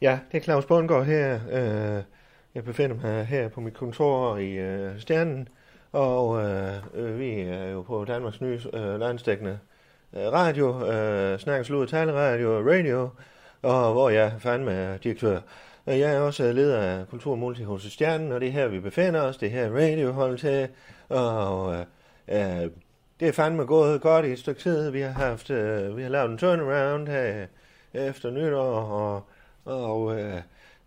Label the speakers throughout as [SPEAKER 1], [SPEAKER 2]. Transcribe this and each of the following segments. [SPEAKER 1] Ja, det er Claus Bundgaard her. Øh, Jeg befinder mig her på mit kontor i øh, Stjernen, og øh, øh, vi er jo på Danmarks nye øh, landstækkende øh, radio, øh, Snakkes Lud Taleradio Radio, og hvor jeg fandme er direktør. Og Jeg er også leder af Kulturmulti hos Stjernen, og det er her, vi befinder os, det er her radio holder til, og øh, øh, det er fandme gået godt i et stykke tid. Vi har haft, øh, vi har lavet en turnaround her efter nytår, og og øh,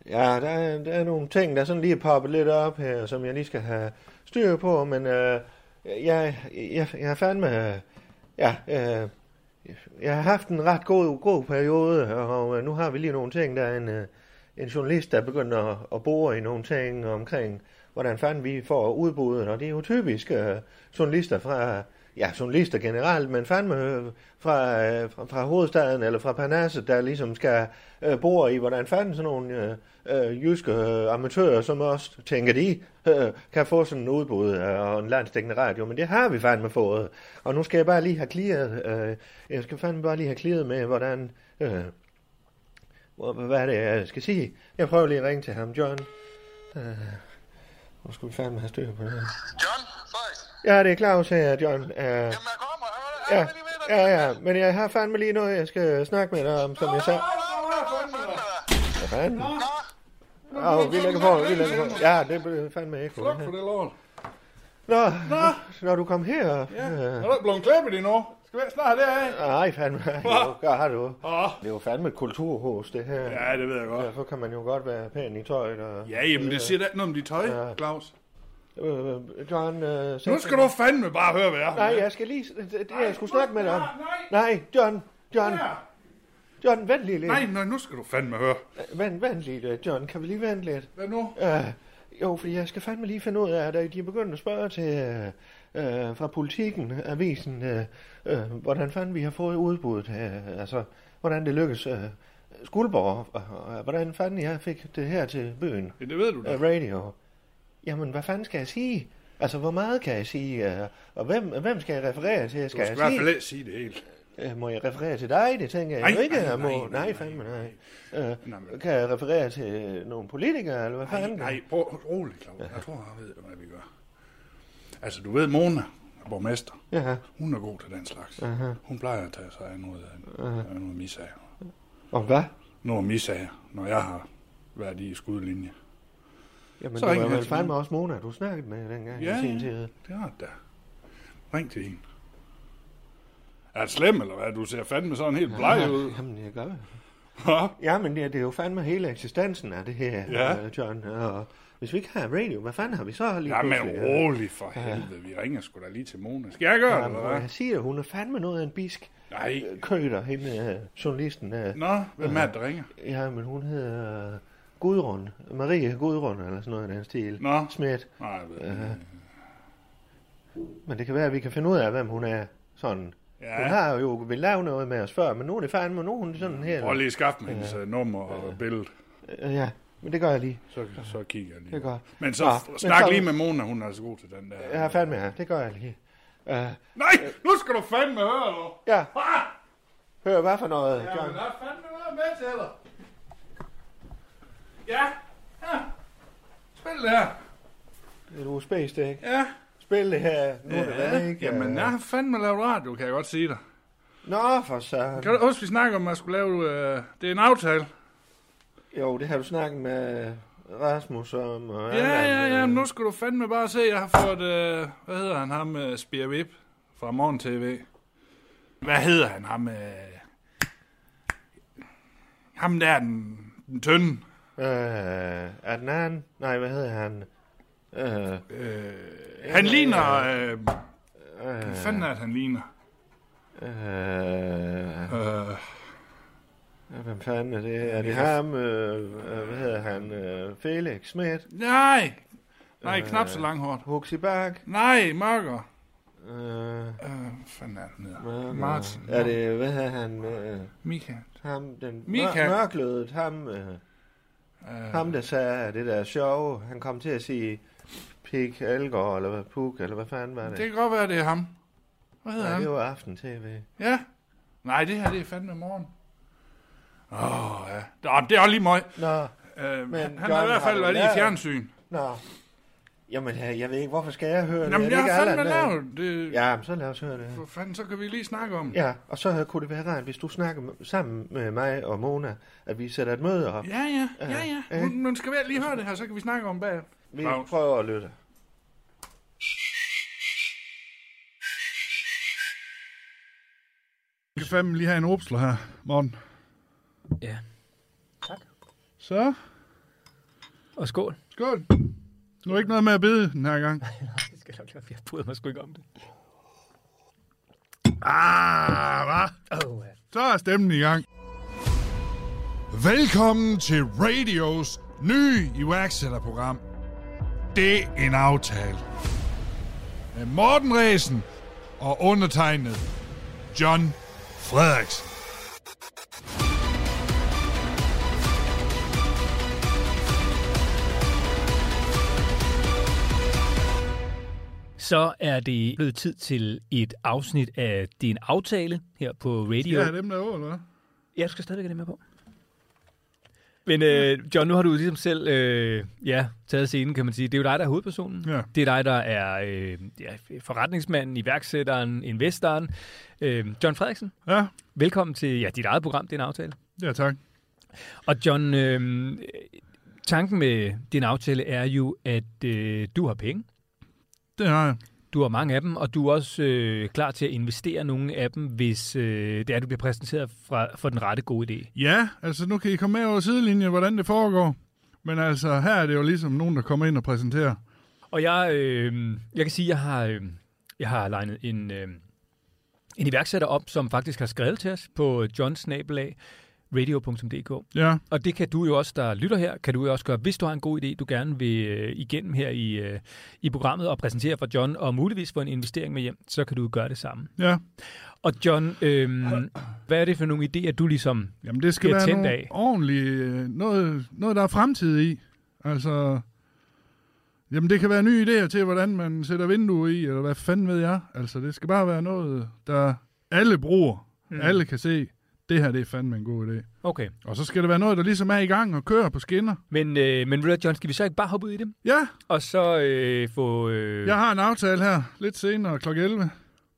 [SPEAKER 1] ja, der er, der er nogle ting, der sådan lige er poppet lidt op her, som jeg lige skal have styr på, men øh, jeg, jeg, jeg er fandme... Øh, ja, øh, jeg har haft en ret god, god periode, og øh, nu har vi lige nogle ting, der er en, øh, en journalist, der begynder at, at bore i nogle ting omkring, hvordan fanden vi får udbuddet, og det er jo typisk øh, journalister fra, ja, journalister generelt, men fandme øh, fra, øh, fra, fra hovedstaden eller fra Parnasset, der ligesom skal øh, bore i, hvordan fanden sådan nogle øh, øh, jyske øh, amatører som os, tænker de, øh, kan få sådan en udbud øh, og en landstækkende radio, men det har vi fandme fået, og nu skal jeg bare lige have clearet, øh, jeg skal fandme bare lige have clearet med, hvordan... Øh, hvor- hvad er det, jeg skal sige? Jeg prøver lige at ringe til ham, John. Øh, nu skal vi fandme have styr på det her.
[SPEAKER 2] John, Frederik.
[SPEAKER 1] Ja, det er Claus her, John. Øh,
[SPEAKER 2] Jamen, jeg kommer.
[SPEAKER 1] ja,
[SPEAKER 2] Jeg er- jeg er lige ved dig.
[SPEAKER 1] ja, ja, men jeg har fandme lige noget, jeg skal snakke med dig om, som jeg sagde. Hvad fanden?
[SPEAKER 2] Nå,
[SPEAKER 1] Åh, vi lægger på, vi lægger på. Ja, det blev fandme ikke.
[SPEAKER 3] Flot for det lort.
[SPEAKER 1] Nå, når du kom her.
[SPEAKER 3] Ja.
[SPEAKER 1] øh,
[SPEAKER 3] Er du ikke blevet klippet endnu? Skal vi ikke snart derhen?
[SPEAKER 1] Nej, fandme. Jo, gør du.
[SPEAKER 3] Åh,
[SPEAKER 1] Det er jo fandme et kulturhus, det her.
[SPEAKER 3] ja, det ved jeg godt.
[SPEAKER 1] Derfor kan man jo godt være pæn i tøjet. Og,
[SPEAKER 3] Ja, jamen det siger da ikke noget om dit tøj,
[SPEAKER 1] Ja.
[SPEAKER 3] Claus.
[SPEAKER 1] Øh, John, øh, sæt
[SPEAKER 3] Nu skal du fandme bare høre, hvad jeg har.
[SPEAKER 1] Nej, jeg skal lige... Det, det jeg skulle snakke med dig om.
[SPEAKER 3] Nej,
[SPEAKER 1] Nej, John, John,
[SPEAKER 3] Ja.
[SPEAKER 1] John, vent lige lidt.
[SPEAKER 3] nej, nej, nu skal du fandme høre.
[SPEAKER 1] Vent, vent lige lidt, John. Kan vi lige vente lidt?
[SPEAKER 3] Hvad nu?
[SPEAKER 1] Uh, jo, fordi jeg skal fandme lige finde ud af, at øh, de er begyndt at spørge til uh, uh, fra politikken, avisen, uh, uh, hvordan fanden vi har fået udbuddet, uh, altså hvordan det lykkes. Uh, Skuldborg, uh, uh, hvordan fanden jeg fik det her til byen,
[SPEAKER 3] Ja, det ved du da.
[SPEAKER 1] uh, radio. Jamen, hvad fanden skal jeg sige? Altså, hvor meget kan jeg sige? Uh, og hvem, hvem skal jeg referere til?
[SPEAKER 3] Du skal
[SPEAKER 1] jeg
[SPEAKER 3] i hvert fald ikke sige det helt.
[SPEAKER 1] Øh, må jeg referere til dig? Det tænker jeg
[SPEAKER 3] Nej,
[SPEAKER 1] jo ikke,
[SPEAKER 3] nej,
[SPEAKER 1] jeg må.
[SPEAKER 3] nej,
[SPEAKER 1] Nej,
[SPEAKER 3] nej, nej,
[SPEAKER 1] fandme nej.
[SPEAKER 3] Nej, men-
[SPEAKER 1] Øh, kan jeg referere til øh, nogle politikere, eller hvad
[SPEAKER 3] Nej,
[SPEAKER 1] fanden?
[SPEAKER 3] nej, prøv roligt, Claus. Jeg tror, han ved, hvad vi gør. Altså, du ved, Mona, borgmester,
[SPEAKER 1] Ja,
[SPEAKER 3] hun er god til den slags. Hun plejer at tage sig af noget, øh, af noget misager.
[SPEAKER 1] og hvad?
[SPEAKER 3] Nogle misager, når jeg har været i skudlinje.
[SPEAKER 1] Jamen,
[SPEAKER 3] Så
[SPEAKER 1] så det
[SPEAKER 3] ringer
[SPEAKER 1] var
[SPEAKER 3] jeg
[SPEAKER 1] vel
[SPEAKER 3] til
[SPEAKER 1] fandme også Mona, du snakkede med dengang
[SPEAKER 3] Ja,
[SPEAKER 1] i sin
[SPEAKER 3] ja.
[SPEAKER 1] tid.
[SPEAKER 3] Det har da. Ring til hende. Er det slem, eller hvad? Du ser fandme sådan helt bleg ud.
[SPEAKER 1] Jamen, jeg gør det.
[SPEAKER 3] Hva?
[SPEAKER 1] Jamen, det, det er jo fandme hele eksistensen af det her,
[SPEAKER 3] Ja.
[SPEAKER 1] ja. John. Og hvis vi ikke har radio, hvad fanden har vi så lige
[SPEAKER 3] Jamen
[SPEAKER 1] pludselig?
[SPEAKER 3] rolig for helvede. Vi ringer sgu da lige til Mona. Skal jeg gøre det,
[SPEAKER 1] Jamen,
[SPEAKER 3] eller
[SPEAKER 1] og
[SPEAKER 3] hvad?
[SPEAKER 1] jeg siger, hun er fandme noget af en bisk
[SPEAKER 3] Nej.
[SPEAKER 1] øh, køder, hende øh, journalisten. Øh.
[SPEAKER 3] Nå, hvem er det, der ringer?
[SPEAKER 1] Ja, men hun hedder øh, Gudrun. Marie Gudrun, eller sådan noget i den stil.
[SPEAKER 3] Nå.
[SPEAKER 1] Smidt.
[SPEAKER 3] Nej, jeg ved det
[SPEAKER 1] Øh,
[SPEAKER 3] ikke.
[SPEAKER 1] Men det kan være, at vi kan finde ud af, hvem hun er. Sådan. Ja. Hun
[SPEAKER 3] Ja,
[SPEAKER 1] har jo vil lave noget med os før, men nu er det fandme, nu er hun sådan her.
[SPEAKER 3] prøv lige at skaffe mig hendes øh, nummer og billede.
[SPEAKER 1] Øh, Ja, men det gør jeg lige.
[SPEAKER 3] Så, så kigger jeg
[SPEAKER 1] Det
[SPEAKER 3] lige.
[SPEAKER 1] gør jeg.
[SPEAKER 3] Men så
[SPEAKER 1] Nå,
[SPEAKER 3] f-
[SPEAKER 1] men
[SPEAKER 3] snak
[SPEAKER 1] så-
[SPEAKER 3] lige med Mona, hun er så god til den der.
[SPEAKER 1] Jeg har fandme her. Det gør jeg lige. Uh,
[SPEAKER 3] Nej, nu skal du fandme høre, du.
[SPEAKER 1] ja,
[SPEAKER 3] Ah!
[SPEAKER 1] hør hvad for noget,
[SPEAKER 3] Ja, men
[SPEAKER 1] John.
[SPEAKER 3] der er fandme noget med til dig. Ja. ja. Spil det her.
[SPEAKER 1] Et USB-stik.
[SPEAKER 3] Ja.
[SPEAKER 1] Spil det her. Nu er det
[SPEAKER 3] ja.
[SPEAKER 1] hvad, ikke?
[SPEAKER 3] Jamen, jeg har fandme lavet radio, kan jeg godt sige dig.
[SPEAKER 1] Nå, for så.
[SPEAKER 3] Kan du huske, vi snakker om, at jeg skulle lave... Øh, det er en aftale.
[SPEAKER 1] Jo, det har du snakket med Rasmus om. Og
[SPEAKER 3] Ja,
[SPEAKER 1] Allan,
[SPEAKER 3] ja, ja.
[SPEAKER 1] øh.
[SPEAKER 3] Nu skal du fandme bare se, jeg har fået... Øh, hvad hedder han ham? Øh, Spear Vip fra Morgen TV. Hvad hedder han ham? Øh, ham der, den, den tynde.
[SPEAKER 1] Øh, Adnan? Nej, hvad hedder han? Øh,
[SPEAKER 3] Øh, han ligner... Øh, hvad
[SPEAKER 1] øh,
[SPEAKER 3] fanden er det, han ligner?
[SPEAKER 1] øh,
[SPEAKER 3] Øh,
[SPEAKER 1] Ja, hvem fanden er det? Er det ham? Øh, øh, hvad hedder han? Øh, Felix Schmidt?
[SPEAKER 3] Nej! Nej,
[SPEAKER 1] Øh,
[SPEAKER 3] knap så langhåret.
[SPEAKER 1] Huxi Bak?
[SPEAKER 3] Nej, Marker.
[SPEAKER 1] Øh,
[SPEAKER 3] Øh, hvad fanden er den hedder?
[SPEAKER 1] hvad-
[SPEAKER 3] Martin.
[SPEAKER 1] Er det, hvad hedder han? Øh,
[SPEAKER 3] Mika.
[SPEAKER 1] ham, den
[SPEAKER 3] Mika.
[SPEAKER 1] mør- mørklødet, ham, øh,
[SPEAKER 3] Øh,
[SPEAKER 1] ham der sagde det der sjove. Han kom til at sige Pik Elgård, eller hvad, Puk, eller hvad fanden var det?
[SPEAKER 3] Det kan godt være, det er ham. Hvad hedder
[SPEAKER 1] Nej, det
[SPEAKER 3] han?
[SPEAKER 1] var aften-tv.
[SPEAKER 3] Ja. Nej, det her, det er fandme morgen. Åh, oh, ja. Nå, det er også lige møg.
[SPEAKER 1] Nå,
[SPEAKER 3] Øh,
[SPEAKER 1] Men
[SPEAKER 3] han har
[SPEAKER 1] John,
[SPEAKER 3] i hvert
[SPEAKER 1] har
[SPEAKER 3] fald
[SPEAKER 1] du
[SPEAKER 3] været i
[SPEAKER 1] lært-
[SPEAKER 3] fjernsyn.
[SPEAKER 1] nå. Jamen, jeg, jeg ved ikke, hvorfor skal jeg høre det? Er
[SPEAKER 3] Jamen,
[SPEAKER 1] det?
[SPEAKER 3] jeg
[SPEAKER 1] ikke
[SPEAKER 3] har fandme
[SPEAKER 1] Allan, der-
[SPEAKER 3] lavet det.
[SPEAKER 1] Ja, men så lad os høre det.
[SPEAKER 3] For fanden, så kan vi lige snakke om.
[SPEAKER 1] Ja, og så kunne det være rart, hvis du snakker m- sammen med mig og Mona, at vi sætter et møde op.
[SPEAKER 3] Ja, ja, ja, ja.
[SPEAKER 1] Øh.
[SPEAKER 3] Nu, nu skal vi lige høre det her, så kan vi snakke om bag.
[SPEAKER 1] Vi
[SPEAKER 3] Claus.
[SPEAKER 1] prøver at lytte.
[SPEAKER 3] Vi kan fandme lige have en opsler her, morgen.
[SPEAKER 4] Ja.
[SPEAKER 3] Så,
[SPEAKER 4] Og skål.
[SPEAKER 3] skål. Nu er ikke noget med at bede den her gang.
[SPEAKER 4] Det skal nok være, jeg bryder mig sgu ikke om det.
[SPEAKER 3] Ah, hvad?
[SPEAKER 4] Oh, ja.
[SPEAKER 3] Så er stemmen i gang. Velkommen til Radios nye iværksætterprogram. Det er en aftale. Med Morten Ræsen og undertegnet John Frederiksen.
[SPEAKER 4] Så er det blevet tid til et afsnit af din aftale her på radio.
[SPEAKER 3] Ja, dem derovre, eller hvad?
[SPEAKER 4] Jeg skal stadigvæk have det med på. Men øh, John, nu har du ligesom selv øh, ja, taget scenen, kan man sige. Det er jo dig, der er hovedpersonen.
[SPEAKER 3] Ja.
[SPEAKER 4] Det er dig, der er øh, ja, forretningsmanden, iværksætteren, investoren. Øh, John Frederiksen,
[SPEAKER 3] Ja,
[SPEAKER 4] velkommen til ja, dit eget program, Det er en aftale.
[SPEAKER 3] ja tak.
[SPEAKER 4] Og John, øh, tanken med din aftale er jo, at øh, du har penge.
[SPEAKER 3] Det har jeg.
[SPEAKER 4] Du har mange af dem, og du er også øh, klar til at investere nogle af dem, hvis øh, det er, du bliver præsenteret fra, for den rette gode idé.
[SPEAKER 3] Ja, altså nu kan I komme med over sidelinjen, hvordan det foregår. Men altså, her er det jo ligesom nogen, der kommer ind og præsenterer.
[SPEAKER 4] Og jeg, øh, jeg kan sige, at jeg har, øh, jeg har legnet en, øh, en iværksætter op, som faktisk har skrevet til os på johnsnabelag.radio.dk.
[SPEAKER 3] Ja,
[SPEAKER 4] Og det kan du jo også, der lytter her, kan du jo også gøre, hvis du har en god idé, du gerne vil øh, igennem her i, øh, i programmet og præsentere for John, og muligvis få en investering med hjem, så kan du jo gøre det samme.
[SPEAKER 3] ja.
[SPEAKER 4] Og John, øh, hvad er det for nogle idéer, du ligesom
[SPEAKER 3] Jamen, det skal
[SPEAKER 4] Bliver
[SPEAKER 3] være
[SPEAKER 4] tændt
[SPEAKER 3] nogle
[SPEAKER 4] af.
[SPEAKER 3] ordentlige, øh, noget, noget, der er fremtid i. Altså, jamen, det kan være nye idéer til, hvordan man sætter vinduer i, eller hvad fanden ved jeg. Altså, det skal bare være noget, der alle bruger. Mm. Alle kan se, det her, det er fandme en god idé.
[SPEAKER 4] Okay,
[SPEAKER 3] Og så skal det være noget, der ligesom er i gang og kører på skinner.
[SPEAKER 4] men, øh, men ved du hvad, John, skal vi så ikke bare hoppe ud i det?
[SPEAKER 3] Ja,
[SPEAKER 4] Og så øh, få... Øh...
[SPEAKER 3] jeg har en aftale her lidt senere kl. 11,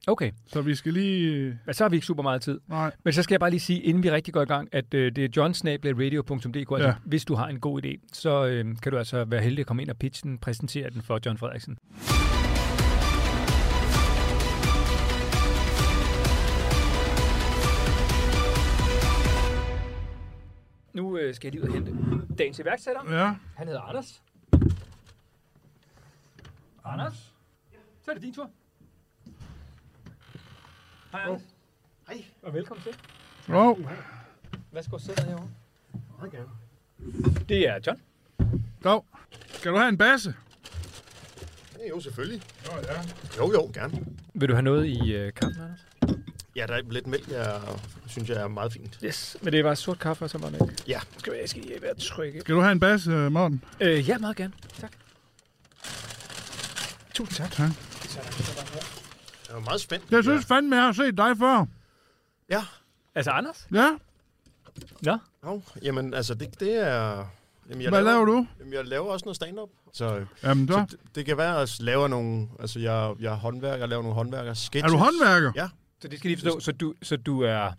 [SPEAKER 4] Okay,
[SPEAKER 3] så vi skal lige...
[SPEAKER 4] men så har vi ikke super meget tid.
[SPEAKER 3] Nej,
[SPEAKER 4] Men så skal jeg bare lige sige, inden vi rigtig går i gang, at øh, det er johnsnabelagradio.dk. Altså,
[SPEAKER 3] Ja.
[SPEAKER 4] ja. Hvis du har en god idé, så øh, kan du altså være heldig at komme ind og pitche den, præsentere den for John Frederiksen. Nu øh, skal jeg lige ud og hente dagens iværksætter.
[SPEAKER 3] ja.
[SPEAKER 4] Han hedder Anders. Anders? Så er det din tur. Hej, Anders. Hej. Og velkommen til.
[SPEAKER 3] Jo,
[SPEAKER 4] Værsgo, sidde dig herovre. Meget gerne. Det er John.
[SPEAKER 3] dog. Skal du have en basse?
[SPEAKER 5] Ja, jo, selvfølgelig.
[SPEAKER 3] Jo, ja.
[SPEAKER 5] Jo, jo, gerne.
[SPEAKER 4] Vil du have noget i øh, kaffen, Anders?
[SPEAKER 5] Ja, der er lidt mælk, jeg synes, jeg er meget fint.
[SPEAKER 4] Yes, men det var sort kaffe, og så var det ikke.
[SPEAKER 5] Ja.
[SPEAKER 4] Skal vi, jeg skal lige være trykke.
[SPEAKER 3] Skal du have en basse, Morten?
[SPEAKER 4] Øh, ja, meget gerne. Tak.
[SPEAKER 5] Tusind tak.
[SPEAKER 3] Tak.
[SPEAKER 5] Jeg er jo meget spændt.
[SPEAKER 3] Jeg synes fandme, jeg har set dig før.
[SPEAKER 5] Ja.
[SPEAKER 4] Altså, Anders?
[SPEAKER 3] Ja,
[SPEAKER 4] Nå?
[SPEAKER 5] Jo, jamen, altså, det, det er... Jamen,
[SPEAKER 3] hvad laver du?
[SPEAKER 5] Jamen, jeg laver også noget stand-up. Så, øh,
[SPEAKER 3] Jamen, så.
[SPEAKER 5] så det, det kan være, at jeg laver nogle... Altså, jeg, jeg er håndværker, jeg laver nogle håndværker. Sketches.
[SPEAKER 3] Er du håndværker?
[SPEAKER 5] Ja,
[SPEAKER 4] Så det skal lige forstå. Så du, så du er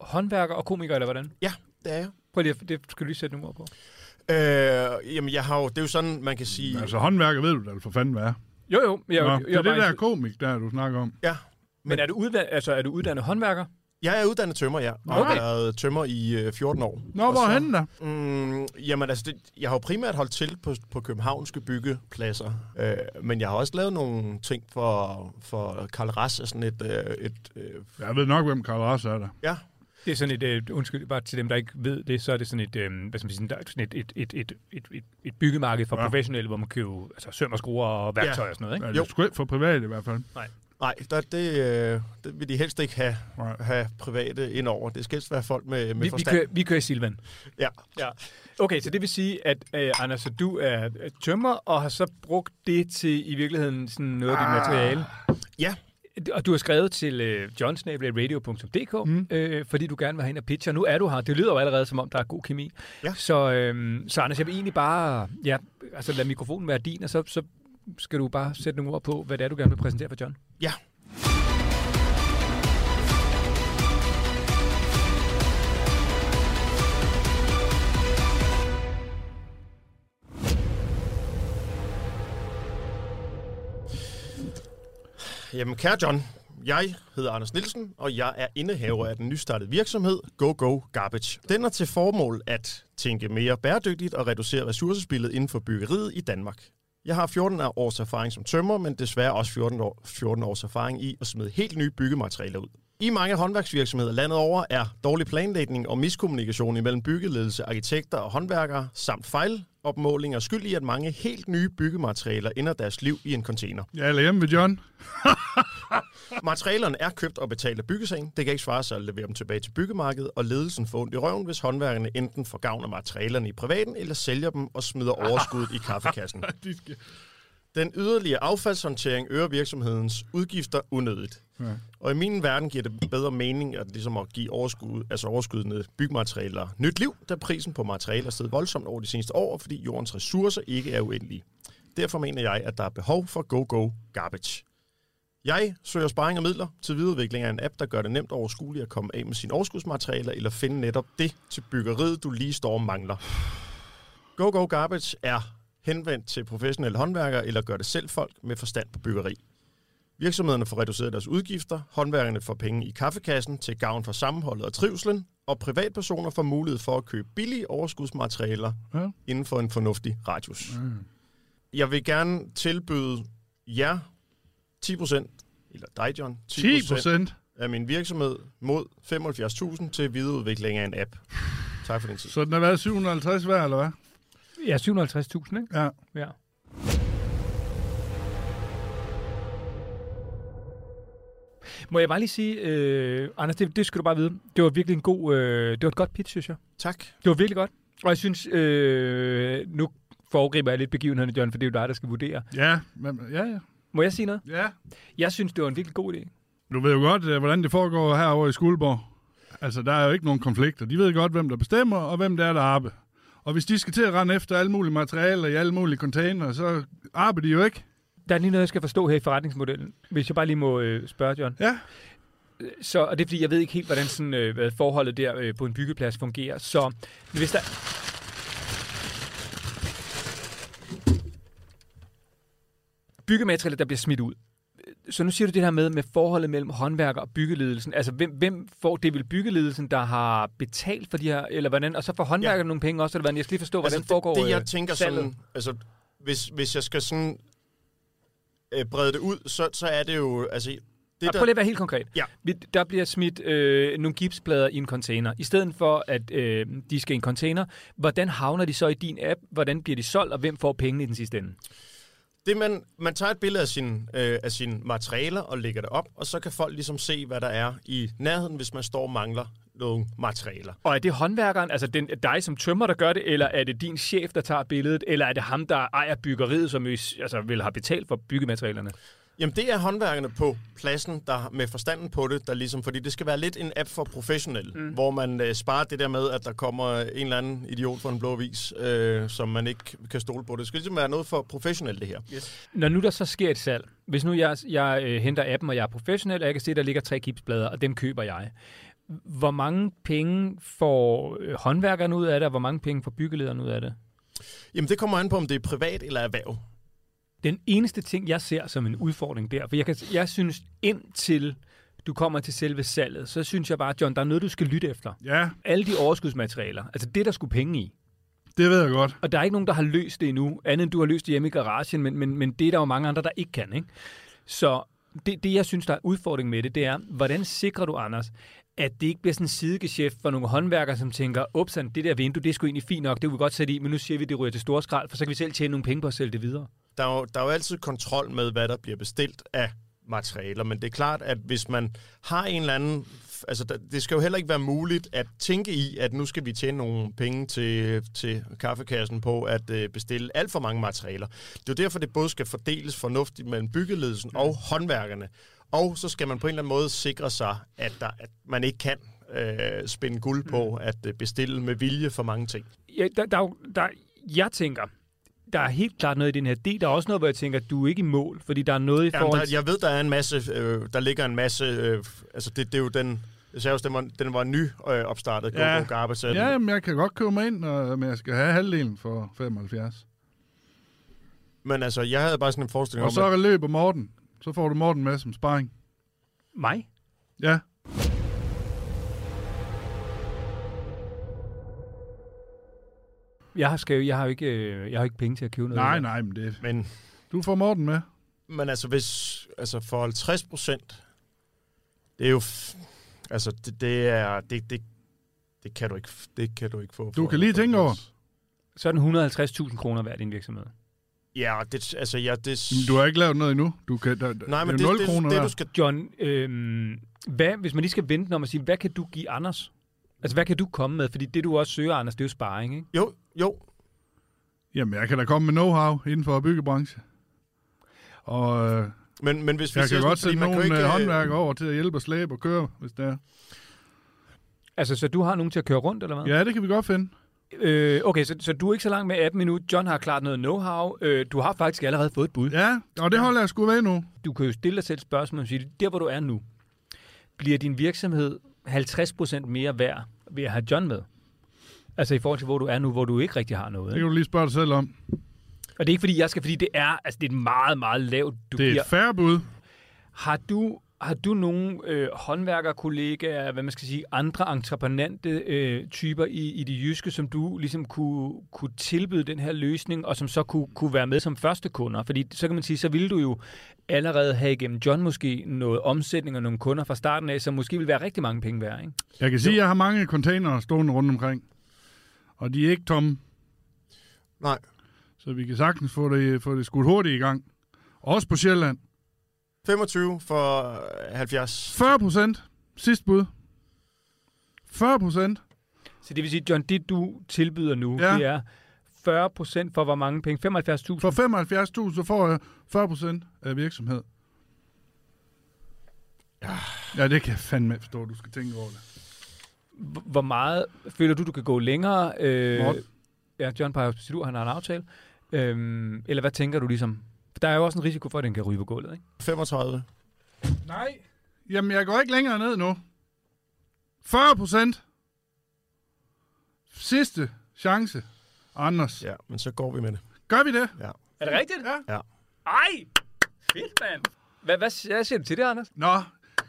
[SPEAKER 4] håndværker og komiker, eller hvordan?
[SPEAKER 5] ja, det er jeg.
[SPEAKER 4] Prøv lige, at- det skal du lige sætte nogle ord på.
[SPEAKER 5] Øh, jamen, jeg har jo, det er jo sådan, man kan sige...
[SPEAKER 3] Altså, håndværker ved du da for fanden, hvad er.
[SPEAKER 4] Jo, jo. Jeg,
[SPEAKER 3] Nå,
[SPEAKER 4] jeg,
[SPEAKER 3] det
[SPEAKER 4] jeg
[SPEAKER 3] er det
[SPEAKER 4] bare-
[SPEAKER 3] der komik, der du snakker om.
[SPEAKER 5] Ja,
[SPEAKER 4] Men er du, uddannet, altså, er du uddannet håndværker?
[SPEAKER 5] jeg er uddannet tømmer, ja. Og
[SPEAKER 4] Okay.
[SPEAKER 5] har været tømmer i øh, 14 år.
[SPEAKER 3] Nå,
[SPEAKER 5] Og
[SPEAKER 3] hvor
[SPEAKER 5] så-
[SPEAKER 3] hen da?
[SPEAKER 5] Mm, jamen altså, det, jeg har jo primært holdt til på, på københavnske byggepladser, øh, men jeg har også lavet nogle ting for, for Karl Rass, er sådan et, øh, et øh,
[SPEAKER 3] Jeg ved nok, hvem Karl Rass er der.
[SPEAKER 5] ja,
[SPEAKER 4] Det er sådan et, øh, undskyld, bare til dem, der ikke ved det, så er det sådan et, øh, hvad skal man sige, sådan, der er sådan et, et, et, et, et, et, et byggemarked for
[SPEAKER 6] Ja.
[SPEAKER 4] ja. professionelle, hvor man køber altså, søm og skruer og værktøj ja. og sådan noget, ikke?
[SPEAKER 6] Ja,
[SPEAKER 4] Ja.
[SPEAKER 6] det er
[SPEAKER 5] Jo.
[SPEAKER 6] sgu ikke for privat i hvert fald.
[SPEAKER 5] Nej, der, det, øh, det vil de helst ikke have,
[SPEAKER 6] Nej.
[SPEAKER 5] have private ind over. Det skal helst være folk med, med
[SPEAKER 4] Vi, vi,
[SPEAKER 5] forstand.
[SPEAKER 4] kører, vi kører i Silvan.
[SPEAKER 5] Ja.
[SPEAKER 4] Ja. Okay, så det vil sige, at øh, Anders, så du er øh, tømmer, og har så brugt det til i virkeligheden sådan noget af dit materiale.
[SPEAKER 5] Ja.
[SPEAKER 4] Og du har skrevet til øh, johnsnabelagradio.dk, mm. øh, fordi du gerne vil have ind og pitche, og nu er du her. Det lyder jo allerede, som om der er god kemi.
[SPEAKER 5] Ja.
[SPEAKER 4] Så, øh, så Anders, jeg vil egentlig bare ja, altså, lade mikrofonen være din, og så, så skal du bare sætte nogle ord på, hvad det er, du gerne vil præsentere for John.
[SPEAKER 5] Ja. Jamen, kære John, jeg hedder Anders Nielsen, og jeg er indehaver af den nystartede virksomhed Go Go Garbage. Den er til formål at tænke mere bæredygtigt og reducere ressourcespillet inden for byggeriet i Danmark. Jeg har 14 års erfaring som tømrer, men desværre også 14, år, 14 års erfaring i at smide helt nye byggematerialer ud. I mange håndværksvirksomheder landet over er dårlig planlægning og miskommunikation imellem byggeledelse, arkitekter og håndværkere, samt fejlopmålinger skyld i, at mange helt nye byggematerialer ender deres liv i en container.
[SPEAKER 6] Ja, eller hjemme ved John.
[SPEAKER 5] Materialerne er købt og betalt af byggesagen. Det kan ikke svare sig at levere dem tilbage til byggemarkedet, og ledelsen får ondt i røven, hvis håndværkerne enten får gavn af materialerne i privaten, eller sælger dem og smider overskuddet i kaffekassen.
[SPEAKER 6] De skal...
[SPEAKER 5] Den yderligere affaldshåndtering øger virksomhedens udgifter unødigt. Ja. Og i min verden giver det bedre mening at, ligesom at give overskud, altså overskydende bygmaterialer nyt liv, da prisen på materialer er steget voldsomt over de seneste år, fordi jordens ressourcer ikke er uendelige. Derfor mener jeg, at der er behov for go-go garbage. Jeg søger sparring og midler til videreudvikling af en app, der gør det nemt og overskueligt at komme af med sine overskudsmaterialer eller finde netop det til byggeriet, du lige står og mangler. Go Go Garbage er henvendt til professionelle håndværkere eller gør det selv folk med forstand på byggeri. Virksomhederne får reduceret deres udgifter, håndværkerne får penge i kaffekassen til gavn for sammenholdet og trivselen, og privatpersoner får mulighed for at købe billige overskudsmaterialer
[SPEAKER 6] Ja.
[SPEAKER 5] inden for en fornuftig radius. Jeg vil gerne tilbyde jer 10%, eller dig John,
[SPEAKER 6] 10 procent.
[SPEAKER 5] af min virksomhed mod 75.000 til videreudvikling af en app. Tak for din tid.
[SPEAKER 6] Så den har været 750 hver, eller hvad?
[SPEAKER 4] Ja, 750.000, ikke?
[SPEAKER 6] Ja.
[SPEAKER 4] Ja. Må jeg bare lige sige, øh, Anders, det, det skal du bare vide. Det var virkelig en god, øh, det var et godt pitch, synes jeg.
[SPEAKER 5] Tak.
[SPEAKER 4] Det var virkelig godt. Og jeg synes, øh, nu foregriber jeg lidt begivenhederne, John, for det er jo dig, der skal vurdere.
[SPEAKER 6] Ja, men, ja, ja.
[SPEAKER 4] Må jeg sige noget?
[SPEAKER 6] ja.
[SPEAKER 4] Jeg synes, det var en virkelig god idé.
[SPEAKER 6] Du ved jo godt, øh, hvordan det foregår herovre i Skuldborg. Altså, der er jo ikke nogen konflikter. De ved godt, hvem der bestemmer, og hvem der er, der arbejder. Og hvis de skal til at rende efter alle mulige materialer i alle mulige container, så arbejder de jo ikke.
[SPEAKER 4] Der er lige noget, jeg skal forstå her i forretningsmodellen, hvis jeg bare lige må øh, spørge, John.
[SPEAKER 6] Ja.
[SPEAKER 4] Så, og det er fordi, jeg ved ikke helt, hvordan sådan, øh, hvad forholdet der øh, på en byggeplads fungerer. Så hvis der... Byggematerialer, der bliver smidt ud. Så nu siger du det her med, med forholdet mellem håndværker og byggeledelsen. Altså, hvem, hvem får det er vel byggeledelsen, der har betalt for de her, eller hvordan? Og så får håndværkerne ja. nogle penge også, eller hvordan? Jeg skal lige forstå, hvordan
[SPEAKER 5] altså,
[SPEAKER 4] foregår
[SPEAKER 5] det, det, jeg
[SPEAKER 4] øh,
[SPEAKER 5] tænker
[SPEAKER 4] salget.
[SPEAKER 5] sådan, altså, hvis, hvis jeg skal sådan øh, brede det ud, så, så er det jo, altså, det
[SPEAKER 4] Det
[SPEAKER 5] der,
[SPEAKER 4] Prøv lige at være helt konkret.
[SPEAKER 5] Ja.
[SPEAKER 4] Vi- Der bliver smidt øh, nogle gipsplader i en container. I stedet for, at øh, de skal i en container, hvordan havner de så i din app? Hvordan bliver de solgt, og hvem får pengene i den sidste ende?
[SPEAKER 5] det man, man tager et billede af sine øh, af sine materialer og lægger det op, og så kan folk ligesom se, hvad der er i nærheden, hvis man står og mangler nogle materialer.
[SPEAKER 4] Og er det håndværkeren, altså den, dig som tømmer, der gør det, eller er det din chef, der tager billedet, eller er det ham, der ejer byggeriet, som jo s- altså, vil have betalt for byggematerialerne?
[SPEAKER 5] Jamen, det er håndværkerne på pladsen, der med forstanden på det, der ligesom, fordi det skal være lidt en app for professionelle, mm. hvor man øh, sparer det der med, at der kommer en eller anden idiot for en blå vis, øh, som man ikke kan stole på. Det skal ligesom være noget for professionelle, det her.
[SPEAKER 4] Når nu der så sker et salg, hvis nu jeg, jeg øh, henter appen, og jeg er professionel, og jeg kan se, at der ligger tre gipsplader, og dem køber jeg. Hvor mange penge får øh, håndværkeren ud af det, og hvor mange penge får byggelederen ud af det?
[SPEAKER 5] Jamen, det kommer an på, om det er privat eller erhverv.
[SPEAKER 4] Den eneste ting, jeg ser som en udfordring der, for jeg, kan, jeg synes indtil du kommer til selve salget, så synes jeg bare, John, der er noget, du skal lytte efter.
[SPEAKER 6] Ja,
[SPEAKER 4] Alle de overskudsmaterialer, altså det, der skulle penge i.
[SPEAKER 6] det ved jeg godt.
[SPEAKER 4] Og der er ikke nogen, der har løst det endnu, andet end du har løst det hjemme i garagen, men, men, men det er der jo mange andre, der ikke kan. Ikke? Så det, det, jeg synes, der er udfordring med det, det er, hvordan sikrer du, Anders, at det ikke bliver sådan en sidegeschæft for nogle håndværkere, som tænker, upsan, det der vindue, det er sgu egentlig fint nok, det kunne vi godt sætte i, men nu siger vi, det ryger til store skrald, for så kan vi selv tjene nogle penge på at sælge det videre.
[SPEAKER 5] der er, jo, der er jo altid kontrol med, hvad der bliver bestilt af materialer, men det er klart, at hvis man har en eller anden... Altså, der, det skal jo heller ikke være muligt at tænke i, at nu skal vi tjene nogle penge til, til kaffekassen på at øh, bestille alt for mange materialer. Det er jo derfor, det både skal fordeles fornuftigt mellem byggeledelsen og håndværkerne, og så skal man på en eller anden måde sikre sig, at, der, at man ikke kan øh, spænde guld på at øh, bestille med vilje for mange ting.
[SPEAKER 4] Ja, der, der, er jo- der, jeg tænker, der er helt klart noget i den her del. Der er også noget, hvor jeg tænker, du er ikke i mål, fordi der er noget i
[SPEAKER 5] Jamen,
[SPEAKER 4] forhold
[SPEAKER 5] der,
[SPEAKER 4] til...
[SPEAKER 5] jeg ved, der er en masse, øh, der ligger en masse, øh, altså det, det er jo den, jeg sagde også, den var, den var ny øh, opstartet, Go
[SPEAKER 3] Ja.
[SPEAKER 5] Go Garba, så
[SPEAKER 3] Ja, jamen, jeg kan godt købe mig ind, og, men jeg skal have halvdelen for 75.
[SPEAKER 5] men altså, jeg havde bare sådan en forestilling
[SPEAKER 3] Og
[SPEAKER 5] om,
[SPEAKER 3] så
[SPEAKER 5] at,
[SPEAKER 3] løber Morten. Så får du Morten med som sparring.
[SPEAKER 4] Mig?
[SPEAKER 3] Ja.
[SPEAKER 4] Jeg har, skal, jo- jeg har jo ikke, øh, jeg har ikke penge til at købe noget.
[SPEAKER 3] Nej, nej, men det...
[SPEAKER 5] men,
[SPEAKER 3] Du får Morten med.
[SPEAKER 5] men altså, hvis, altså for 50 procent, det er jo, f- altså det, det er, det, det, det kan du ikke, f- det kan du ikke få.
[SPEAKER 3] Du
[SPEAKER 5] for-
[SPEAKER 3] kan lige
[SPEAKER 5] for-
[SPEAKER 3] tænke over.
[SPEAKER 4] Så er den 150.000 kroner værd i din virksomhed.
[SPEAKER 5] Ja, og det, altså, ja, det,
[SPEAKER 3] Jamen, Du har ikke lavet noget endnu. Du kan, der,
[SPEAKER 5] nej, men
[SPEAKER 3] det er jo 0
[SPEAKER 5] det,
[SPEAKER 3] kroner
[SPEAKER 5] det, det,
[SPEAKER 3] der.
[SPEAKER 5] du skal,
[SPEAKER 4] John, øhm, hvad, hvis man lige skal vente om at sige, hvad kan du give Anders? Altså, hvad kan du komme med? Fordi det, du også søger, Anders, det er jo sparring, ikke?
[SPEAKER 5] jo, jo,
[SPEAKER 3] Jamen, jeg kan da komme med know-how inden for byggebranchen. Og øh,
[SPEAKER 5] men, men hvis vi
[SPEAKER 3] jeg
[SPEAKER 5] siger
[SPEAKER 3] kan
[SPEAKER 5] sådan,
[SPEAKER 3] godt
[SPEAKER 5] fordi
[SPEAKER 3] sætte
[SPEAKER 5] man kan jo
[SPEAKER 3] nogle ikke,
[SPEAKER 5] ikke, øh,
[SPEAKER 3] håndværkere over til at hjælpe og slæbe og køre, hvis det er.
[SPEAKER 4] Altså, så du har nogen til at køre rundt, eller hvad?
[SPEAKER 3] Ja, det kan vi godt finde.
[SPEAKER 4] Øh, okay, så, så du er ikke så langt med appen endnu. John har klart noget know-how. Øh, du har faktisk allerede fået et bud.
[SPEAKER 3] Ja, og det holder jeg sgu ved nu.
[SPEAKER 4] Du kan jo stille dig selv spørgsmål og sige, der hvor du er nu, bliver din virksomhed 50% mere værd ved at have John med? Altså i forhold til, hvor du er nu, hvor du ikke rigtig har noget.
[SPEAKER 3] Det
[SPEAKER 4] Ikke?
[SPEAKER 3] kan du lige spørge dig selv om.
[SPEAKER 4] Og det er ikke fordi, jeg skal, fordi det er, altså det er et meget, meget lavt, du
[SPEAKER 3] Det er
[SPEAKER 4] giver.
[SPEAKER 3] et færre bud.
[SPEAKER 4] Har du, har du nogle øh, håndværkerkollegaer, hvad man skal sige, andre entreprenante øh, typer i, i det jyske, som du ligesom kunne, kunne tilbyde den her løsning, og som så kunne, kunne være med som første kunder? Fordi så kan man sige, så ville du jo allerede have igennem John måske noget omsætning og nogle kunder fra starten af, som måske ville være rigtig mange penge værd, ikke?
[SPEAKER 3] Jeg kan sige, at jeg har mange containere stående rundt omkring. Og de er ikke tomme,
[SPEAKER 5] nej,
[SPEAKER 3] så vi kan sagtens få det, få det skudt hurtigt i gang. Også på Sjælland.
[SPEAKER 5] 25 for øh, 70.
[SPEAKER 3] 40 procent. Sidste bud. 40 procent.
[SPEAKER 4] Så det vil sige, John, det du tilbyder nu,
[SPEAKER 3] Ja.
[SPEAKER 4] det er 40 procent for hvor mange penge? 75.000?
[SPEAKER 3] For 75.000, så får jeg 40 procent af virksomhed. Ja, det kan jeg fandme ikke forstå, du skal tænke over det.
[SPEAKER 4] Hvor- Hvor meget føler du, du kan gå længere? Øh,
[SPEAKER 3] Morten.
[SPEAKER 4] ja, John peger på sit ur, han har en aftale. Øhm, eller hvad tænker du ligesom? For Der er jo også en risiko for, at den kan ryge på gulvet, ikke?
[SPEAKER 5] 35.
[SPEAKER 3] Nej. Jamen, jeg går ikke længere ned nu. 40 procent. Sidste chance, Anders. Ja.
[SPEAKER 5] Ja, men så går vi med det.
[SPEAKER 3] Gør vi det?
[SPEAKER 4] Er det rigtigt?
[SPEAKER 3] Ja.
[SPEAKER 5] Ja.
[SPEAKER 4] Ej! Fedt, mand! Hvad, hvad, hvad siger du til det, Anders?
[SPEAKER 3] Nå,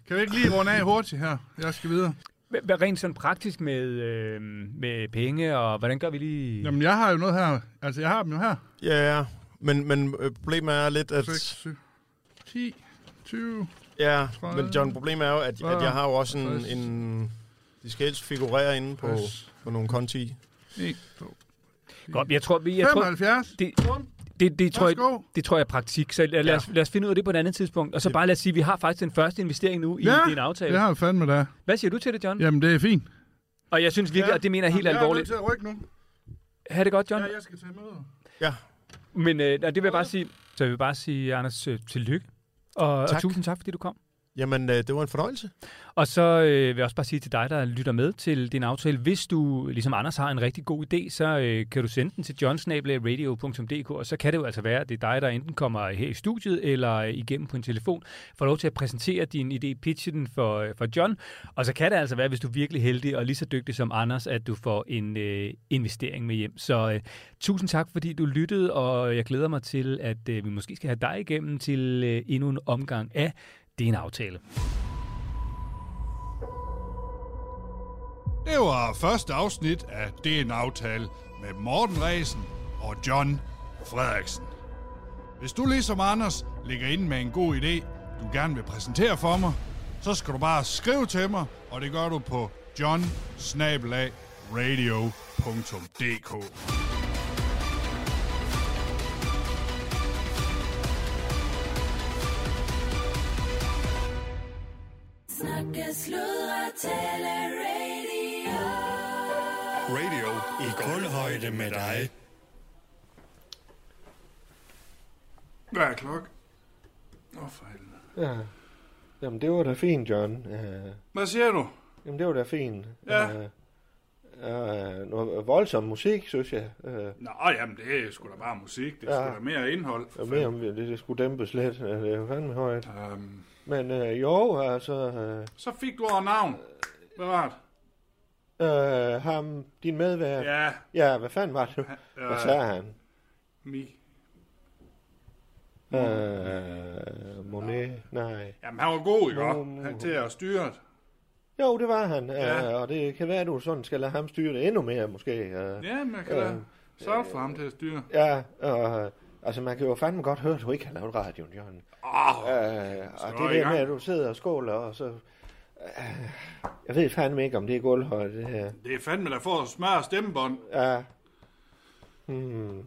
[SPEAKER 3] kan vi ikke lige runde af hurtigt her? Jeg skal videre.
[SPEAKER 4] Hvad, hvad rent sådan praktisk med, øh, med penge, og hvordan gør vi lige...
[SPEAKER 3] Jamen, jeg har jo noget her. Altså, jeg har dem jo her.
[SPEAKER 5] Ja, ja. Men, men øh, problemet er lidt, at...
[SPEAKER 3] 6, 7, 10, 20.
[SPEAKER 5] Ja,
[SPEAKER 3] Tror jeg.
[SPEAKER 5] men John, problemet er jo, at, at jeg har jo også en...
[SPEAKER 3] Tres.
[SPEAKER 5] en de skal helst figurere inde på,
[SPEAKER 3] Tres.
[SPEAKER 5] på nogle konti.
[SPEAKER 3] 1, 2,
[SPEAKER 4] Godt, jeg tror, vi... Jeg tror,
[SPEAKER 3] 75.
[SPEAKER 4] det, det, det, tror jeg,
[SPEAKER 3] Værsgo.
[SPEAKER 4] det tror jeg er praktik, så lad, lad, os, lad os finde ud af det på et andet tidspunkt. Og så bare lad os sige, at vi har faktisk den første investering nu i
[SPEAKER 3] Ja,
[SPEAKER 4] din aftale.
[SPEAKER 3] Det har jeg fandme da.
[SPEAKER 4] Hvad siger du til det, John?
[SPEAKER 3] Jamen, det er fint.
[SPEAKER 4] Og jeg synes virkelig,
[SPEAKER 3] Ja.
[SPEAKER 4] og det mener jeg helt alvorligt.
[SPEAKER 3] Jeg er nødt til at rykke nu.
[SPEAKER 4] Ha' det godt, John.
[SPEAKER 3] Ja, jeg skal til møde.
[SPEAKER 4] Men øh, nej, det vil jeg bare sige, så jeg vil bare sige, Anders, øh, tillykke. Og, og
[SPEAKER 5] Tak.
[SPEAKER 4] tusind tak, fordi du kom.
[SPEAKER 5] Jamen, øh, det var en fornøjelse.
[SPEAKER 4] Og så øh, vil jeg også bare sige til dig, der lytter med til din aftale, hvis du, ligesom Anders, har en rigtig god idé, så øh, kan du sende den til johnsnabelagradio.dk, og så kan det jo altså være, at det er dig, der enten kommer her i studiet eller øh, igennem på en telefon, får lov til at præsentere din idé, pitche den for, øh, for John, og så kan det altså være, hvis du er virkelig heldig og lige så dygtig som Anders, at du får en øh, investering med hjem. Så øh, tusind tak, fordi du lyttede, og jeg glæder mig til, at øh, vi måske skal have dig igennem til øh, endnu en omgang af Det er en aftale.
[SPEAKER 7] Det var første afsnit af Det er en aftale med Morten Ræsen og John Frederiksen. Hvis du ligesom Anders ligger inde med en god idé, du gerne vil præsentere for mig,
[SPEAKER 8] så skal du bare skrive til mig, og det gør du på john-radio.dk.
[SPEAKER 9] Snakke, sludre, tale, radio.
[SPEAKER 10] Radio i guldhøjde med dig.
[SPEAKER 6] Hvad er klokken? Åh, oh, for helvede.
[SPEAKER 1] Ja. Jamen, det var da fint, John. Øh,
[SPEAKER 6] Hvad siger du?
[SPEAKER 1] jamen, det var da fint.
[SPEAKER 6] Ja.
[SPEAKER 1] Øh, øh, noget voldsom musik, synes jeg. Øh,
[SPEAKER 6] Nå, jamen, det er sgu da bare musik. Det er
[SPEAKER 1] Ja.
[SPEAKER 6] sgu da mere indhold. for
[SPEAKER 1] og mere om, det, det skulle dæmpes lidt. Øh, det er jo fandme højt.
[SPEAKER 6] fanden. Øhm,
[SPEAKER 1] Men øh, jo, altså... Øh,
[SPEAKER 6] så fik du over navn. Hvad var det?
[SPEAKER 1] øh, ham, din medvært... Ja.
[SPEAKER 6] Ja, øh,
[SPEAKER 1] ja, hvad fanden var det? Hvad sagde han?
[SPEAKER 6] mi.
[SPEAKER 1] Øh, Monet? Nej.
[SPEAKER 6] Jamen, han var god, ikke?
[SPEAKER 1] Nå, øh, nå.
[SPEAKER 6] Han til at styre det.
[SPEAKER 1] Jo, det var han.
[SPEAKER 6] Ja.
[SPEAKER 1] Ja. og det kan være, at du sådan skal lade ham styre det endnu mere, måske. Øh.
[SPEAKER 6] Ja, men jeg kan
[SPEAKER 1] Øh,
[SPEAKER 6] da sørge for ham til at styre.
[SPEAKER 1] Ja, og... øh, Altså, man kan jo fandme godt høre, at du ikke har lavet radioen, Jørgen.
[SPEAKER 6] Åh,
[SPEAKER 1] Øh, og
[SPEAKER 6] i
[SPEAKER 1] det der
[SPEAKER 6] gang.
[SPEAKER 1] med, at du sidder og skåler, og så... Øh, jeg ved fandme ikke, om det er gulvhøjde, det her.
[SPEAKER 6] det er fandme, der får smør og stemmebånd.
[SPEAKER 1] Ja. Hmm.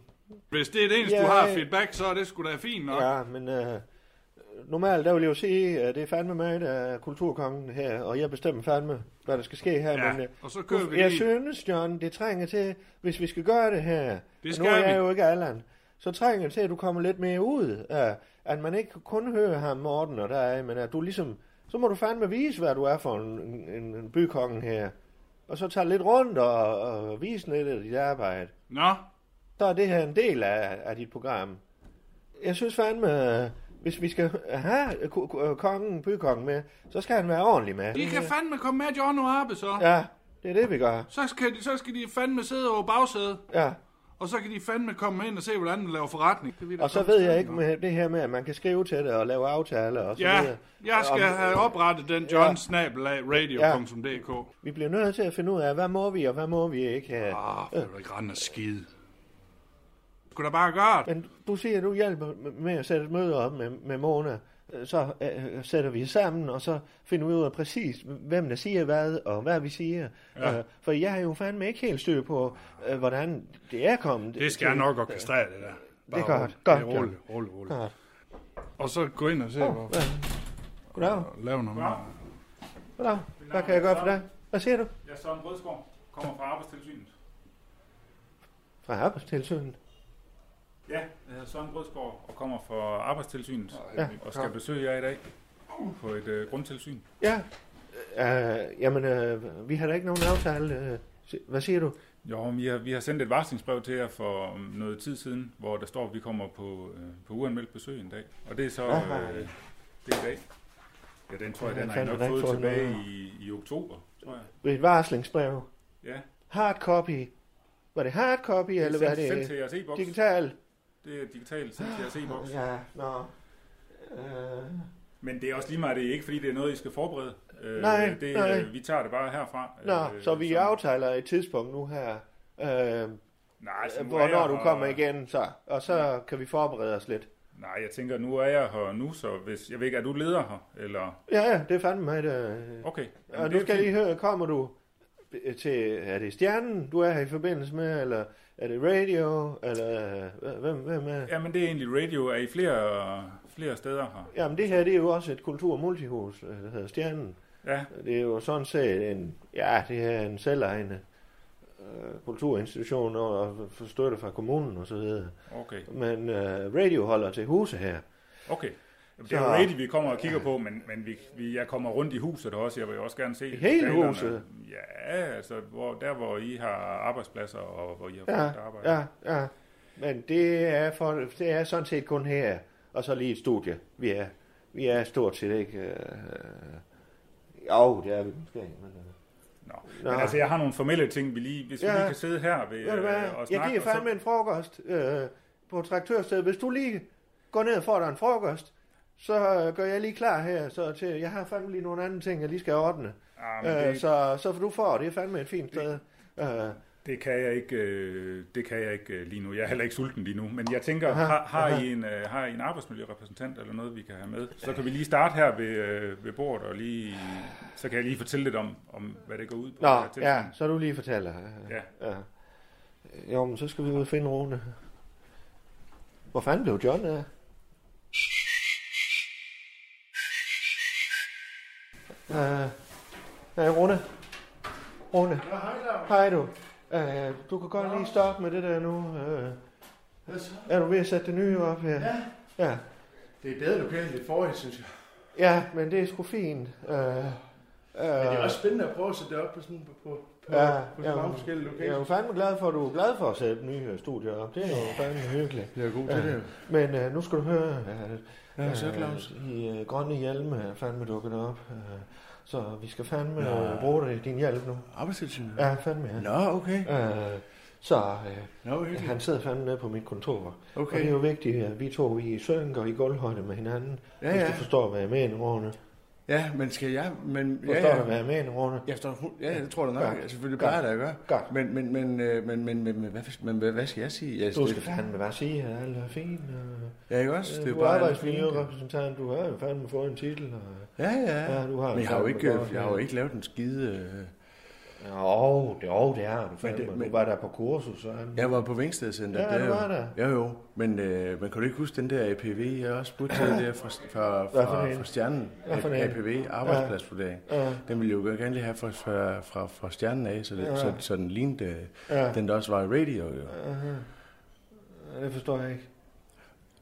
[SPEAKER 6] Hvis det er det eneste,
[SPEAKER 1] Ja,
[SPEAKER 6] du har
[SPEAKER 1] ja.
[SPEAKER 6] feedback, så er det sgu da fint nok.
[SPEAKER 1] Ja, men øh, normalt, der vil jeg jo sige, at det er fandme mig, der er kulturkongen her, og jeg bestemmer fandme, hvad der skal ske her.
[SPEAKER 6] Ja,
[SPEAKER 1] men, øh,
[SPEAKER 6] og så kører vi
[SPEAKER 1] Jeg
[SPEAKER 6] lige.
[SPEAKER 1] synes, John, det trænger til, hvis vi skal gøre det her,
[SPEAKER 6] Det
[SPEAKER 1] nu
[SPEAKER 6] skal
[SPEAKER 1] er jeg
[SPEAKER 6] vi.
[SPEAKER 1] jo ikke Allan, så trænger det til, at du kommer lidt mere ud, øh, at man ikke kun hører ham, Morten og dig, men at du ligesom, så må du fandme vise, hvad du er for en, en, en bykongen her. Og så tage lidt rundt og, og vise lidt af dit arbejde
[SPEAKER 6] Nå,
[SPEAKER 1] så er det her en del af, af dit program. Jeg synes fandme, øh, hvis vi skal have øh, ku- ku- øh, kongen, bykongen med, så skal han være ordentlig med.
[SPEAKER 6] de kan fandme komme med John og Arbe, så.
[SPEAKER 1] Ja, det er det, vi gør.
[SPEAKER 6] Så skal, de, så skal de fandme sidde over bagsædet,
[SPEAKER 1] Ja.
[SPEAKER 6] og så kan de fandme komme ind og se, hvordan man laver forretning. Det er vi da
[SPEAKER 1] Og så
[SPEAKER 6] kommet
[SPEAKER 1] ved jeg
[SPEAKER 6] til,
[SPEAKER 1] ikke
[SPEAKER 6] nå.
[SPEAKER 1] med det her med, at man kan skrive til det og lave aftaler og så
[SPEAKER 6] Ja,
[SPEAKER 1] videre.
[SPEAKER 6] jeg skal
[SPEAKER 1] Om-
[SPEAKER 6] have oprettet den
[SPEAKER 1] Ja.
[SPEAKER 6] johnsnabelagradio.dk.
[SPEAKER 1] Vi bliver nødt til at finde ud af, hvad må vi og hvad må vi ikke have.
[SPEAKER 6] Ah, for du ikke rende og skide. Skulle da bare gøre det.
[SPEAKER 1] Men du siger, at du hjælper med at sætte et møde op med, med Mona. Øh, Så øh, sætter vi os sammen, og så finder vi ud af præcis, hvem der siger hvad, og hvad vi siger. Ja. Øh, for jeg har jo fandme ikke helt styr på, øh, hvordan det er kommet.
[SPEAKER 6] Det skal jeg nok orkestrere, det der. Bare
[SPEAKER 1] er godt.
[SPEAKER 6] rolig.
[SPEAKER 1] Godt,
[SPEAKER 6] Det er roligt, roligt, roligt.
[SPEAKER 1] Godt.
[SPEAKER 6] Og så gå ind og se, hvor
[SPEAKER 1] Goddag.
[SPEAKER 6] lave noget mere.
[SPEAKER 1] Goddag. Hvad kan jeg gøre for dig? Hvad siger du?
[SPEAKER 3] Jeg er Søren Brødskov, kommer fra Arbejdstilsynet.
[SPEAKER 1] Fra arbejdstilsynet.
[SPEAKER 3] Ja, jeg hedder Søren Brødskov og kommer fra Arbejdstilsynet
[SPEAKER 1] Ja.
[SPEAKER 3] og skal besøge jer i dag på et øh, grundtilsyn.
[SPEAKER 1] Ja. Øh, jamen, øh, vi har da ikke nogen aftale. Øh, si- hvad siger du?
[SPEAKER 3] Jo, men vi har, vi har sendt et varslingsbrev til jer for øhm, noget tid siden, hvor der står, at vi kommer på, øh, på uanmeldt besøg en dag. Og det er så
[SPEAKER 1] Hvad har I?
[SPEAKER 3] øh, det er i dag. Ja, den tror jeg,
[SPEAKER 1] Ja,
[SPEAKER 3] den har
[SPEAKER 1] den
[SPEAKER 3] I nok
[SPEAKER 1] fandt jeg
[SPEAKER 3] fået
[SPEAKER 1] ikke fået
[SPEAKER 3] tilbage
[SPEAKER 1] noget.
[SPEAKER 3] i, i oktober, tror jeg.
[SPEAKER 1] Et varslingsbrev.
[SPEAKER 3] Ja,
[SPEAKER 1] Hard copy. Var det hard copy, eller
[SPEAKER 3] det
[SPEAKER 1] hvad
[SPEAKER 3] er
[SPEAKER 1] er øh,
[SPEAKER 3] sendt, sendt til
[SPEAKER 1] det?
[SPEAKER 3] jeres e-boks.
[SPEAKER 1] Digital?
[SPEAKER 3] Det er digitalt sendt til jeres e-boks.
[SPEAKER 1] Ja, nå. Øh,
[SPEAKER 3] Men det er også lige meget, det er ikke, fordi det er noget, I skal forberede. Øh,
[SPEAKER 1] Nej,
[SPEAKER 3] det,
[SPEAKER 1] nej.
[SPEAKER 3] øh, Vi tager det bare herfra.
[SPEAKER 1] nå, så vi
[SPEAKER 3] Øh, som-
[SPEAKER 1] aftaler et tidspunkt nu her, øh,
[SPEAKER 3] Nej, altså, nu er
[SPEAKER 1] hvornår
[SPEAKER 3] jeg
[SPEAKER 1] du
[SPEAKER 3] her-
[SPEAKER 1] kommer igen, så, og så kan vi forberede os lidt.
[SPEAKER 3] Nej, jeg tænker, nu er jeg her nu, så hvis... Jeg ved ikke, er du leder her? Eller...
[SPEAKER 1] Ja, ja, det er fandme mig, det.
[SPEAKER 3] Okay.
[SPEAKER 1] Og nu skal jeg lige høre, kommer du til, er det Stjernen, du er her i forbindelse med, eller er det radio, eller øh, hvem, hvem er?
[SPEAKER 3] Ja, men det er egentlig radio. Er I flere, flere steder her?
[SPEAKER 1] Jamen det her, det er jo også et kultur- og multihus, øh, der hedder Stjernen.
[SPEAKER 3] Ja,
[SPEAKER 1] Det er jo sådan set en, ja, det er en selvejende øh, kulturinstitution og, og får støtte fra kommunen og så videre.
[SPEAKER 3] okay.
[SPEAKER 1] Men øh, radio holder til huse her.
[SPEAKER 3] okay. Jamen, det er jo
[SPEAKER 1] Så-
[SPEAKER 3] radio, vi kommer og kigger på, men, men vi, vi, jeg kommer rundt i huset også. Jeg vil jo også gerne se...
[SPEAKER 1] Hele
[SPEAKER 3] lokalerne.
[SPEAKER 1] huset?
[SPEAKER 3] Ja, altså hvor, der, hvor I har arbejdspladser, og hvor I har
[SPEAKER 1] Ja,
[SPEAKER 3] folk, der arbejder.
[SPEAKER 1] ja, ja. Men det er, for, det er sådan set kun her, og så lige et studie. Vi er, vi er stort set ikke... Øh, øh, jo, det er vi måske, men... Øh.
[SPEAKER 3] Nå.
[SPEAKER 1] Nå.
[SPEAKER 3] Men altså, jeg har nogle formelle ting, vi lige... Hvis
[SPEAKER 1] Ja.
[SPEAKER 3] vi lige kan sidde her ved,
[SPEAKER 1] Ved du hvad?
[SPEAKER 3] øh, og snakke...
[SPEAKER 1] Jeg giver
[SPEAKER 3] og så-
[SPEAKER 1] fandme en frokost øh, på traktørstedet. Hvis du lige går ned og får dig en frokost, så øh, gør jeg lige klar her. Så til, jeg har fandme lige nogle andre ting, jeg lige skal ordne.
[SPEAKER 3] Ah, men
[SPEAKER 1] Øh,
[SPEAKER 3] det,
[SPEAKER 1] så, så du får, det er fandme et fint sted. Øh,
[SPEAKER 3] Det kan jeg ikke, øh, det kan jeg ikke øh, lige nu. Jeg er heller ikke sulten lige nu, men jeg tænker,
[SPEAKER 1] Aha,
[SPEAKER 3] aha, har, har,
[SPEAKER 1] aha.
[SPEAKER 3] I en, øh, har I en arbejdsmiljørepræsentant eller noget, vi kan have med? Så kan vi lige starte her ved, øh, ved bordet, og lige, så kan jeg lige fortælle lidt om, om hvad det går ud på.
[SPEAKER 1] Nå,
[SPEAKER 3] det her tilsyn.
[SPEAKER 1] ja, så du lige fortæller. Øh,
[SPEAKER 3] Ja.
[SPEAKER 1] ja. Jo, men så skal vi ud og finde Rune. Hvor fanden blev John af? Øh, nej, Rune. Rune. Ja, hej, hej du. Øh, du kan godt lige stoppe med det der nu. Øh, er du ved at sætte det nye op her? Ja. Ja,
[SPEAKER 11] Det er bedre lokalt end forrige, synes jeg.
[SPEAKER 1] ja men det er sgu fint. Øh, øh,
[SPEAKER 11] Men det er også spændende at prøve at sætte det op på sådan på, på, på,
[SPEAKER 1] Ja,
[SPEAKER 11] ja, på
[SPEAKER 1] jeg,
[SPEAKER 11] så
[SPEAKER 1] er
[SPEAKER 11] mange
[SPEAKER 1] jo-
[SPEAKER 11] forskellige
[SPEAKER 1] jeg er jo
[SPEAKER 11] lokaler.
[SPEAKER 1] fandme glad for, at du er glad for at sætte nye øh, studier op. Det er jo fandme hyggeligt.
[SPEAKER 11] Jeg er god til det, jo.
[SPEAKER 1] Men øh, nu skal du høre, at
[SPEAKER 11] Ja,
[SPEAKER 1] øh,
[SPEAKER 11] så Claus.
[SPEAKER 1] i øh, grønne hjelme er fandme dukket op. Øh, så vi skal fandme
[SPEAKER 11] Nå.
[SPEAKER 1] øh, bruge dig, din hjælp nu.
[SPEAKER 11] Arbejdstilsynet?
[SPEAKER 1] Ja, fandme. Ja.
[SPEAKER 11] Nå, okay.
[SPEAKER 1] Øh, så øh,
[SPEAKER 11] Nå, hvor hyggeligt.
[SPEAKER 1] han sidder fandme nede på mit kontor.
[SPEAKER 11] Okay.
[SPEAKER 1] Og det er jo vigtigt, at vi to vi synker i gulvhøjde med hinanden.
[SPEAKER 11] Ja,
[SPEAKER 1] hvis
[SPEAKER 11] ja.
[SPEAKER 1] du forstår, hvad jeg mener, Rune.
[SPEAKER 11] Ja, men skal jeg... Men,
[SPEAKER 1] Forstår
[SPEAKER 11] ja, ja.
[SPEAKER 1] du, hvad jeg mener, Rune?
[SPEAKER 11] Jeg forstår, fu- ja, det tror jeg nok.
[SPEAKER 1] Godt.
[SPEAKER 11] Ja. Selvfølgelig
[SPEAKER 1] Godt.
[SPEAKER 11] bare, der gør.
[SPEAKER 1] Godt.
[SPEAKER 11] Men, men, men, øh, men, men, men, men, hvad, men hvad, hvad skal jeg sige? Altså,
[SPEAKER 1] Du
[SPEAKER 11] det-
[SPEAKER 1] skal fandme bare sige, at alt er fint. Og...
[SPEAKER 11] Ja, ikke også?
[SPEAKER 1] Øh,
[SPEAKER 11] Det er
[SPEAKER 1] du
[SPEAKER 11] bare
[SPEAKER 1] er
[SPEAKER 11] alt
[SPEAKER 1] arbejdsmiljørepræsentant, du har jo fandme fået en titel. Og...
[SPEAKER 11] Ja, ja.
[SPEAKER 1] Ja, du har
[SPEAKER 11] men jeg har jo
[SPEAKER 1] fandme
[SPEAKER 11] ikke,
[SPEAKER 1] godt,
[SPEAKER 11] jeg har jo
[SPEAKER 1] ja.
[SPEAKER 11] ikke lavet en skide... Øh,
[SPEAKER 1] Jo, det, jo, det har du fandme.
[SPEAKER 11] det-
[SPEAKER 1] Men,
[SPEAKER 11] men-
[SPEAKER 1] du var der på kursus. Og...
[SPEAKER 11] Jeg var på Vingsted Center.
[SPEAKER 1] Ja, du
[SPEAKER 11] jo-
[SPEAKER 1] var der.
[SPEAKER 11] Jo, jo. Men, øh, men kan du ikke huske den der APV, jeg også spurgte til der fra, fra,
[SPEAKER 1] Hvad for
[SPEAKER 11] fra,
[SPEAKER 1] en?
[SPEAKER 11] fra Stjernen?
[SPEAKER 1] Hvad for en?
[SPEAKER 11] APV, arbejdspladsvurdering.
[SPEAKER 1] Ja.
[SPEAKER 11] Den ville jeg jo gerne lige have fra, fra, fra, fra Stjernen af, så, det,
[SPEAKER 1] Ja.
[SPEAKER 11] så, så den lignede øh,
[SPEAKER 1] Ja.
[SPEAKER 11] den, der også var i radio. Jo.
[SPEAKER 1] Uh-huh. Det forstår jeg ikke.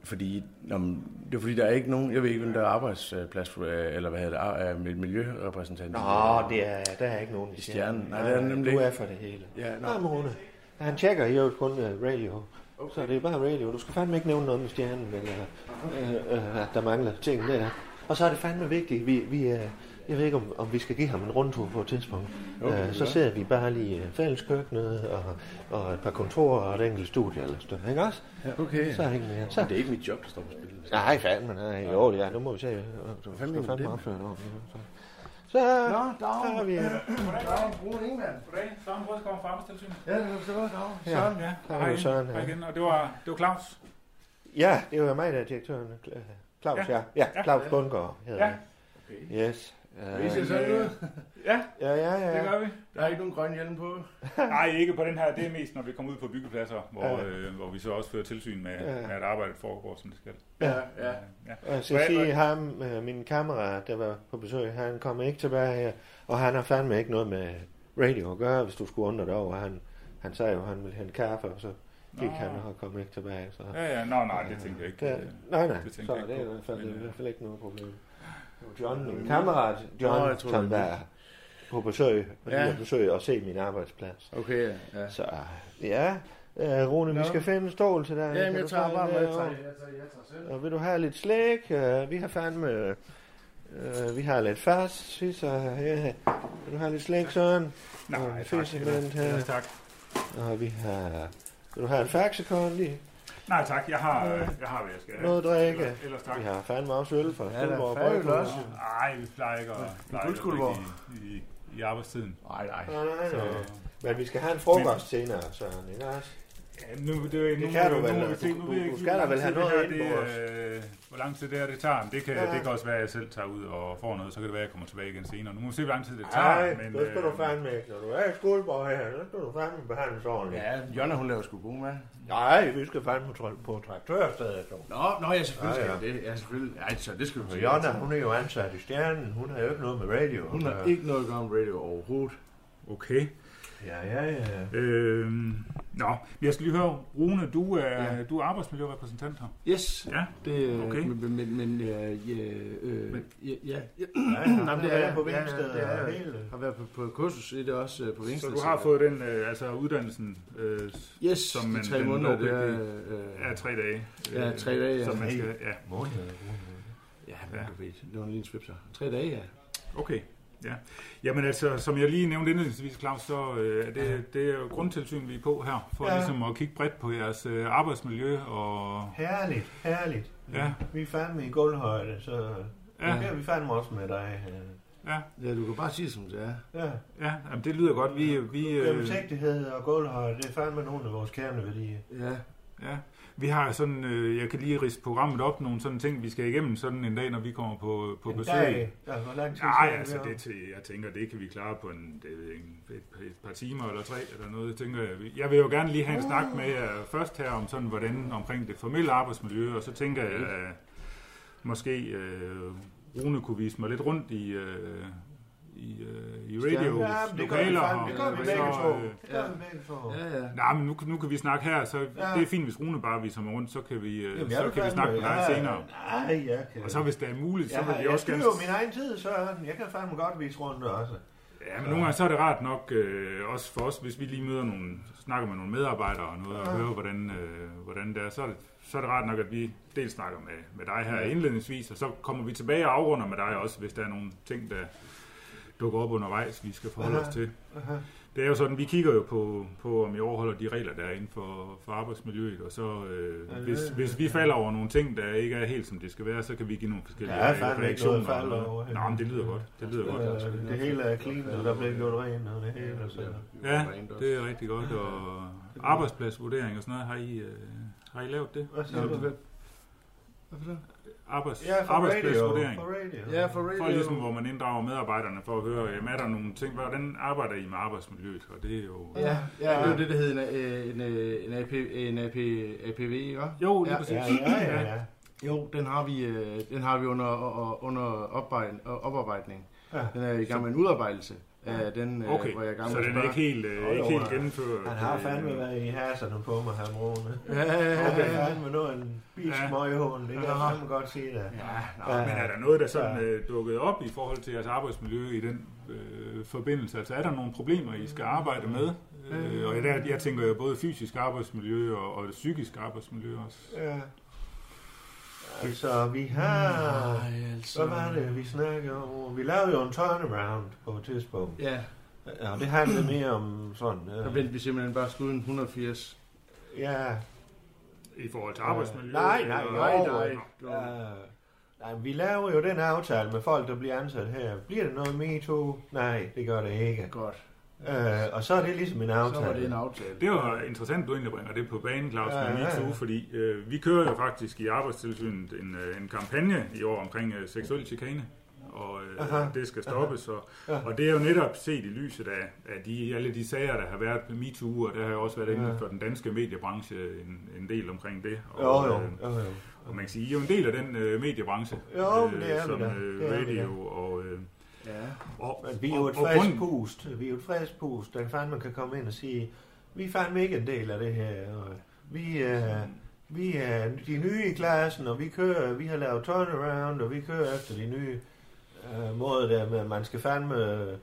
[SPEAKER 11] Fordi, nå, men det er fordi, der er ikke nogen, jeg ved ikke, hvem der er arbejdsplads, øh, eller hvad hedder det, ar- øh, mil- miljørepræsentant.
[SPEAKER 1] Nå, det er, der er ikke nogen i
[SPEAKER 11] Stjernen. Nej, det er der nemlig
[SPEAKER 1] Du
[SPEAKER 11] ikke.
[SPEAKER 1] er for det hele.
[SPEAKER 11] Ja, nå.
[SPEAKER 1] Nå, Rune. Han tjekker jo kun uh, radio. Okay. Så det er bare radio. Du skal fandme ikke nævne noget med stjernen, eller øh, øh, at der mangler ting der. Og så er det fandme vigtigt, vi, vi øh, jeg ved ikke, om, om vi skal give ham en rundtur på et tidspunkt.
[SPEAKER 11] Okay,
[SPEAKER 1] Okay, øh, så
[SPEAKER 11] ja.
[SPEAKER 1] sidder vi bare lige i fælleskøkkenet, og, og et par kontorer og et enkelt studie eller sådan noget, ikke også?
[SPEAKER 11] Ja, okay.
[SPEAKER 1] Så er ikke mere. Så.
[SPEAKER 11] Det er ikke mit job, der står på spil.
[SPEAKER 1] Nej, fandme, nej. Jo, ja, nu må vi se. øh, Du
[SPEAKER 11] mener
[SPEAKER 1] skal
[SPEAKER 11] du det
[SPEAKER 1] fandme
[SPEAKER 11] med?
[SPEAKER 1] opføre dig ordentligt. så. Så, så er vi her.
[SPEAKER 11] Dag, Rune Ingemann.
[SPEAKER 3] Goddag, Søren Rød kommer fra Arbejdstilsynet.
[SPEAKER 11] Ja, det er så godt, Dag.
[SPEAKER 1] Ja.
[SPEAKER 11] Søren, ja.
[SPEAKER 1] Der er
[SPEAKER 3] Hej,
[SPEAKER 1] jo Søren.
[SPEAKER 3] hej
[SPEAKER 1] Ja.
[SPEAKER 3] igen. Og det var, det var Claus.
[SPEAKER 1] ja, det var mig, der er direktøren. Cla- øh, Claus, ja. Ja, Claus Bundgaard hedder
[SPEAKER 3] Ja.
[SPEAKER 1] jeg. Yes.
[SPEAKER 11] Vi ser
[SPEAKER 1] Øh,
[SPEAKER 11] sådan ud.
[SPEAKER 3] Ja,
[SPEAKER 1] Ja, ja,
[SPEAKER 3] det
[SPEAKER 1] ja.
[SPEAKER 3] gør vi.
[SPEAKER 11] Der er ikke nogen grøn hjelm på.
[SPEAKER 3] Nej, ikke på den her. Det er mest, når vi kommer ud på byggepladser, hvor,
[SPEAKER 1] Ja.
[SPEAKER 3] øh, hvor vi så også fører tilsyn med,
[SPEAKER 1] Ja.
[SPEAKER 3] med at arbejdet foregår, som det skal.
[SPEAKER 11] Ja, ja.
[SPEAKER 3] Ja.
[SPEAKER 1] Og så siger ham, øh, min kammerat, der var på besøg, han kommer ikke tilbage, og han har fandme ikke noget med radio at gøre, hvis du skulle undre dig over. Han, han sagde jo, at han ville hente kaffe, og så gik
[SPEAKER 3] Nå.
[SPEAKER 1] han og kom ikke tilbage. Så.
[SPEAKER 3] Ja, ja, nå, nej, det tænkte jeg ikke.
[SPEAKER 11] Øh,
[SPEAKER 3] Øh,
[SPEAKER 1] Ja, nej, nej,
[SPEAKER 3] Det
[SPEAKER 1] så
[SPEAKER 3] tænker jeg
[SPEAKER 1] det er
[SPEAKER 3] ikke
[SPEAKER 1] i
[SPEAKER 3] på.
[SPEAKER 1] hvert fald,
[SPEAKER 3] Men,
[SPEAKER 1] i
[SPEAKER 3] øh,
[SPEAKER 1] hvert fald ikke noget problem. Det var John, min kammerat, John,
[SPEAKER 11] Nå,
[SPEAKER 1] Nå,
[SPEAKER 11] jeg øh. tror,
[SPEAKER 1] som
[SPEAKER 11] det var
[SPEAKER 1] der er på besøg, og
[SPEAKER 11] Ja.
[SPEAKER 1] ja. besøg og se min arbejdsplads.
[SPEAKER 11] Okay, ja. ja.
[SPEAKER 1] Så ja, øh, Rune, vi
[SPEAKER 11] Nå.
[SPEAKER 1] skal finde en stol til dig. Kan
[SPEAKER 11] Jamen,
[SPEAKER 1] du
[SPEAKER 11] jeg tager
[SPEAKER 1] få
[SPEAKER 11] bare
[SPEAKER 1] en
[SPEAKER 11] med. Jeg
[SPEAKER 1] derovre?
[SPEAKER 11] tager, jeg tager, jeg tager selv.
[SPEAKER 1] Og vil du have lidt slik? Øh, vi har fandme... Øh, vi har lidt fast, sidst, og ja, vil du have lidt slik, Søren? Og
[SPEAKER 3] Nej,
[SPEAKER 1] en
[SPEAKER 3] tak.
[SPEAKER 1] fissemænd her.
[SPEAKER 3] Ellers tak.
[SPEAKER 1] Og vi har... Vil du have en faxekondi?
[SPEAKER 3] Nej, tak. Jeg har, øh, jeg har hvad jeg skal have.
[SPEAKER 1] Noget at drikke?
[SPEAKER 3] Ellers, ellers tak.
[SPEAKER 1] Vi har fandme også øl fra
[SPEAKER 11] Ja, der
[SPEAKER 1] Skuldborg
[SPEAKER 11] er fandme
[SPEAKER 1] Bryghus.
[SPEAKER 11] også.
[SPEAKER 3] Nej, vi plejer ikke at plejer ikke at
[SPEAKER 11] guldskuld,
[SPEAKER 3] drikke i, i, i arbejdstiden.
[SPEAKER 11] Nej, nej.
[SPEAKER 1] Nej, nej, nej.
[SPEAKER 3] Så-
[SPEAKER 1] Men vi skal have en frokost senere, Søren, ikke også?
[SPEAKER 3] Ja, nu, det, er- nu,
[SPEAKER 1] Det kan
[SPEAKER 3] nu,
[SPEAKER 1] du vel,
[SPEAKER 3] Nu,
[SPEAKER 1] altså.
[SPEAKER 3] nu, nu,
[SPEAKER 1] Du-
[SPEAKER 3] ved
[SPEAKER 1] du
[SPEAKER 3] jeg ikke,
[SPEAKER 1] skal
[SPEAKER 3] hvor
[SPEAKER 1] da vel
[SPEAKER 3] lang
[SPEAKER 1] have
[SPEAKER 3] tid det
[SPEAKER 1] noget
[SPEAKER 3] her,
[SPEAKER 1] ind på
[SPEAKER 3] det, øh, Hvor lang tid det her, det tager. Det kan,
[SPEAKER 1] Ja.
[SPEAKER 3] det kan også være, at jeg selv tager ud og får noget. Så kan det være, at jeg kommer tilbage igen senere. Nu må vi se, hvor lang tid det
[SPEAKER 11] Ah,
[SPEAKER 3] tager. øh,
[SPEAKER 1] Nej, det skal
[SPEAKER 11] øh,
[SPEAKER 1] du fandme ikke. Når du er i Skuldborg her, så skal du fandme behandles ordentligt.
[SPEAKER 11] Ja, Jonna, hun laver sgu god mad.
[SPEAKER 1] Nej, vi skal fandme tr- på traktørstedet, dog.
[SPEAKER 11] Nå, nå, ja, selvfølgelig
[SPEAKER 1] Ja, ja.
[SPEAKER 11] skal jeg det. Ah, Ja, selvfølgelig. Nej, så det skal du
[SPEAKER 1] Og
[SPEAKER 11] sige.
[SPEAKER 1] Jonna, hun er jo ansat i Stjernen. Hun har jo ikke noget med radio.
[SPEAKER 11] Hun har ikke noget at gøre med radio overhovedet.
[SPEAKER 3] Okay.
[SPEAKER 1] Ja, ja, ja.
[SPEAKER 3] Øhm, nå, jeg skal lige høre, Rune, du er, ja. du er arbejdsmiljørepræsentant her.
[SPEAKER 11] Yes,
[SPEAKER 3] Ja.
[SPEAKER 11] det er...
[SPEAKER 3] Okay.
[SPEAKER 11] Men, men, men øh, ja, øh,
[SPEAKER 3] Men-
[SPEAKER 11] ja, ja, ja.
[SPEAKER 1] Ja,
[SPEAKER 11] Nå, men
[SPEAKER 1] det er på
[SPEAKER 11] ja, ja,
[SPEAKER 1] Vingsted.
[SPEAKER 11] det er
[SPEAKER 1] og
[SPEAKER 11] jeg.
[SPEAKER 1] hele-
[SPEAKER 11] Har været på, på kursus i det også øh, på
[SPEAKER 3] Så
[SPEAKER 11] Vingsted.
[SPEAKER 3] du har fået den, øh, altså uddannelsen, øh, s-
[SPEAKER 11] Yes,
[SPEAKER 3] som
[SPEAKER 11] de
[SPEAKER 3] man-
[SPEAKER 11] tre
[SPEAKER 3] den
[SPEAKER 11] måneder, det er...
[SPEAKER 3] lovpligtige-
[SPEAKER 11] Øh,
[SPEAKER 3] ja, tre dage.
[SPEAKER 11] Ja, tre dage, ja.
[SPEAKER 3] Som man skal, ja.
[SPEAKER 11] ja, men
[SPEAKER 3] ja.
[SPEAKER 11] du ved, det var en lille svipser. Tre dage, ja.
[SPEAKER 3] Okay. Ja. Jamen altså, som jeg lige nævnte indledningsvis, Claus, så øh, er det, det er jo grundtilsyn, vi er på her, for ja.
[SPEAKER 1] Ja.
[SPEAKER 3] ligesom at kigge bredt på jeres øh, arbejdsmiljø og...
[SPEAKER 1] Herligt, herligt.
[SPEAKER 3] Ja.
[SPEAKER 1] Vi er fandme i gulvhøjde, så
[SPEAKER 3] Ja.
[SPEAKER 1] ja. det er vi fandme også med dig. øh.
[SPEAKER 3] Ja.
[SPEAKER 11] ja, du kan bare sige, som det er.
[SPEAKER 1] Ja.
[SPEAKER 3] Ja, jamen, det lyder godt. Vi, vi,
[SPEAKER 1] Øh... Gennemsigtighed og gulvhøjde, det er fandme nogle af vores kerneværdier.
[SPEAKER 11] Ja.
[SPEAKER 3] Ja, vi har sådan, øh, jeg kan lige rise programmet op, nogle sådan ting, vi skal igennem sådan en dag, når vi kommer på, på
[SPEAKER 1] En
[SPEAKER 3] besøg.
[SPEAKER 1] dag? Ja, hvor lang tid
[SPEAKER 3] Nej,
[SPEAKER 1] skal vi
[SPEAKER 3] altså
[SPEAKER 1] være om?
[SPEAKER 3] det, til- jeg tænker, det kan vi klare på en, det ved jeg ikke, et, et par timer eller tre eller noget, tænker jeg. Jeg vil jo gerne lige have en
[SPEAKER 1] Uh.
[SPEAKER 3] snak med jer først her om sådan, hvordan omkring det formelle arbejdsmiljø, og så tænker jeg, at måske øh, Rune kunne vise mig lidt rundt i, øh, i, øh, i radio
[SPEAKER 1] Ja, men det gør vi
[SPEAKER 3] lokaler.
[SPEAKER 1] fandme. Det gør vi
[SPEAKER 3] og
[SPEAKER 1] begge
[SPEAKER 3] så,
[SPEAKER 1] to.
[SPEAKER 3] øh,
[SPEAKER 1] Det gør vi begge to. Ja, ja.
[SPEAKER 3] Nej, men nu, nu kan vi snakke her, så
[SPEAKER 1] Ja.
[SPEAKER 3] ja. det er fint, hvis Rune bare viser mig rundt, så kan vi, øh,
[SPEAKER 1] Jamen, jeg
[SPEAKER 3] så
[SPEAKER 1] vil
[SPEAKER 3] kan vi
[SPEAKER 1] fandme-
[SPEAKER 3] snakke med dig
[SPEAKER 1] ja,
[SPEAKER 3] senere.
[SPEAKER 1] nej, jeg kan-
[SPEAKER 3] Og så hvis det er muligt, så
[SPEAKER 1] Jeg,
[SPEAKER 3] vil
[SPEAKER 1] har,
[SPEAKER 3] vi
[SPEAKER 1] jeg
[SPEAKER 3] også
[SPEAKER 1] styrer
[SPEAKER 3] gerne...
[SPEAKER 1] jo min egen tid, Søren. Jeg kan fandme godt vise rundt også.
[SPEAKER 3] Ja, men nogle gange så er det rart nok, øh, også for os, hvis vi lige møder nogle, snakker med nogle medarbejdere og noget,
[SPEAKER 1] Ja.
[SPEAKER 3] og hører, hvordan, øh, hvordan det er, så er det, så er det rart nok, at vi dels snakker med, med dig her
[SPEAKER 1] Ja.
[SPEAKER 3] indledningsvis, og så kommer vi tilbage og afrunder med dig også, hvis der er nogle ting, der dukker op undervejs, vi skal forholde
[SPEAKER 1] Aha.
[SPEAKER 3] os til.
[SPEAKER 1] Aha.
[SPEAKER 3] Det er jo sådan, vi kigger jo på, på om I overholder de regler, der er inden for, for arbejdsmiljøet, og så øh,
[SPEAKER 1] Ja, det-
[SPEAKER 3] hvis, hvis vi falder over nogle ting, der ikke er helt som det skal være, så kan vi give nogle forskellige
[SPEAKER 1] Der er
[SPEAKER 3] øh,
[SPEAKER 1] fandme ikke noget at falde over.
[SPEAKER 3] Nå, men det lyder godt. Det lyder godt. altså.
[SPEAKER 1] Øh, Det hele er clean, og der bliver gjort rent, og det hele er
[SPEAKER 3] Ja, det er rigtig godt. Og arbejdspladsvurdering og sådan noget, har I, øh, har I lavet det?
[SPEAKER 1] Hvad siger du?
[SPEAKER 3] Arbejds,
[SPEAKER 1] Ja, for
[SPEAKER 3] arbejdspladsvurdering.
[SPEAKER 1] radio, for radio. Ja, for
[SPEAKER 3] For
[SPEAKER 1] radio.
[SPEAKER 3] ligesom, hvor man inddrager medarbejderne for at høre, jamen, er der nogle ting, hvordan arbejder I med arbejdsmiljøet? Og det er jo...
[SPEAKER 11] Ja, ja, det er jo det, der hedder en, øh, en, øh, en, AP, en AP, APV, ikke?
[SPEAKER 3] Jo,
[SPEAKER 11] lige
[SPEAKER 1] præcis. Ja, ja, ja.
[SPEAKER 11] Jo, den har vi, øh, den har vi under, og- under opbejd- og oparbejdning.
[SPEAKER 1] Ja.
[SPEAKER 11] Ja. Den er i gang med en udarbejdelse af den, øh,
[SPEAKER 3] Okay,
[SPEAKER 11] hvor jeg er i gang
[SPEAKER 3] så
[SPEAKER 11] med at
[SPEAKER 3] den er
[SPEAKER 11] spørge.
[SPEAKER 3] ikke helt, øh,
[SPEAKER 11] Jo, jo,
[SPEAKER 3] ikke helt
[SPEAKER 11] ja.
[SPEAKER 3] gennemført.
[SPEAKER 1] Han har
[SPEAKER 3] Øh,
[SPEAKER 1] fandme været i haserne på mig, ham Rune.
[SPEAKER 11] Ja, ja, ja,
[SPEAKER 1] Han
[SPEAKER 11] ja.
[SPEAKER 1] er fandme nu en bilsk
[SPEAKER 3] Ja.
[SPEAKER 1] møghånd, det kan jeg
[SPEAKER 3] Ja.
[SPEAKER 1] fandme godt sige dig.
[SPEAKER 3] Nå, men er der noget, der sådan øh, dukket op i forhold til jeres arbejdsmiljø i den øh, forbindelse? Altså er der nogle problemer, I skal arbejde med? Øh, og jeg, jeg tænker jo både fysisk arbejdsmiljø og, og det psykiske arbejdsmiljø også.
[SPEAKER 1] Ja. Altså, vi har...
[SPEAKER 11] Nej, altså.
[SPEAKER 1] Hvad var det, vi snakkede om? Vi lavede jo en turnaround på et tidspunkt.
[SPEAKER 11] Ja.
[SPEAKER 1] Og det handlede mere om sådan...
[SPEAKER 11] Der
[SPEAKER 1] Øh,
[SPEAKER 11] vendte vi simpelthen bare skuden 180.
[SPEAKER 1] ja.
[SPEAKER 3] I forhold til
[SPEAKER 1] Øh,
[SPEAKER 3] arbejdsmiljø?
[SPEAKER 1] Nej, nej,
[SPEAKER 3] eller-
[SPEAKER 1] nej, nej. nej. Nej, vi laver jo den aftale med folk, der bliver ansat her. Bliver det noget MeToo? Nej, det gør det ikke.
[SPEAKER 11] Godt.
[SPEAKER 1] Øh, og så er det ligesom en aftale.
[SPEAKER 3] Det var interessant, du egentlig bringer det på banen, Claus,
[SPEAKER 1] Ja,
[SPEAKER 3] med
[SPEAKER 1] ja,
[SPEAKER 3] MeToo,
[SPEAKER 1] ja.
[SPEAKER 3] fordi øh, vi kører jo faktisk i Arbejdstilsynet en, øh, en kampagne i år omkring øh, seksuel chikane, og øh,
[SPEAKER 1] Aha.
[SPEAKER 3] det skal stoppes. Og,
[SPEAKER 1] Ja.
[SPEAKER 3] og det er jo netop set i lyset af, af de, alle de sager, der har været med MeToo, og der har jo også været inden
[SPEAKER 1] Ja.
[SPEAKER 3] for den danske mediebranche en, en del omkring det. Og,
[SPEAKER 1] Jo, jo,
[SPEAKER 3] øh,
[SPEAKER 1] jo, jo.
[SPEAKER 3] Og man kan sige, I er jo en del af den øh, mediebranche,
[SPEAKER 1] Jo, men det er vi
[SPEAKER 3] som
[SPEAKER 1] da.
[SPEAKER 3] øh,
[SPEAKER 1] Det er vi da.
[SPEAKER 3] radio og... Øh, og,
[SPEAKER 1] Men vi er jo et frisk pust. Vi er jo et frisk pust. Den fandme kan komme ind og sige, vi er fandme ikke en del af det her. Og vi er, vi er de nye i klassen, og vi kører, vi har lavet turnaround, og vi kører efter de nye øh, måder der med, at man skal fandme øh,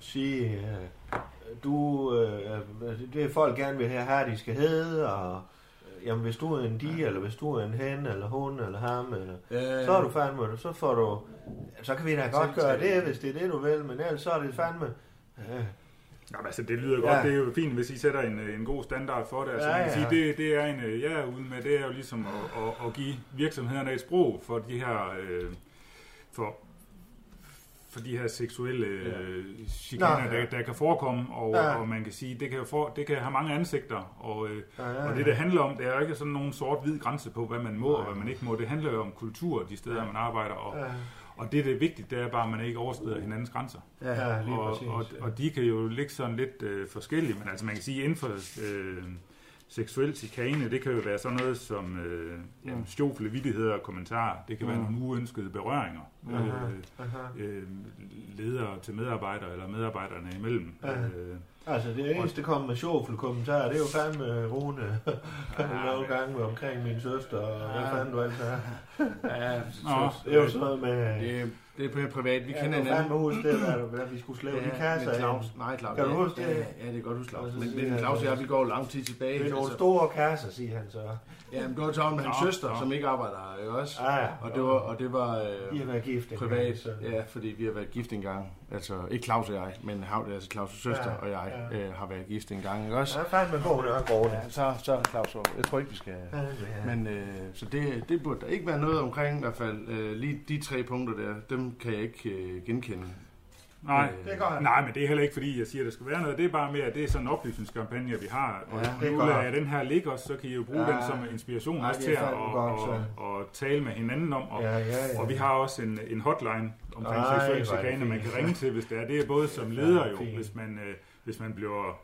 [SPEAKER 1] sige, øh, du, øh, øh, det er folk gerne vil have her, de skal hedde, og øh, jamen hvis du er en de, eller hvis du er en hen, eller hun, eller ham, eller,
[SPEAKER 11] Ja, ja.
[SPEAKER 1] så er du fandme, så får du, så kan vi da godt gøre
[SPEAKER 3] Tiltale.
[SPEAKER 1] det, hvis det er det, du vil, men ellers så er det fandme, øh,
[SPEAKER 3] Jamen, altså, det lyder
[SPEAKER 1] Ja.
[SPEAKER 3] godt. Ja. Det er jo fint, hvis I sætter en, øh, en god standard for det. Altså,
[SPEAKER 1] Ja,
[SPEAKER 3] ja, ja.
[SPEAKER 1] ja.
[SPEAKER 3] Sige, det, det er en, øh, jeg er ude med, det er jo ligesom at, at, at give virksomhederne et sprog for de her, øh, for, for de her seksuelle øh, chikaner,
[SPEAKER 1] Nå, ja.
[SPEAKER 3] der, der kan forekomme. Og,
[SPEAKER 1] Ja.
[SPEAKER 3] ja. og man kan sige, det kan, jo for, det kan have mange ansigter. Og, øh,
[SPEAKER 1] Ja, ja,
[SPEAKER 3] og det,
[SPEAKER 1] ja.
[SPEAKER 3] det handler om, det er jo ikke sådan nogen sort-hvid grænse på, hvad man må og hvad man ikke må. Det handler jo om kultur, de steder, man arbejder. Og,
[SPEAKER 1] Ja.
[SPEAKER 3] og det, der er vigtigt, det er bare, at man ikke overskrider hinandens grænser.
[SPEAKER 1] Ja, ja, lige
[SPEAKER 3] og,
[SPEAKER 1] præcis.
[SPEAKER 3] og, og de kan jo ligge sådan lidt øh, forskellige, men altså man kan sige, inden for øh, seksuel chikane, det kan jo være sådan noget som øh, jamen, stjofle vittigheder og kommentarer. Det kan være
[SPEAKER 1] Mm. Mm-hmm.
[SPEAKER 3] nogle uønskede berøringer.
[SPEAKER 1] Aha,
[SPEAKER 3] Øh, øh, ledere til medarbejdere eller medarbejderne imellem.
[SPEAKER 1] Ja.
[SPEAKER 3] Øh,
[SPEAKER 1] altså det eneste, der kommer med sjovfulde kommentarer, det er jo fandme øh, Rune, nogle gange omkring min søster, og hvad fanden du altså er.
[SPEAKER 11] Ja,
[SPEAKER 1] det er jo sådan noget med...
[SPEAKER 11] Det, det er mere privat. Vi
[SPEAKER 1] Ja,
[SPEAKER 11] kender
[SPEAKER 1] du
[SPEAKER 11] hinanden.
[SPEAKER 1] fandme huske det, hvad du- hvad vi skulle slå de kasser
[SPEAKER 11] men
[SPEAKER 1] af.
[SPEAKER 11] Claus, nej, Claus.
[SPEAKER 1] Kan du
[SPEAKER 11] ja,
[SPEAKER 1] huske
[SPEAKER 11] ja,
[SPEAKER 1] det?
[SPEAKER 11] Ja, ja, det er godt, du Claus.
[SPEAKER 1] Altså,
[SPEAKER 11] Men,
[SPEAKER 1] det
[SPEAKER 11] men
[SPEAKER 1] er-
[SPEAKER 11] Claus og jeg, vi går jo lang tid tilbage.
[SPEAKER 1] Det er nogle
[SPEAKER 11] altså.
[SPEAKER 1] store kasser, siger han så.
[SPEAKER 11] Ja, men du har talt med hans
[SPEAKER 1] Nå,
[SPEAKER 11] søster,
[SPEAKER 1] nå.
[SPEAKER 11] som ikke arbejder her, ikke også?
[SPEAKER 1] Ja, ja.
[SPEAKER 11] Og det var, og det var øh,
[SPEAKER 1] I har været gift engang,
[SPEAKER 11] privat.
[SPEAKER 1] så-
[SPEAKER 11] Ja, fordi vi har været gift engang. Altså, ikke Claus og jeg, men Havl, altså Claus' søster
[SPEAKER 1] Ja,
[SPEAKER 11] og jeg,
[SPEAKER 1] ja.
[SPEAKER 11] øh, har været gift engang, ikke også?
[SPEAKER 1] Ja, fandme god nok, Rune.
[SPEAKER 11] Ja, så, så er Claus over. Jeg tror ikke, vi skal...
[SPEAKER 1] Ja, ja.
[SPEAKER 11] Men øh, så det, det burde der ikke være noget omkring, i hvert fald øh, lige de tre punkter der, dem kan jeg ikke øh, genkende.
[SPEAKER 3] Nej,
[SPEAKER 12] Det gør han.
[SPEAKER 3] nej, men det er heller ikke, fordi jeg siger, der skal være noget. Det er bare mere, at det er sådan en oplysningskampagne, vi har. Og
[SPEAKER 12] Ja,
[SPEAKER 3] ja,
[SPEAKER 12] det
[SPEAKER 3] nu
[SPEAKER 12] gør
[SPEAKER 3] lader
[SPEAKER 12] han.
[SPEAKER 3] jeg den her ligge også, så kan I jo bruge
[SPEAKER 12] Ja.
[SPEAKER 3] ja, den som inspiration
[SPEAKER 12] Ej,
[SPEAKER 3] også
[SPEAKER 12] det
[SPEAKER 3] til
[SPEAKER 12] er
[SPEAKER 3] at
[SPEAKER 12] fandme
[SPEAKER 3] og,
[SPEAKER 12] godt,
[SPEAKER 3] og, og tale med hinanden om. Og,
[SPEAKER 12] Ja, ja, ja.
[SPEAKER 3] og vi har også en, en hotline omkring
[SPEAKER 12] Ej, hvor er
[SPEAKER 3] seksuelle
[SPEAKER 12] det
[SPEAKER 3] chikane, man
[SPEAKER 12] fint.
[SPEAKER 3] kan ringe til, hvis det er. Det er både som
[SPEAKER 12] Ja,
[SPEAKER 3] leder jo,
[SPEAKER 12] fint.
[SPEAKER 3] hvis man, øh, hvis man bliver...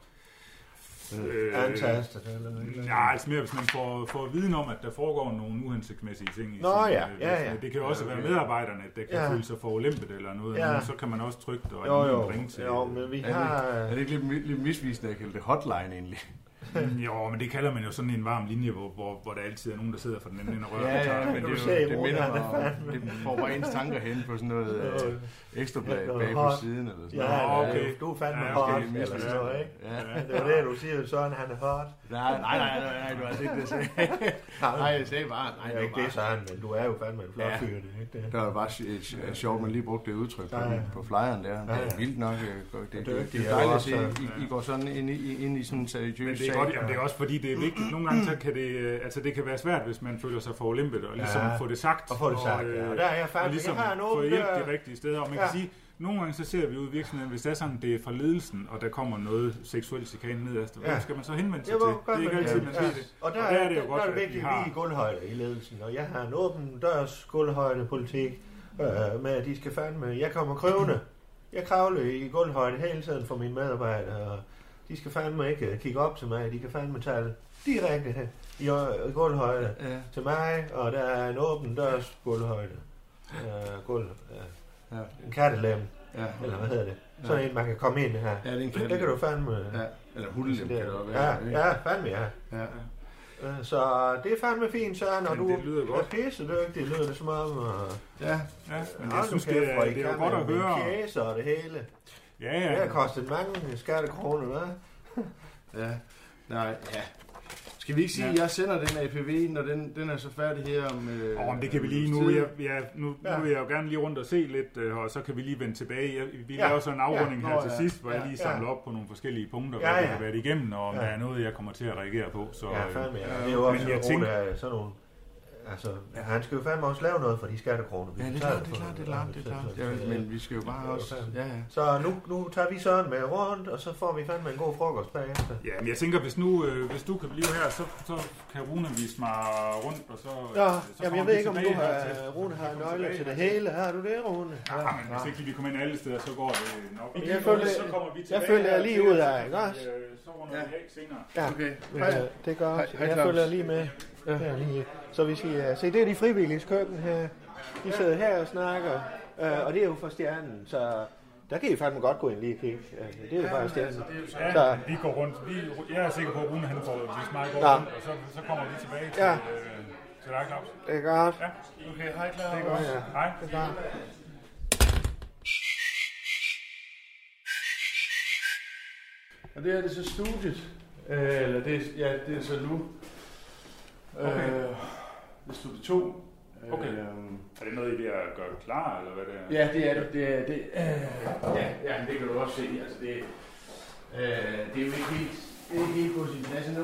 [SPEAKER 12] Antastet eller et eller andet.
[SPEAKER 3] Nej, altså mere, hvis man får, får viden om, at der foregår nogle uhensigtsmæssige ting i
[SPEAKER 1] Nå,
[SPEAKER 3] sin,
[SPEAKER 1] ja,
[SPEAKER 3] øh,
[SPEAKER 1] ja, ja.
[SPEAKER 3] virksomhed. Det kan jo også
[SPEAKER 1] Ja,
[SPEAKER 3] være
[SPEAKER 1] okay.
[SPEAKER 3] medarbejderne, der kan
[SPEAKER 1] Ja.
[SPEAKER 3] ja. føle sig forulæmpet eller noget.
[SPEAKER 1] Ja.
[SPEAKER 3] Ja. Så kan man også trygt og
[SPEAKER 1] Jo, jo.
[SPEAKER 3] ringe til.
[SPEAKER 1] Jo, men vi
[SPEAKER 11] Er det har- ikke- er det ikke lidt, lidt misvisende at kalde det hotline egentlig?
[SPEAKER 3] jo, men det kalder man jo sådan en varm linje, hvor, hvor, hvor der altid er nogen, der sidder for den anden ende og rører.
[SPEAKER 11] Ja, ja,
[SPEAKER 3] ved tøjet,
[SPEAKER 11] ja,
[SPEAKER 3] men
[SPEAKER 11] du
[SPEAKER 3] det,
[SPEAKER 11] ser i
[SPEAKER 3] er jo, det
[SPEAKER 11] Roland,
[SPEAKER 3] minder
[SPEAKER 11] der er fandme- Det får bare ens tanker hen på sådan noget, øh, ekstrablad bag på siden eller sådan noget.
[SPEAKER 1] Ja,
[SPEAKER 11] Nå,
[SPEAKER 1] okay.
[SPEAKER 11] okay.
[SPEAKER 1] Du er fandme
[SPEAKER 11] Ja,
[SPEAKER 1] ja,
[SPEAKER 11] okay,
[SPEAKER 1] hot,
[SPEAKER 11] det er
[SPEAKER 1] eller sådan noget, ikke?
[SPEAKER 11] Ja.
[SPEAKER 1] Ja. Det var det, du siger, Søren, han er hot.
[SPEAKER 11] Nej, nej, nej, nej, nej, du har altså ikke det, jeg sagde. Nej, jeg sagde bare, nej,
[SPEAKER 1] det
[SPEAKER 11] det
[SPEAKER 1] er
[SPEAKER 11] var
[SPEAKER 1] ikke det,
[SPEAKER 11] bare-
[SPEAKER 1] Søren, men du er jo fandme en flot
[SPEAKER 11] Ja.
[SPEAKER 1] fyr, det er ikke det?
[SPEAKER 11] Det var bare sj- øh, sj- øh, sjovt, man lige brugte det udtryk på,
[SPEAKER 1] Ja, ja.
[SPEAKER 11] på flyeren der.
[SPEAKER 1] Ja,
[SPEAKER 11] Det
[SPEAKER 1] ja.
[SPEAKER 11] er vildt nok. øh, godt. Det, det, det,
[SPEAKER 1] Dygtig,
[SPEAKER 11] det er
[SPEAKER 1] og
[SPEAKER 11] dejligt at
[SPEAKER 1] også,
[SPEAKER 11] se, I, I går sådan ind i, ind i sådan en
[SPEAKER 3] Men
[SPEAKER 11] seriøs
[SPEAKER 3] det er,
[SPEAKER 11] sag.
[SPEAKER 3] godt, jamen det er også fordi, det er vigtigt. Nogle gange så kan det, øh, altså det kan være svært, hvis man føler sig forulæmpet, og ligesom
[SPEAKER 1] Ja.
[SPEAKER 3] ja, få det sagt.
[SPEAKER 1] Og få det sagt, ja.
[SPEAKER 3] øh,
[SPEAKER 1] Og der er jeg fandme-
[SPEAKER 3] og ligesom
[SPEAKER 1] jeg har en
[SPEAKER 3] få
[SPEAKER 1] åben
[SPEAKER 3] hjælp
[SPEAKER 1] dør.
[SPEAKER 3] de rigtige steder. Og man
[SPEAKER 1] Ja.
[SPEAKER 3] ja. kan sige, nogle gange så ser vi ud i virksomheden, hvis det er sådan, det er fra ledelsen, og der kommer noget seksuel chikane ned efter,
[SPEAKER 1] Ja.
[SPEAKER 3] hvem skal man så henvende sig
[SPEAKER 1] Ja,
[SPEAKER 3] til?
[SPEAKER 1] hvor
[SPEAKER 3] Altså, Det er ikke
[SPEAKER 1] man
[SPEAKER 3] altid,
[SPEAKER 1] det.
[SPEAKER 3] man ser det.
[SPEAKER 1] Og der, og der er det jo godt, der er det
[SPEAKER 3] at vi
[SPEAKER 1] vigtigt, at vi
[SPEAKER 3] har-
[SPEAKER 1] er i gulvhøjde i ledelsen, og jeg har en åben dørs gulvhøjdepolitik øh, med, at de skal fandme... Jeg kommer krøvende. Jeg kravler i gulvhøjde hele tiden for mine medarbejdere, og de skal fandme ikke øh, kigge op til mig. De kan fandme tale direkte hen i øh, gulvhøjde
[SPEAKER 11] Ja.
[SPEAKER 1] til mig, og der er en åben dørs gulvhøjde. Øh, gulv, øh,
[SPEAKER 11] Ja.
[SPEAKER 1] En kattelem,
[SPEAKER 11] Ja.
[SPEAKER 1] eller hvad hedder det? Sådan
[SPEAKER 11] Ja.
[SPEAKER 1] en, man kan komme ind her.
[SPEAKER 11] Ja, det er en
[SPEAKER 1] det, det
[SPEAKER 11] kattelem.
[SPEAKER 1] kan du fandme...
[SPEAKER 11] Ja, eller hundelem kan det også
[SPEAKER 1] Ja,
[SPEAKER 11] være, ikke?
[SPEAKER 1] ja, fandme ja.
[SPEAKER 11] Ja.
[SPEAKER 1] Øh, Så det er fandme fint, Søren, og
[SPEAKER 3] Men
[SPEAKER 1] du
[SPEAKER 3] det lyder godt.
[SPEAKER 1] er pissedygtig, lyder det som om. øh, Og...
[SPEAKER 11] Ja.
[SPEAKER 3] Ja, men jeg synes, det er, det er jo godt at høre.
[SPEAKER 1] Kæse og det hele.
[SPEAKER 3] Ja, ja.
[SPEAKER 1] Det har kostet mange skattekroner, hvad?
[SPEAKER 11] Ja, nej, ja. Skal vi ikke sige, at jeg sender den APV, når den, den er så færdig her om... Øh,
[SPEAKER 3] Åh, men det kan vi lige nu. Jeg, jeg, nu, ja. nu vil jeg jo gerne lige rundt og se lidt, øh, og så kan vi lige vende tilbage. Jeg, vi
[SPEAKER 1] Ja.
[SPEAKER 3] laver så en afrunding
[SPEAKER 1] Ja.
[SPEAKER 3] ja. her
[SPEAKER 1] Nå,
[SPEAKER 3] til
[SPEAKER 1] ja.
[SPEAKER 3] sidst, hvor
[SPEAKER 1] Ja.
[SPEAKER 3] jeg lige
[SPEAKER 1] Ja.
[SPEAKER 3] samler op på nogle forskellige punkter,
[SPEAKER 1] Ja,
[SPEAKER 3] hvad vi
[SPEAKER 1] ja.
[SPEAKER 3] har været igennem, og om
[SPEAKER 1] Ja.
[SPEAKER 3] der er noget, jeg kommer til at reagere på. Så,
[SPEAKER 1] ja,
[SPEAKER 3] øh,
[SPEAKER 1] fandme, ja. Det er jo også
[SPEAKER 3] men
[SPEAKER 1] jeg
[SPEAKER 3] jeg tænker,
[SPEAKER 1] af sådan nogle... Altså, han skal jo fandme også lave noget for de skattekroner, vi
[SPEAKER 11] Ja, det er
[SPEAKER 1] betaler
[SPEAKER 11] klart, det er
[SPEAKER 1] for.
[SPEAKER 11] klart, det er klart, det er klart.
[SPEAKER 1] Så- så- så-
[SPEAKER 11] Ja, men vi skal jo bare
[SPEAKER 1] Ja,
[SPEAKER 11] også-
[SPEAKER 1] fandme.
[SPEAKER 11] ja, ja.
[SPEAKER 1] Så nu, nu tager vi Søren med rundt, og så får vi fandme en god frokost bagefter.
[SPEAKER 3] øh, Ja, men jeg tænker, hvis, nu, øh, hvis du kan blive her, så, så kan Rune vise mig rundt, og så...
[SPEAKER 1] Ja,
[SPEAKER 3] så
[SPEAKER 1] jamen
[SPEAKER 3] kommer
[SPEAKER 1] jeg
[SPEAKER 3] vi
[SPEAKER 1] ved ikke, om du
[SPEAKER 3] tilbage
[SPEAKER 1] har,
[SPEAKER 3] hertil.
[SPEAKER 1] Rune har
[SPEAKER 3] kommer
[SPEAKER 1] nøgle
[SPEAKER 3] tilbage
[SPEAKER 1] til det
[SPEAKER 3] hertil.
[SPEAKER 1] hele. Har du det, Rune?
[SPEAKER 3] Ja, Ah, men hvis ikke vi kan komme ind alle steder, så går det nok.
[SPEAKER 1] Jeg
[SPEAKER 3] Lige nu,
[SPEAKER 1] følger-
[SPEAKER 3] så kommer vi
[SPEAKER 1] jeg
[SPEAKER 3] tilbage
[SPEAKER 1] følger
[SPEAKER 3] hertil,
[SPEAKER 1] lige ud
[SPEAKER 3] og så
[SPEAKER 1] af,
[SPEAKER 3] kan
[SPEAKER 1] ikke
[SPEAKER 3] vi,
[SPEAKER 1] også?
[SPEAKER 3] øh, Så runder vi af senere.
[SPEAKER 1] Ja,
[SPEAKER 11] Okay.
[SPEAKER 1] men,
[SPEAKER 11] Hej.
[SPEAKER 1] øh, det gør også.
[SPEAKER 11] Hej, hej,
[SPEAKER 1] jeg
[SPEAKER 11] Claus.
[SPEAKER 1] følger lige med. Ja. Der lige. Så vi siger, øh, se det er de frivilliges køkken her. De sidder her og snakker, øh, og det er jo fra stjernen, så der kan I fandme godt gå ind lige og kigge. Altså, det er jo fra stjernen.
[SPEAKER 3] Ja,
[SPEAKER 1] Så,
[SPEAKER 3] vi går rundt. Vi, jeg er sikker på, at Rune han får vist meget godt
[SPEAKER 1] Ja.
[SPEAKER 3] rundt, og så, så kommer vi tilbage til,
[SPEAKER 1] Ja.
[SPEAKER 3] ja. øh, til dig, Claus.
[SPEAKER 1] det er godt.
[SPEAKER 3] Ja, okay, hej Claus. Det er godt.
[SPEAKER 1] Ja.
[SPEAKER 3] Hej.
[SPEAKER 1] Det er godt.
[SPEAKER 11] Og det her det er så studiet. Øh, eller det, er- ja, det er så nu.
[SPEAKER 3] Okay.
[SPEAKER 11] Øh, det er studie 2.
[SPEAKER 3] Okay.
[SPEAKER 11] Øh,
[SPEAKER 3] øh, Er det noget, I er ved at gøre klar, eller hvad det er?
[SPEAKER 11] Ja, det er det. det, er, det øh, ja, ja, det kan du også se. Altså, det, øh, det er jo ikke helt, det er ikke helt på sin plads endnu,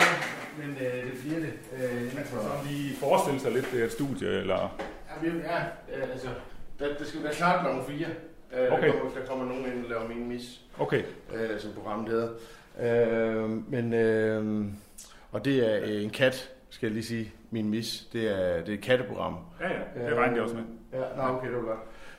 [SPEAKER 11] men øh, det bliver det. Øh, inden for,
[SPEAKER 3] Så lige forestille sig lidt, det er et studie, eller...
[SPEAKER 11] ja, vi- ja, øh, altså, der, det skal være klart klokken 4. Øh,
[SPEAKER 3] Okay.
[SPEAKER 11] der, kommer, der kommer nogen ind og laver min mis,
[SPEAKER 3] Okay.
[SPEAKER 11] øh, som programmet hedder. Øh, men, øh, og det er øh, en kat, skal jeg lige sige, min mis. Det er, det er et katteprogram.
[SPEAKER 3] Ja, ja, det regner jeg også med.
[SPEAKER 11] Ja, nå, okay, det var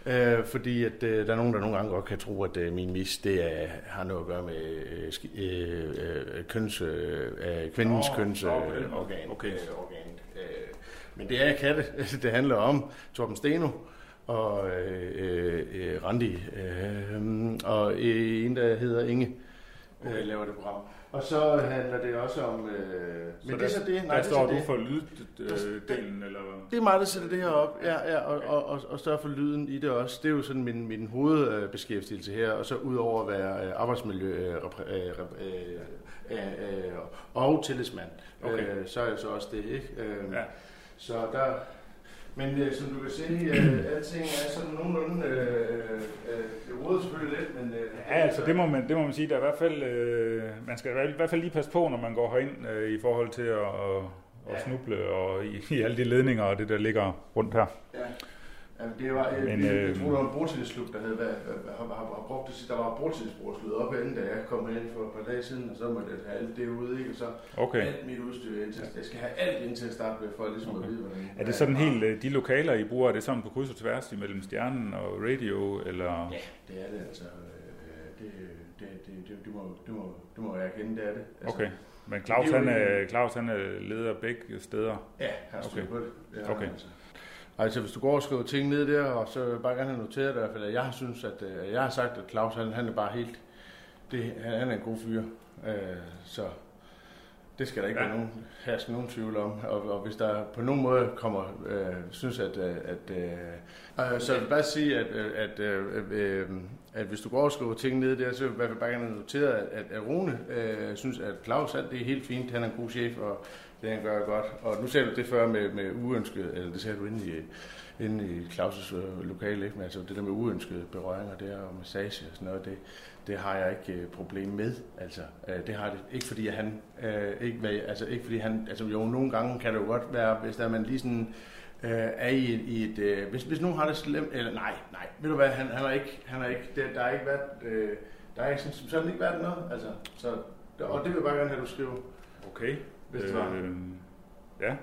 [SPEAKER 11] godt. Øh, fordi at, øh, der er nogen, der nogle gange godt kan tro, at øh, min mis det er, har noget at gøre med øh, sk- øh, øh, køns, øh, øh, kvindens
[SPEAKER 3] Nå, nå, på den
[SPEAKER 11] kønsorgan.
[SPEAKER 3] måde.
[SPEAKER 11] organ,
[SPEAKER 3] Okay.
[SPEAKER 11] Øh, organ. Øh, men det er katte, det handler om Torben Steno og øh, øh, øh, Randi øh, og øh, en, der hedder Inge, okay. øh, laver det program. Og så handler det også om... Øh, men det er så
[SPEAKER 3] Nej,
[SPEAKER 11] det.
[SPEAKER 3] der
[SPEAKER 11] det er
[SPEAKER 3] står
[SPEAKER 11] så
[SPEAKER 3] du
[SPEAKER 11] det.
[SPEAKER 3] for lyddelen, eller...
[SPEAKER 11] Det er mig, der sætter det her op, ja, ja, og, og, og, og sørger for lyden i det også. Det er jo sådan min, min hovedbeskæftigelse her, og så udover at være øh, arbejdsmiljø øh, repr- øh, rep- øh, øh, øh, og tillidsmand,
[SPEAKER 3] Okay.
[SPEAKER 11] øh, så er jeg så også det, ikke? Øh,
[SPEAKER 3] Ja.
[SPEAKER 11] Så der... Men øh, som du kan se, øh, alting er sådan nogenlunde... Øh, øh, øh, det roder selvfølgelig lidt, men... Øh,
[SPEAKER 3] Ja, altså det må man, det må man sige, der er i hvert fald, øh, man skal i hvert- i hvert fald lige passe på, når man går herind øh, i forhold til at, at, at snuble og i, i alle de ledninger og det, der ligger rundt her.
[SPEAKER 11] Ja. Jamen, det var, øh,
[SPEAKER 3] Men,
[SPEAKER 11] Men, øh,
[SPEAKER 3] øh,
[SPEAKER 11] jeg
[SPEAKER 12] øhm,
[SPEAKER 11] tror, der var en bordtennisklub, der havde været, har, har, har, brugt det. Der var bordtennisbord slået op herinde, da jeg kom herind for et par dage siden, og så måtte jeg have alt det ude, ikke? Og så
[SPEAKER 12] Okay.
[SPEAKER 11] alt mit udstyr ind til. Jeg skal have alt ind til at starte med, for ligesom okay. at vide, hvordan...
[SPEAKER 12] Er det sådan helt, øh, de lokaler, I bruger, er det sådan på kryds og tværs imellem stjernen og radio, eller?
[SPEAKER 11] Ja, det er det altså. Øh, Det, det, det, det, det, må, det, må, det må jeg erkende, det er det. Altså,
[SPEAKER 12] Okay, men
[SPEAKER 11] det
[SPEAKER 12] Claus,
[SPEAKER 11] er jo
[SPEAKER 12] han,
[SPEAKER 11] egentlig-
[SPEAKER 12] er, Claus han er leder begge steder?
[SPEAKER 11] Ja, har styr på det. Det har
[SPEAKER 12] Okay.
[SPEAKER 11] han altså. Altså, hvis du går og skriver ting ned der, og så vil jeg bare gerne have noteret i hvert fald, at jeg har synes, at øh, jeg har sagt, at Claus, han, han er bare helt... Det, han, han er en god fyr. Øh, så det skal der ikke ja. være nogen, herske nogen tvivl om. Og, og hvis der på nogen måde kommer, øh, synes, at... Øh, at øh, øh, så vil jeg bare sige, at, øh, at, øh, øh, at hvis du går og skriver ting ned der, så vil jeg i hvert fald bare gerne have noteret, at, at- at Rune øh, synes, at Claus, alt det er helt fint. Han er en god chef, og det han gør er godt. Og nu ser du det før med, med uønsket, eller det ser du inde i, inde i Claus' øh, lokale, ikke? Men altså det der med uønskede berøringer der, og massage og sådan noget, det, det har jeg ikke øh, problem med. Altså, øh, det har det ikke fordi at han, øh, ikke, hvad, altså ikke fordi han, altså jo, nogle gange kan det jo godt være, hvis der er man lige sådan, øh, er i et, i et øh, hvis, hvis nogen har det slemt, eller nej, nej, ved du hvad, han, han har ikke, han har ikke, der, der har ikke været, øh, der har ikke sådan, sådan ikke været noget, altså, så, og det vil jeg bare gerne have, du skriver.
[SPEAKER 12] Okay.
[SPEAKER 11] Hvis det var.
[SPEAKER 12] Øh, ja.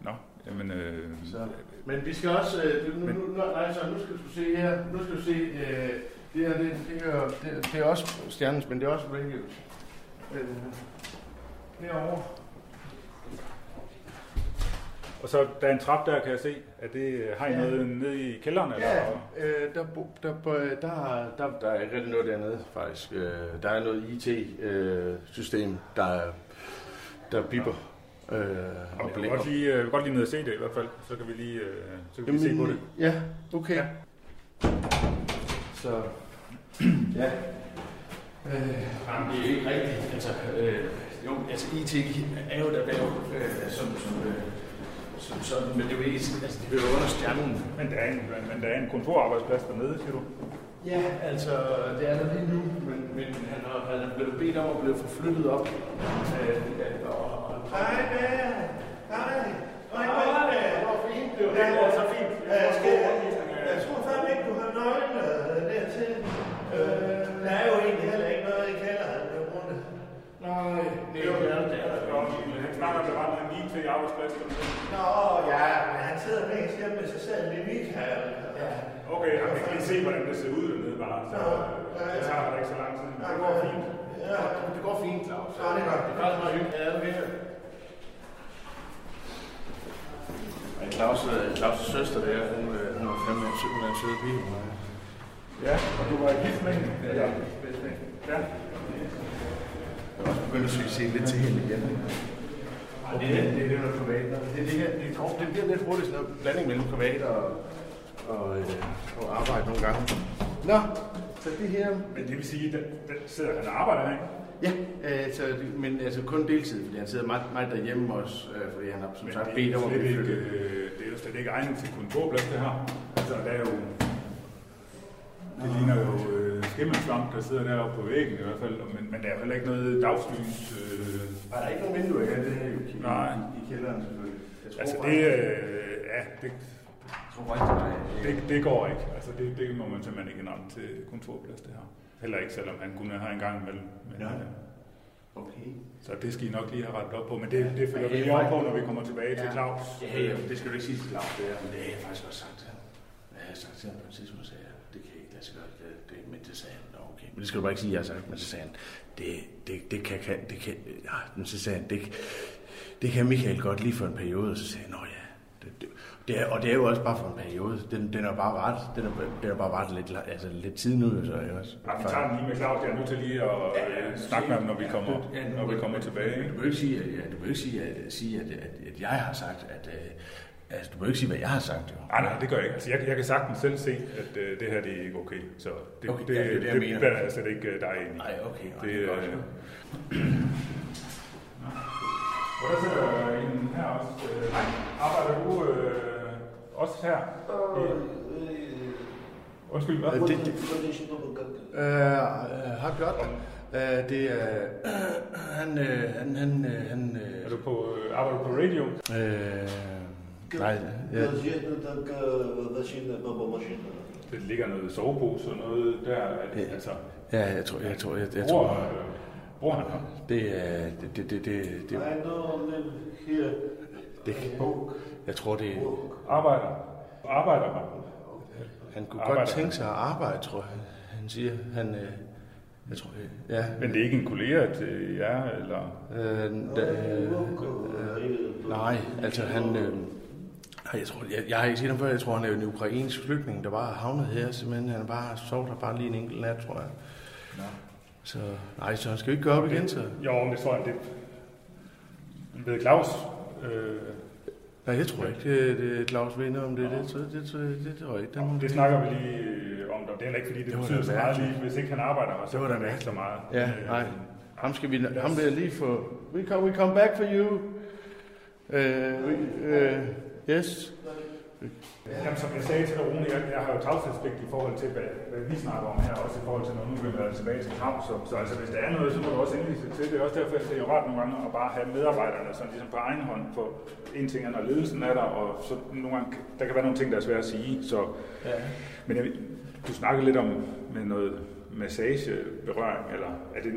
[SPEAKER 12] Nå, jamen... Øh,
[SPEAKER 11] Så. Men vi skal også, øh, det- nu, nu, nu, nej, så nu skal du se her, nu skal du se, øh, det her, det, det, her, det, det er også stjernens, men det er også radio. Øh, herovre.
[SPEAKER 12] Og så der er en trap der, kan jeg se. Er det, har I
[SPEAKER 11] Ja.
[SPEAKER 12] noget nede i kælderen?
[SPEAKER 11] Ja,
[SPEAKER 12] Eller?
[SPEAKER 11] øh, der, bo- der, bo- der, der, der er ikke rigtig noget dernede, faktisk. Øh, der er noget IT-system, der, der bipper. Øh, og
[SPEAKER 12] Jeg vil godt lige, øh, jeg vil godt lige ned og se det i hvert fald. Så kan vi lige øh, så kan vi se på det.
[SPEAKER 11] Ja, okay. Ja. Så, ja. Øh, jamen, det er jo ikke rigtigt. Altså, øh, jo, altså IT er jo et erhverv, øh, som, som, øh, som sådan, men det er jo ikke, altså, det hører under stjernen.
[SPEAKER 12] Men der er en, men der er en kontorarbejdsplads dernede, siger du?
[SPEAKER 11] Ja, altså, det er der lige nu, men, men han, er, han er blevet bedt om at blive forflyttet op. Øh, ja, og, og, hej, hej, hej, hej, hej, hvor fint, det var det, var så fint. Jeg
[SPEAKER 13] Jeg tror fandme ikke, du har nøglen øh, dertil. Øh, der er jo egentlig heller ikke noget i kælderen, det er rundt. Nej,
[SPEAKER 11] det er jo det, er der
[SPEAKER 3] Nå, men han snakker med bare en IT arbejdsplads.
[SPEAKER 13] Nå, ja, men han sidder mest hjemme med sig selv i Michael. Ja.
[SPEAKER 3] Okay, jeg kan lige se, hvordan det ser ud dernede bare. Så øh, det tager da ikke så lang tid. Men Det går fint.
[SPEAKER 11] Ja, det går fint, Claus. Ja, det er godt. Det er faktisk meget hyggeligt. Ja, det er Men Claus, øh, Claus' søster der, hun, øh, hun er fandme en sød, hun er en sød pige. hun er. Ja, og du var gift med hende? Ja, jeg var gift med hende. Ja. Jeg var også begyndt at søge se lidt til hende igen. Og det, er- det, er det, der er privat. Det, er det, her, det, er- det bliver lidt hurtigt sådan noget blanding mellem privat og, og, øh, og arbejde nogle gange. Nå, så det her... Men det vil sige, at den sidder han og arbejder her, Ja, øh, så, det- men altså kun deltid, fordi han sidder meget, meget derhjemme også, øh, fordi han har som
[SPEAKER 3] Men
[SPEAKER 11] sagt
[SPEAKER 3] det er
[SPEAKER 11] bedt
[SPEAKER 3] jo
[SPEAKER 11] om at
[SPEAKER 3] slet
[SPEAKER 11] blive
[SPEAKER 3] ikke,
[SPEAKER 11] flyttet.
[SPEAKER 3] øh, det er jo slet ikke egnet til kontorplads, det her. Altså, der er jo... Det ligner jo øh, skimmelsvamp, der sidder deroppe på væggen i hvert fald, og- men, men der er jo heller ikke noget dagslys. Øh.
[SPEAKER 11] Nej, der er ikke nogen vinduer i det her i,
[SPEAKER 3] Nej.
[SPEAKER 11] i kælderen selvfølgelig. Jeg tror
[SPEAKER 12] Altså
[SPEAKER 11] bare-
[SPEAKER 12] det, øh, ja, det, det, det går ikke. Altså det, det må man simpelthen ikke indrette til kontorplads, det her. Heller ikke, selvom han kunne have en gang imellem. Men, ja.
[SPEAKER 11] Okay.
[SPEAKER 12] Så det skal I nok lige have rettet op på, men det, det følger
[SPEAKER 11] Men
[SPEAKER 12] vi
[SPEAKER 11] det
[SPEAKER 12] lige
[SPEAKER 11] er
[SPEAKER 12] op på,
[SPEAKER 11] faktisk-
[SPEAKER 12] når vi kommer tilbage til
[SPEAKER 11] Ja.
[SPEAKER 12] Claus.
[SPEAKER 11] Ja, ja, men det skal du ikke sige til Claus, det er, men det har jeg faktisk også sagt til ham. Jeg har sagt til ham på et tidspunkt, sagde jeg, det kan jeg ikke lade sig gøre, det, det, men det sagde han, nå okay. Men det skal du bare ikke sige, jeg har sagt, men så sagde han, det, det, det kan, kan, det kan, ja, men så sagde han, det, det kan Michael godt lige for en periode, og så sagde jeg, nå ja, det, det, det er, og det er jo også bare for en periode. Den, den er bare ret, den er, den er bare ret lidt, la- altså lidt tid nu, så jeg også.
[SPEAKER 12] Ja, vi tager den lige med Claus. Jeg er nødt til lige at øh, snakke med ham, når vi kommer, når vi kommer tilbage.
[SPEAKER 11] Du
[SPEAKER 12] ikke?
[SPEAKER 11] må ikke sige, at, ja, du må ikke sige, at, sige, at, at, at jeg har sagt, at, øh, altså, du må ikke sige, hvad jeg har sagt, jo.
[SPEAKER 12] Nej, nej, det gør jeg ikke. Altså, jeg, jeg kan sagtens selv se, at øh, det her det er ikke okay. Så det,
[SPEAKER 11] Okay,
[SPEAKER 12] det,
[SPEAKER 11] ja, det er det,
[SPEAKER 12] det,
[SPEAKER 11] jeg
[SPEAKER 12] det,
[SPEAKER 11] mener.
[SPEAKER 12] det blander jeg slet ikke øh, dig ind i.
[SPEAKER 11] Nej, okay.
[SPEAKER 12] Det, øh,
[SPEAKER 3] Og der sidder en her også. Øh, nej, arbejder du øh, også her? Undskyld, hvad?
[SPEAKER 11] Øh, det- Øh, har gjort det. Øh, det er... han, øh, han, han, øh, han øh,
[SPEAKER 12] er du på, øh, arbejder du på radio?
[SPEAKER 11] Øh, Nej, ja.
[SPEAKER 3] Det ligger noget sovepose og noget der. At, altså,
[SPEAKER 11] Ja, jeg tror, jeg tror, jeg, jeg tror...
[SPEAKER 3] øh, Bror, han har.
[SPEAKER 11] Det er... Det, det, det, det, det,
[SPEAKER 13] I know them here.
[SPEAKER 11] det, jeg tror, det er...
[SPEAKER 3] Arbejder. Arbejder man.
[SPEAKER 11] Han kunne
[SPEAKER 3] Arbejder.
[SPEAKER 11] godt tænke sig at arbejde, tror jeg. Han siger, han... Øh, jeg tror, øh, ja.
[SPEAKER 3] Men det er ikke en kollega til jer, eller?
[SPEAKER 11] Øh, da, øh, øh, nej, altså han... Øh, nej, jeg, tror, jeg, jeg, har ikke set ham før. Jeg tror, han er en ukrainsk flygtning, der bare er havnet her. Simpelthen, han bare sov der bare lige en enkelt nat, tror jeg. Så nej, så han skal jo ikke gøre op igen, så...
[SPEAKER 3] Jo, men det tror jeg, det Men ved Claus, øh,
[SPEAKER 11] Nej, jeg tror ikke, det, det er Claus vinder om det. Det, det, det, det, det tror jeg ikke. Den,
[SPEAKER 3] det snakker vi lige øh, om, og det er heller ikke, fordi det,
[SPEAKER 11] Det
[SPEAKER 3] det
[SPEAKER 11] var
[SPEAKER 3] betyder
[SPEAKER 11] da
[SPEAKER 3] så meget
[SPEAKER 11] mærkeligt.
[SPEAKER 3] lige, hvis ikke han arbejder her, så
[SPEAKER 11] Det var da
[SPEAKER 3] betyder det ikke så meget.
[SPEAKER 11] Ja,
[SPEAKER 3] Øh,
[SPEAKER 11] nej. Ham skal vi, ham vil jeg lige få. We come, we come back for you. Uh, we, uh, yes.
[SPEAKER 3] Jamen, som jeg sagde til dig, Rune, jeg, jeg har jo tavshedspligt i forhold til, hvad, hvad vi snakker om her, også i forhold til, når nu vi være tilbage til krav. Så, så altså, hvis der er noget, så må du også indvise det til. Det er også derfor, at det er jo rart nogle gange at bare have medarbejderne sådan ligesom på egen hånd. For en ting er, når ledelsen er der, og så nogle gange, der kan være nogle ting, der er svære at sige. Så,
[SPEAKER 11] Ja.
[SPEAKER 3] Men jeg, ved- du snakkede lidt om med noget massageberøring, eller er det,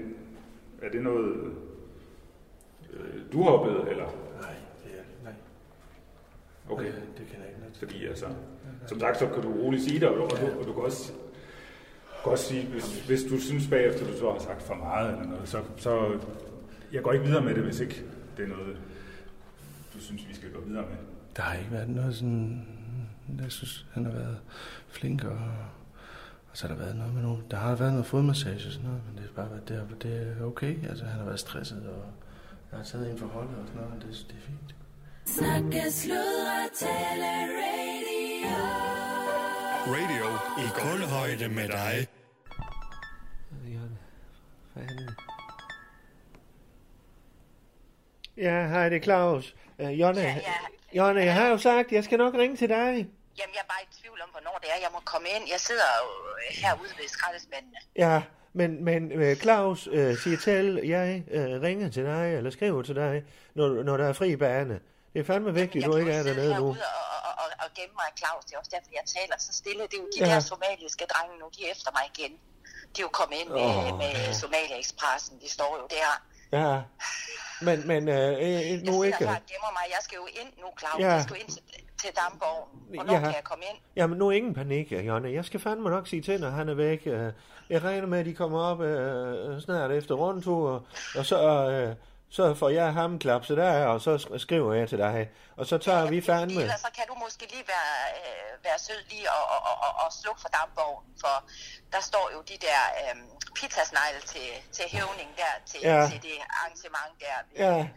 [SPEAKER 3] er det noget, øh, du har oplevet, eller?
[SPEAKER 11] Nej, det er, nej. Øh,
[SPEAKER 3] Okay.
[SPEAKER 11] Det, det kan jeg ikke.
[SPEAKER 3] Fordi altså, som sagt, så kan du roligt sige det, og du, og du, og du kan også, kan også sige, hvis, hvis du synes bagefter, du så har sagt for meget eller noget, så, så jeg går ikke videre med det, hvis ikke det er noget, du synes, vi skal gå videre med.
[SPEAKER 11] Der har ikke været noget sådan... Jeg synes, han har været flink, og, og så har der været noget med nogle... Der har været noget fodmassage og sådan noget, men det er bare været det, er- det er okay. Altså, han har været stresset, og jeg har taget en for holdet og sådan noget, men det, det er fint.
[SPEAKER 9] Snakke, sludre, tale, radio.
[SPEAKER 10] Radio i kulhøjde med dig.
[SPEAKER 1] Ja, hej, det er Claus. Øh, Jonna, ja, ja. Jonna, jeg har jo sagt, jeg skal nok ringe til dig.
[SPEAKER 2] Jamen, jeg er bare i tvivl om, hvornår det er, jeg må komme ind. Jeg sidder jo øh, herude ved skraldespandene.
[SPEAKER 1] Ja, men, men øh, Claus øh, siger til, jeg øh, ringer til dig, eller skriver til dig, når, når der er fri bane. Det er fandme vigtigt, du ikke er dernede nu.
[SPEAKER 2] Og, og, og gemme mig, Claus. Det er også derfor, jeg taler så stille. Det er jo de
[SPEAKER 1] Ja.
[SPEAKER 2] ja. der somaliske drenge nu, de er efter mig igen. De er jo kommet ind med,
[SPEAKER 1] Åh,
[SPEAKER 2] oh, med
[SPEAKER 1] ja.
[SPEAKER 2] Somalia Expressen. De står jo der.
[SPEAKER 1] Ja, men, men øh, øh, nu
[SPEAKER 2] Jeg
[SPEAKER 1] ikke.
[SPEAKER 2] bare og gemmer mig. Jeg skal jo ind nu, Claus.
[SPEAKER 1] Ja.
[SPEAKER 2] Ja. Jeg skal jo ind til, til Damborgen. Hvornår
[SPEAKER 1] Ja.
[SPEAKER 2] ja. kan jeg komme ind?
[SPEAKER 1] Jamen nu er ingen panik, øh, Jonna. Jeg skal fandme nok sige til, når han er væk. øh. Jeg regner med, at de kommer op øh, snart efter rundtur, og så, øh, så får jeg ham klapset der, og så sk- skriver jeg til dig. Og så tager vi fandme...
[SPEAKER 2] Ellers så kan du måske lige være, øh, være sød lige og, og, og- og, og slukke for Damborgen. For der står jo de der øh, pizzasnegle til, til hævning der, til,
[SPEAKER 1] Ja.
[SPEAKER 2] ja. til det arrangement der.
[SPEAKER 1] Ja,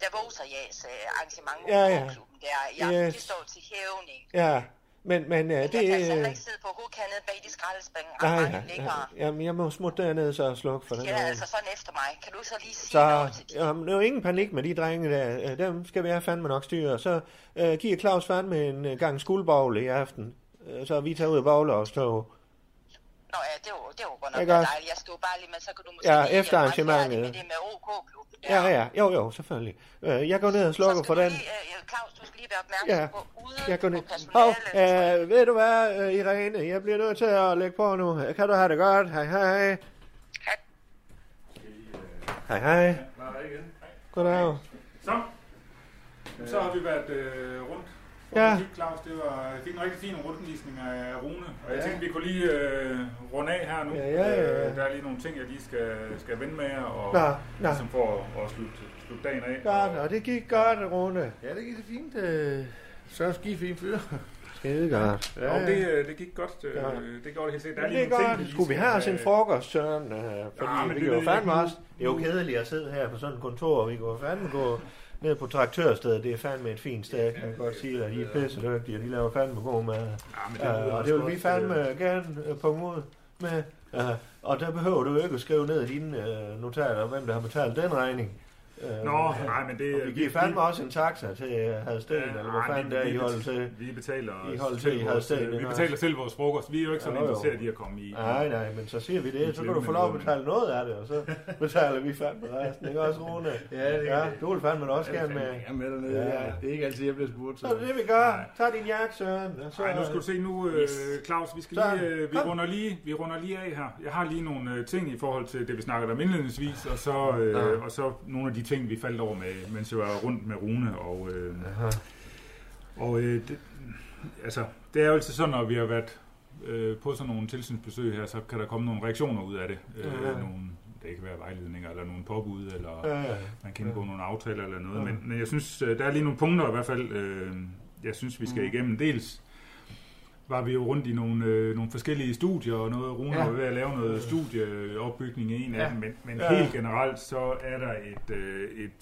[SPEAKER 2] Der voser jeres øh, arrangement
[SPEAKER 1] Ja,
[SPEAKER 2] ja,
[SPEAKER 1] ja.
[SPEAKER 2] ja. klubben der. Ja, yes.
[SPEAKER 1] Yes.
[SPEAKER 2] De står til hævning.
[SPEAKER 1] ja. Men, men øh,
[SPEAKER 2] Jeg
[SPEAKER 1] det...
[SPEAKER 2] kan altså heller
[SPEAKER 1] Øh,
[SPEAKER 2] ikke sidde på hovedkandet bag de skraldespænge.
[SPEAKER 1] nej,
[SPEAKER 2] Nej,
[SPEAKER 1] ja,
[SPEAKER 2] længere.
[SPEAKER 1] ja. jamen jeg må smutte derned så og slukke for den
[SPEAKER 2] De er
[SPEAKER 1] her.
[SPEAKER 2] altså sådan efter mig. Kan du så lige sige
[SPEAKER 1] Så jamen, der er jo ingen panik med de drenge der. Øh, Dem skal vi have fandme nok styre. Så øh, giver Claus fandme en øh, gang skuldbogle i aften. Øh, Så vi tager ud og bowler os tog.
[SPEAKER 2] Nå ja, det var, det var godt nok
[SPEAKER 1] Ikke også?
[SPEAKER 2] dejligt. Jeg skal jo bare lige med, så kan du måske
[SPEAKER 1] Ja,
[SPEAKER 2] lige
[SPEAKER 1] efter
[SPEAKER 2] hjælpe mig
[SPEAKER 1] arrangementet.
[SPEAKER 2] færdig Med det med OK-klubben.
[SPEAKER 1] Ja, ja. Jo, jo, selvfølgelig. Øh, Jeg går ned og slukker for den.
[SPEAKER 2] Claus, du skal lige være opmærksom
[SPEAKER 1] Ja,
[SPEAKER 2] på uden
[SPEAKER 1] jeg går ned.
[SPEAKER 2] på personalet.
[SPEAKER 1] Hov, øh, ved du hvad, øh, Irene? Jeg bliver nødt til at lægge på nu. Øh, Kan du have det godt? Hej, hej. Hej, hej.
[SPEAKER 3] Nej, ikke.
[SPEAKER 1] Goddag.
[SPEAKER 3] Så, Jamen, så har vi været øh, rundt.
[SPEAKER 1] Ja.
[SPEAKER 3] Ja. Claus, det var, jeg fik en rigtig fin rundvisning af Rune, og jeg
[SPEAKER 1] Ja.
[SPEAKER 3] tænkte, vi kunne lige øh, runde af her nu.
[SPEAKER 1] Ja, ja, ja, ja.
[SPEAKER 3] Øh, Der er lige nogle ting, jeg lige skal, skal vende med jer, og
[SPEAKER 1] Nå, nå.
[SPEAKER 3] ligesom for at, at slutte, slutte dagen af.
[SPEAKER 1] Godt, og det gik godt, Rune.
[SPEAKER 11] Ja, det gik så fint. Øh, så er det fint fyr.
[SPEAKER 1] Skide godt.
[SPEAKER 3] Ja, ja. det, øh, det gik godt. Øh, Det gjorde det helt sikkert. Der er
[SPEAKER 1] Men
[SPEAKER 3] lige
[SPEAKER 1] det er
[SPEAKER 3] nogle ting,
[SPEAKER 1] godt.
[SPEAKER 3] vi lige
[SPEAKER 1] Skulle vi
[SPEAKER 3] skal øh,
[SPEAKER 1] have os en
[SPEAKER 3] have-
[SPEAKER 1] frokost, Søren? Øh, fordi
[SPEAKER 3] Ja,
[SPEAKER 1] ja, vi
[SPEAKER 3] men det
[SPEAKER 1] kan
[SPEAKER 3] ved
[SPEAKER 1] jo
[SPEAKER 3] jeg
[SPEAKER 1] fandme
[SPEAKER 3] ikke.
[SPEAKER 1] også... Det er jo kedeligt at sidde her på sådan et kontor, og vi går fandme gå ned på traktørstedet. Det er fandme et fint sted, kan jeg godt sige dig. De er pisse dygtige, og de laver fandme god mad.
[SPEAKER 3] men det lyder
[SPEAKER 1] Ja, og
[SPEAKER 3] også
[SPEAKER 1] det vil vi
[SPEAKER 3] godt,
[SPEAKER 1] fandme gerne øh, punge ud med. Øh, Og der behøver du jo ikke at skrive ned i dine øh, notater, hvem der har betalt den regning.
[SPEAKER 3] Nå, nej, men det...
[SPEAKER 1] Og vi giver fandme også en taxa til Hadsten,
[SPEAKER 3] Ja,
[SPEAKER 1] eller hvad
[SPEAKER 3] nej,
[SPEAKER 1] fanden
[SPEAKER 3] vi-
[SPEAKER 1] der
[SPEAKER 3] vi
[SPEAKER 1] I
[SPEAKER 3] bet-
[SPEAKER 1] holder til.
[SPEAKER 3] Vi betaler,
[SPEAKER 1] I holder til i
[SPEAKER 3] vores, øh,
[SPEAKER 1] Hadsten.
[SPEAKER 3] vi betaler selv vores frokost. Vi er jo ikke sådan interesserede i at komme i...
[SPEAKER 1] Nej, nej, men så siger vi
[SPEAKER 3] i
[SPEAKER 1] det, så kan du
[SPEAKER 3] klemme
[SPEAKER 1] få lov at
[SPEAKER 3] eller
[SPEAKER 1] betale noget af det, og så betaler vi fandme resten, ikke også, Rune?
[SPEAKER 11] Ja, det-
[SPEAKER 1] ja, du vil fandme da også
[SPEAKER 11] Ja, det
[SPEAKER 1] gerne
[SPEAKER 11] fandme
[SPEAKER 1] med.
[SPEAKER 11] gerne med dernede, ja. Det er ikke altid, jeg bliver spurgt.
[SPEAKER 1] Så er det det, vi gør. Tag din jakke, Søren. og så-
[SPEAKER 3] Nej, nu skal du se nu, øh, Claus, vi, skal
[SPEAKER 1] Søren,
[SPEAKER 3] lige, øh, vi,
[SPEAKER 1] kom.
[SPEAKER 3] runder lige, vi runder lige af her. Jeg har lige nogle øh, ting i forhold til det, vi snakkede om indledningsvis, og så, øh, og så nogle af de ting, vi faldt over med, mens jeg var rundt med Rune. Og, øh, og øh, det, altså, det er jo altid sådan, når vi har været øh, på sådan nogle tilsynsbesøg her, så kan der komme nogle reaktioner ud af det. Øh,
[SPEAKER 1] Ja.
[SPEAKER 3] nogle, det kan være vejledninger, eller nogle påbud, eller
[SPEAKER 1] Ja, ja.
[SPEAKER 3] man kan indgå nogle aftaler eller noget.
[SPEAKER 1] Ja.
[SPEAKER 3] Men, men jeg synes, øh, der er lige nogle punkter i hvert fald, øh, jeg synes, vi skal
[SPEAKER 1] Mm.
[SPEAKER 3] igennem. Dels var vi jo rundt i nogle, øh, nogle forskellige studier og noget. Rune
[SPEAKER 1] Ja.
[SPEAKER 3] ja. var ved at lave noget studieopbygning i en
[SPEAKER 1] Ja.
[SPEAKER 3] af dem, men, men
[SPEAKER 1] Ja.
[SPEAKER 3] ja. helt generelt så er der et, øh, et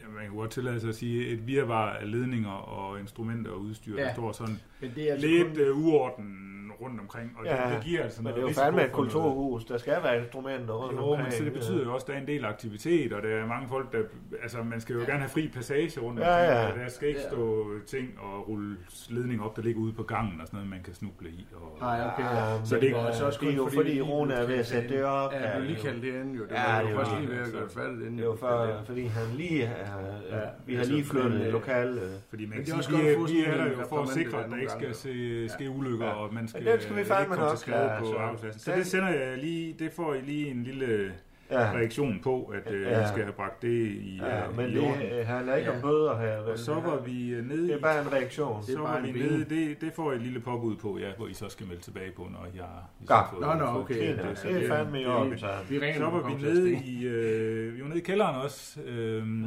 [SPEAKER 3] ja, man kan godt tillade sig at sige, et virvar af ledninger og instrumenter og udstyr,
[SPEAKER 11] Ja.
[SPEAKER 3] ja. der står sådan
[SPEAKER 11] Men det er altså
[SPEAKER 3] lidt kun... uorden rundt omkring, og ja. det, det giver altså
[SPEAKER 1] men
[SPEAKER 3] noget
[SPEAKER 1] det er jo
[SPEAKER 3] risiko
[SPEAKER 1] fandme et
[SPEAKER 3] for noget.
[SPEAKER 1] kulturhus. Der skal være instrumenter rundt
[SPEAKER 3] Jo, men
[SPEAKER 1] omkring. øh,
[SPEAKER 3] så det betyder jo også, at der er en del aktivitet, og der er mange folk, der... Altså, man skal jo gerne have fri passage rundt
[SPEAKER 1] Ja,
[SPEAKER 3] omkring,
[SPEAKER 1] ja.
[SPEAKER 3] og der skal ikke
[SPEAKER 1] Ja.
[SPEAKER 3] stå ting og rulle ledning op, der ligger ude på gangen og sådan noget, man kan snuble i. Og...
[SPEAKER 11] Nej, okay. Ah, Ja,
[SPEAKER 3] Så det,
[SPEAKER 11] men det var altså også
[SPEAKER 1] Det er
[SPEAKER 11] kun
[SPEAKER 1] jo
[SPEAKER 11] fordi,
[SPEAKER 1] fordi,
[SPEAKER 11] vi
[SPEAKER 1] Rune er
[SPEAKER 11] blev
[SPEAKER 1] ved at
[SPEAKER 11] kaldt
[SPEAKER 1] sætte det
[SPEAKER 11] ind.
[SPEAKER 1] op.
[SPEAKER 11] Ja, vi blev lige kaldt
[SPEAKER 1] det
[SPEAKER 11] det inden, jo. Det
[SPEAKER 1] ja,
[SPEAKER 11] var jo
[SPEAKER 1] det
[SPEAKER 11] først
[SPEAKER 1] var-
[SPEAKER 11] lige ved at gøre det færdigt, inden
[SPEAKER 1] Det var
[SPEAKER 11] vi
[SPEAKER 1] for,
[SPEAKER 11] blev kaldt ind.
[SPEAKER 1] fordi han lige er,
[SPEAKER 11] Ja,
[SPEAKER 1] vi har
[SPEAKER 11] altså,
[SPEAKER 1] lige flyttet
[SPEAKER 11] men,
[SPEAKER 1] et
[SPEAKER 11] øh,
[SPEAKER 1] lokale.
[SPEAKER 3] Fordi man
[SPEAKER 11] Men
[SPEAKER 3] kan
[SPEAKER 11] det er også
[SPEAKER 3] sige,
[SPEAKER 11] godt at
[SPEAKER 3] vi,
[SPEAKER 11] få
[SPEAKER 3] er- vi
[SPEAKER 11] sådan
[SPEAKER 3] er
[SPEAKER 11] en
[SPEAKER 3] der jo for at
[SPEAKER 11] permanent
[SPEAKER 3] sikre, at der
[SPEAKER 11] nogle
[SPEAKER 3] ikke skal se,
[SPEAKER 11] gange.
[SPEAKER 3] ske ulykker,
[SPEAKER 11] Ja.
[SPEAKER 3] og man skal,
[SPEAKER 1] den skal vi
[SPEAKER 3] ikke
[SPEAKER 1] fandme
[SPEAKER 3] komme
[SPEAKER 1] nok
[SPEAKER 3] til skade
[SPEAKER 1] klare,
[SPEAKER 3] på
[SPEAKER 1] så.
[SPEAKER 3] arbejdspladsen. Så
[SPEAKER 1] Den-
[SPEAKER 3] det sender jeg lige, det får I lige en lille
[SPEAKER 1] Ja.
[SPEAKER 3] reaktion på, at øh,
[SPEAKER 1] Ja.
[SPEAKER 3] vi skal have bragt det i,
[SPEAKER 1] Ja,
[SPEAKER 3] øh,
[SPEAKER 1] men
[SPEAKER 3] i
[SPEAKER 1] det,
[SPEAKER 3] orden.
[SPEAKER 1] øh, handler ikke om bøder her, vel?
[SPEAKER 3] Og så var vi øh, nede
[SPEAKER 1] Det er
[SPEAKER 3] i-
[SPEAKER 1] bare en reaktion. Det
[SPEAKER 3] Så
[SPEAKER 1] er bare
[SPEAKER 3] var vi
[SPEAKER 1] en bøde.
[SPEAKER 3] nede, det, det får I et lille påbud på, ja, hvor I så skal melde tilbage på, når jeg har
[SPEAKER 1] Godt. Nå, nå, okay. Fint, det er fandme i orden, så. Vi ringer,
[SPEAKER 3] Så
[SPEAKER 1] når vi
[SPEAKER 3] var vi
[SPEAKER 1] kommer til
[SPEAKER 3] nede
[SPEAKER 1] at
[SPEAKER 3] i, øh, vi var nede i kælderen også, øhm,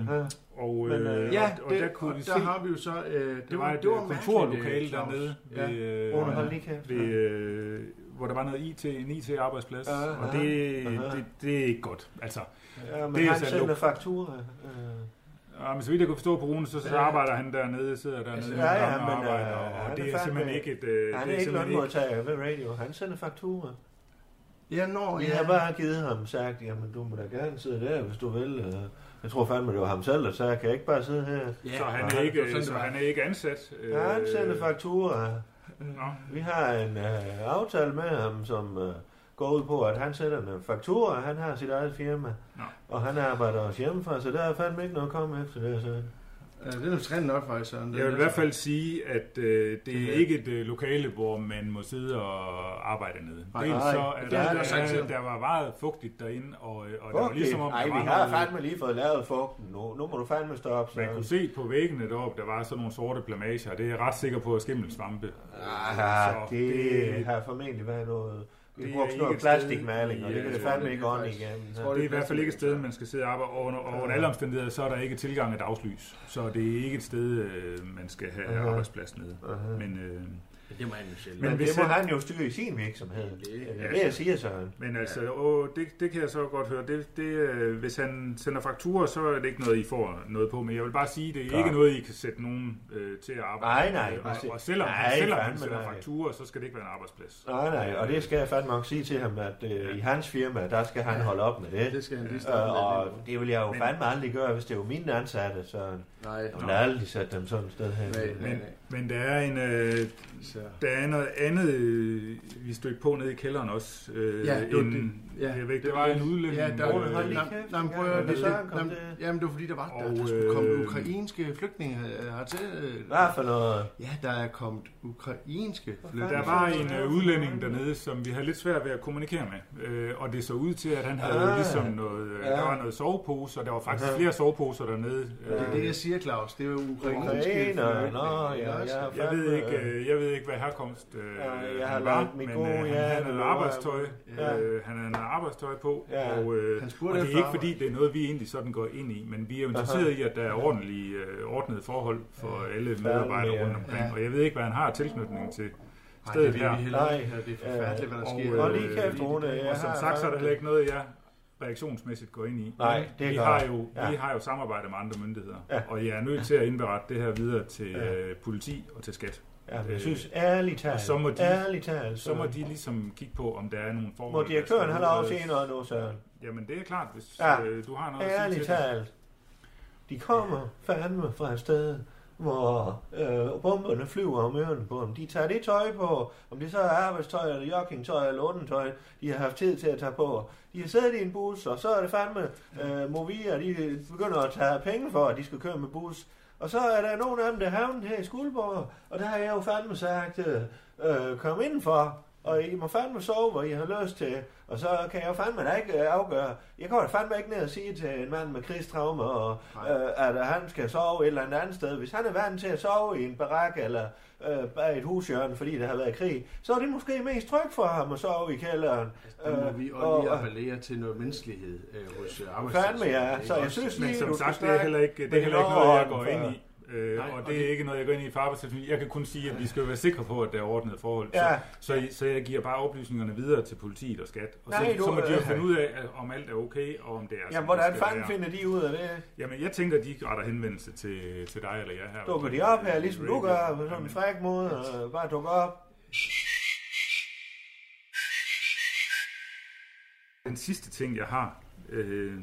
[SPEAKER 3] og,
[SPEAKER 11] Men, øh,
[SPEAKER 3] øh,
[SPEAKER 11] ja,
[SPEAKER 3] og, og
[SPEAKER 11] det-
[SPEAKER 3] der kunne
[SPEAKER 11] og
[SPEAKER 3] vi
[SPEAKER 11] der
[SPEAKER 3] se,
[SPEAKER 11] har vi jo så, øh, det
[SPEAKER 3] der
[SPEAKER 11] var-
[SPEAKER 3] var et
[SPEAKER 11] det var
[SPEAKER 3] øh,
[SPEAKER 11] mærkeligt,
[SPEAKER 3] kontorlokale
[SPEAKER 11] øh, Claus.
[SPEAKER 3] dernede,
[SPEAKER 11] Ja.
[SPEAKER 3] ved, øh,
[SPEAKER 11] Rune, hold lige kæft.
[SPEAKER 3] ved, øh, hvor der var noget IT, en IT-arbejdsplads,
[SPEAKER 1] Ja,
[SPEAKER 3] og
[SPEAKER 1] ja,
[SPEAKER 3] det,
[SPEAKER 1] ja.
[SPEAKER 3] det, det er ikke godt. Altså,
[SPEAKER 1] Ja, men
[SPEAKER 3] dels
[SPEAKER 1] han
[SPEAKER 3] er
[SPEAKER 1] sender
[SPEAKER 3] luk-
[SPEAKER 1] faktura. øh.
[SPEAKER 3] Ja, men så vidt jeg kunne forstå på Rune, så, så
[SPEAKER 1] Ja.
[SPEAKER 3] arbejder han dernede, sidder dernede
[SPEAKER 1] Altså,
[SPEAKER 3] altså,
[SPEAKER 1] ja, ja,
[SPEAKER 3] og
[SPEAKER 1] men
[SPEAKER 3] arbejder,
[SPEAKER 1] øh, han
[SPEAKER 3] og det er
[SPEAKER 1] fandme-
[SPEAKER 3] simpelthen ikke et... øh,
[SPEAKER 1] Han
[SPEAKER 3] det
[SPEAKER 1] er ikke
[SPEAKER 3] simpelthen
[SPEAKER 1] lønmodtager ved radio. Han sender faktura.
[SPEAKER 5] é
[SPEAKER 11] Ja, når
[SPEAKER 1] Vi
[SPEAKER 11] ja.
[SPEAKER 1] har bare givet ham sagt, jamen du må da gerne sidde der, hvis du vil. øh. Jeg tror fandme, det var ham selv, der sagde, kan jeg ikke bare sidde her?
[SPEAKER 3] så
[SPEAKER 1] Og
[SPEAKER 3] han er ikke,
[SPEAKER 1] sådan, det
[SPEAKER 3] så
[SPEAKER 1] var.
[SPEAKER 3] han er ikke ansat. øh,
[SPEAKER 1] Ja, han sender fakturer.
[SPEAKER 3] Nå.
[SPEAKER 1] Vi har en øh, aftale med ham, som øh, går ud på, at han sætter en faktura, han har sit eget firma,
[SPEAKER 3] Nå.
[SPEAKER 1] og han arbejder også hjemmefra, så der er fandme ikke noget at komme efter det. Så.
[SPEAKER 11] Ja, det er jo trænet nok, faktisk, Søren.
[SPEAKER 3] Jeg vil i hvert fald sige, at øh, det er
[SPEAKER 11] er-
[SPEAKER 3] ikke et øh, lokale, hvor man må sidde og arbejde nede.
[SPEAKER 11] Nej,
[SPEAKER 3] Dels
[SPEAKER 11] nej.
[SPEAKER 3] så er
[SPEAKER 11] Det
[SPEAKER 3] der,
[SPEAKER 11] har jeg også sagt til
[SPEAKER 3] er,
[SPEAKER 11] ham.
[SPEAKER 3] der var meget fugtigt derinde, og, øh, og der var
[SPEAKER 1] Fuck det.
[SPEAKER 3] ligesom om...
[SPEAKER 1] Ej,
[SPEAKER 3] der
[SPEAKER 1] vi
[SPEAKER 3] var
[SPEAKER 1] har
[SPEAKER 3] noget-
[SPEAKER 1] fandme lige fået lavet fugten nu. Nu må du fandme stoppe.
[SPEAKER 3] Man kunne se på væggene deroppe, der var sådan nogle sorte plamager, og det er jeg ret sikker på at skimmelsvampe.
[SPEAKER 1] Ah,
[SPEAKER 3] Så
[SPEAKER 1] det, det har formentlig været noget... Vi
[SPEAKER 3] Det
[SPEAKER 1] brugte
[SPEAKER 3] er
[SPEAKER 1] noget
[SPEAKER 3] ikke et sted
[SPEAKER 1] plastikmaling, og
[SPEAKER 3] i,
[SPEAKER 1] det kan
[SPEAKER 3] øh,
[SPEAKER 1] det fandme ikke ånde igennem.
[SPEAKER 3] Det er i hvert fald ikke et sted, man skal sidde og arbejde. Og under, og
[SPEAKER 1] Altså.
[SPEAKER 3] under alle omstændigheder, så er der ikke tilgang af dagslys. Så det er ikke et sted, øh, man skal have
[SPEAKER 1] Aha.
[SPEAKER 3] arbejdsplads nede.
[SPEAKER 1] Aha.
[SPEAKER 3] Men, øh,
[SPEAKER 11] det må han jo selv.
[SPEAKER 1] Men, men det må han jo styre i sin virksomhed. Det er det, jeg siger, Søren.
[SPEAKER 3] Men altså, åh, det, det kan jeg så godt høre. Det, det, øh, hvis han sender fakturer, så er det ikke noget, I får noget på. Men jeg vil bare sige, det er
[SPEAKER 1] Klar.
[SPEAKER 3] ikke noget, I kan sætte nogen øh, til at arbejde
[SPEAKER 1] Nej, nej,
[SPEAKER 3] med.
[SPEAKER 1] præcis.
[SPEAKER 3] Og, og selvom,
[SPEAKER 1] Nej,
[SPEAKER 3] nej, selvom han
[SPEAKER 1] fandme
[SPEAKER 3] sender
[SPEAKER 1] nej.
[SPEAKER 3] fakturer, så skal det ikke være en arbejdsplads.
[SPEAKER 1] Nej, nej, og det skal jeg fandme nok sige til ham, at øh, i hans firma, der skal han holde op med det.
[SPEAKER 11] Det skal han lige starte
[SPEAKER 1] øh,
[SPEAKER 11] med.
[SPEAKER 1] Og det ville jeg jo
[SPEAKER 11] Men-
[SPEAKER 1] fandme aldrig gøre, hvis det var mine ansatte, så
[SPEAKER 11] Nej.
[SPEAKER 1] jeg ville aldrig sætte dem sådan et sted her.
[SPEAKER 3] Men, men der er en øh, der er noget andet øh, vi stødte på nede i kælderen også. Øh,
[SPEAKER 11] Ja, det var
[SPEAKER 3] en,
[SPEAKER 11] det. Ja,
[SPEAKER 3] jeg ved, ikke,
[SPEAKER 11] det
[SPEAKER 3] det
[SPEAKER 11] var
[SPEAKER 3] var
[SPEAKER 11] det.
[SPEAKER 3] en udlænding.
[SPEAKER 11] Ja, der-
[SPEAKER 3] øh,
[SPEAKER 11] Hold lige kæft. Nej, men prøv at høre,
[SPEAKER 1] Ja,
[SPEAKER 11] det-
[SPEAKER 1] Søren kom
[SPEAKER 11] nej, men-
[SPEAKER 1] det.
[SPEAKER 11] jamen, det var fordi, der var der,
[SPEAKER 1] Og,
[SPEAKER 11] der skulle komme
[SPEAKER 1] øh,
[SPEAKER 11] ukrainske flygtninge øh, hertil. øh.
[SPEAKER 1] Hvad for noget?
[SPEAKER 11] Ja, der er kommet ukrainske flygtninge.
[SPEAKER 3] Der var en øh, udlænding dernede, som vi havde lidt svært ved at kommunikere med. Øh, og det så ud til, at han havde
[SPEAKER 11] Ah.
[SPEAKER 3] ligesom noget... Øh,
[SPEAKER 11] Ja.
[SPEAKER 3] Der var noget sovepose, og der var faktisk
[SPEAKER 11] Aha.
[SPEAKER 3] flere soveposer dernede. øh,
[SPEAKER 11] Ja, det er det, jeg siger, Claus. Det er jo ukrainske
[SPEAKER 1] Ukrainer,
[SPEAKER 11] flygtninge.
[SPEAKER 1] nå, ja,
[SPEAKER 11] Også.
[SPEAKER 1] ja.
[SPEAKER 3] Jeg ved,
[SPEAKER 1] fandme,
[SPEAKER 3] ikke, øh, jeg ved ikke, hvad herkomst øh,
[SPEAKER 1] jeg har
[SPEAKER 3] han var,
[SPEAKER 1] lagt mit
[SPEAKER 3] men øh,
[SPEAKER 1] gode ja,
[SPEAKER 3] han, han
[SPEAKER 1] eller
[SPEAKER 3] havde
[SPEAKER 1] hvad?
[SPEAKER 3] arbejdstøj.
[SPEAKER 1] Ja.
[SPEAKER 3] Øh, han havde noget arbejdstøj på,
[SPEAKER 1] Ja.
[SPEAKER 3] og, øh,
[SPEAKER 1] Han
[SPEAKER 3] og
[SPEAKER 1] spurgte
[SPEAKER 3] det er
[SPEAKER 1] efter
[SPEAKER 3] ikke fordi, det er noget, vi egentlig sådan går ind i, men vi er jo interesseret
[SPEAKER 1] Aha.
[SPEAKER 3] i, at der er ordentlige, øh, ordnede forhold for alle
[SPEAKER 1] Fandme,
[SPEAKER 3] medarbejdere rundt
[SPEAKER 1] ja.
[SPEAKER 3] omkring, og jeg ved ikke, hvad han har tilknytning til
[SPEAKER 11] det
[SPEAKER 3] stedet
[SPEAKER 11] ved vi
[SPEAKER 3] her.
[SPEAKER 11] heller ikke. Nej. Ja, det er forfærdeligt, hvad der sker.
[SPEAKER 3] Og,
[SPEAKER 11] Hold
[SPEAKER 3] øh,
[SPEAKER 11] lige kæft, Rune,
[SPEAKER 3] og,
[SPEAKER 11] jeg
[SPEAKER 3] som
[SPEAKER 11] har-
[SPEAKER 3] sagt, så er der heller ikke noget, jeg reaktionsmæssigt går ind i.
[SPEAKER 1] Nej, det
[SPEAKER 3] vi
[SPEAKER 1] gør
[SPEAKER 3] har
[SPEAKER 1] jeg.
[SPEAKER 3] jo,
[SPEAKER 1] Ja.
[SPEAKER 3] vi har jo samarbejde med andre myndigheder,
[SPEAKER 1] Ja.
[SPEAKER 3] og jeg er nødt til at indberette det her videre til
[SPEAKER 1] Ja.
[SPEAKER 3] øh, politi og til skat.
[SPEAKER 1] Ja, men jeg
[SPEAKER 3] Øh,
[SPEAKER 1] synes, ærligt talt,
[SPEAKER 3] og så må de,
[SPEAKER 1] ærligt talt,
[SPEAKER 3] så må
[SPEAKER 1] Søren.
[SPEAKER 3] de Øh, ligesom kigge på, om der er nogle forhold.
[SPEAKER 1] Øh. Må
[SPEAKER 3] der
[SPEAKER 1] direktøren
[SPEAKER 3] skal
[SPEAKER 1] have lov til
[SPEAKER 3] udredes.
[SPEAKER 1] noget nu, Søren?
[SPEAKER 3] Jamen det er klart, hvis
[SPEAKER 1] Ja.
[SPEAKER 3] ja. øh, du har noget at sige
[SPEAKER 1] Ærligt
[SPEAKER 3] til det.
[SPEAKER 1] talt. De kommer fandme fra et sted, hvor øh, bomberne flyver om ørerne på dem. De tager det tøj på, om det så er arbejdstøj, eller joggingtøj, eller undertøj, de har haft tid til at tage på. De har siddet i en bus, og så er det fandme øh, Movia, de begynder at tage penge for, at de skal køre med bus. Og så er der nogen af dem, der er havnet her i Skuldborg, og der har jeg jo fandme sagt, øh, kom indenfor, og I må fandme sove, hvor I har lyst til, og så kan jeg jo fandme da ikke øh, afgøre. Jeg går da fandme ikke ned og sige til en mand med krigstraume, og, øh, at øh, han skal sove et eller andet andet sted. Hvis han er vant til at sove i en barak eller øh, bag et hushjørne, fordi der har været krig, så er det måske mest trygt for ham at sove i kælderen.
[SPEAKER 11] Altså, Der må
[SPEAKER 1] Øh,
[SPEAKER 11] vi også lige appellere til noget menneskelighed øh, hos øh,
[SPEAKER 1] Fandme,
[SPEAKER 11] arbejdstilsynet.
[SPEAKER 1] ja.
[SPEAKER 11] ikke
[SPEAKER 1] Så jeg
[SPEAKER 11] også?
[SPEAKER 1] synes
[SPEAKER 3] Men
[SPEAKER 1] lige,
[SPEAKER 3] som
[SPEAKER 1] du
[SPEAKER 3] sagt,
[SPEAKER 1] skal
[SPEAKER 3] det er
[SPEAKER 1] snakke
[SPEAKER 3] heller ikke, det er
[SPEAKER 1] med
[SPEAKER 3] heller ikke noget, jeg går
[SPEAKER 1] loven
[SPEAKER 3] ind
[SPEAKER 1] for-
[SPEAKER 3] i. Øh,
[SPEAKER 1] Nej,
[SPEAKER 3] og
[SPEAKER 1] og
[SPEAKER 3] det er ikke noget, jeg går ind i for arbejdstilsynet. Jeg kan kun sige, at vi skal jo være sikre på, at der er ordnet forhold.
[SPEAKER 1] Ja.
[SPEAKER 3] Så, så, så jeg giver bare oplysningerne videre til politiet og skat. Og så,
[SPEAKER 1] Nej, du-
[SPEAKER 3] så må de jo
[SPEAKER 1] øh,
[SPEAKER 3] finde ud af, at- om alt er okay, og om det er,
[SPEAKER 1] Jamen,
[SPEAKER 3] som
[SPEAKER 1] hvordan
[SPEAKER 3] det skal
[SPEAKER 1] fanden
[SPEAKER 3] være.
[SPEAKER 1] finder de ud af det?
[SPEAKER 3] Jamen, jeg tænker, at de retter henvendelse til, til dig eller jeg her.
[SPEAKER 1] Dukker de op her, ligesom du gør, på sådan en fræk måde, og bare dukker op.
[SPEAKER 3] Den sidste ting, jeg har, øh,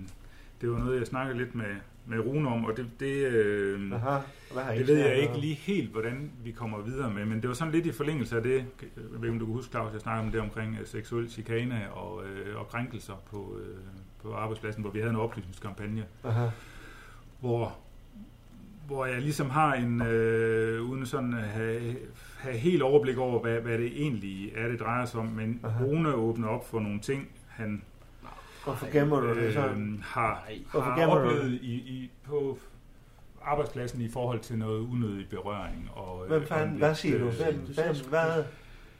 [SPEAKER 3] det var noget, jeg snakkede lidt med, med Rune om, og det, det, øh,
[SPEAKER 1] Aha, hvad har I
[SPEAKER 3] det ved jeg
[SPEAKER 1] snakket
[SPEAKER 3] ikke
[SPEAKER 1] om?
[SPEAKER 3] lige helt, hvordan vi kommer videre med, men det var sådan lidt i forlængelse af det, jeg ved ikke, om du kan huske, Claus, jeg snakkede om det omkring øh, seksuel chikane og, øh, og krænkelser på, øh, på arbejdspladsen, hvor vi havde en oplysningskampagne,
[SPEAKER 1] Aha.
[SPEAKER 3] hvor hvor jeg ligesom har en, øh, uden sådan at have, have helt overblik over, hvad, hvad det egentlig er, det drejer sig om, men
[SPEAKER 1] Aha.
[SPEAKER 3] Rune åbner op for nogle ting, han
[SPEAKER 1] Hvorfor gemmer du det så?
[SPEAKER 3] øhm, har,
[SPEAKER 1] Hvorfor
[SPEAKER 3] har
[SPEAKER 1] gemmer du
[SPEAKER 3] oplevet
[SPEAKER 1] det?
[SPEAKER 3] i, i, på arbejdspladsen i forhold til noget unødig berøring. Og, øh,
[SPEAKER 1] Hvem fanden,
[SPEAKER 3] konflikt,
[SPEAKER 1] hvad siger du?
[SPEAKER 3] øh,
[SPEAKER 1] Hvem, hvem, hvad?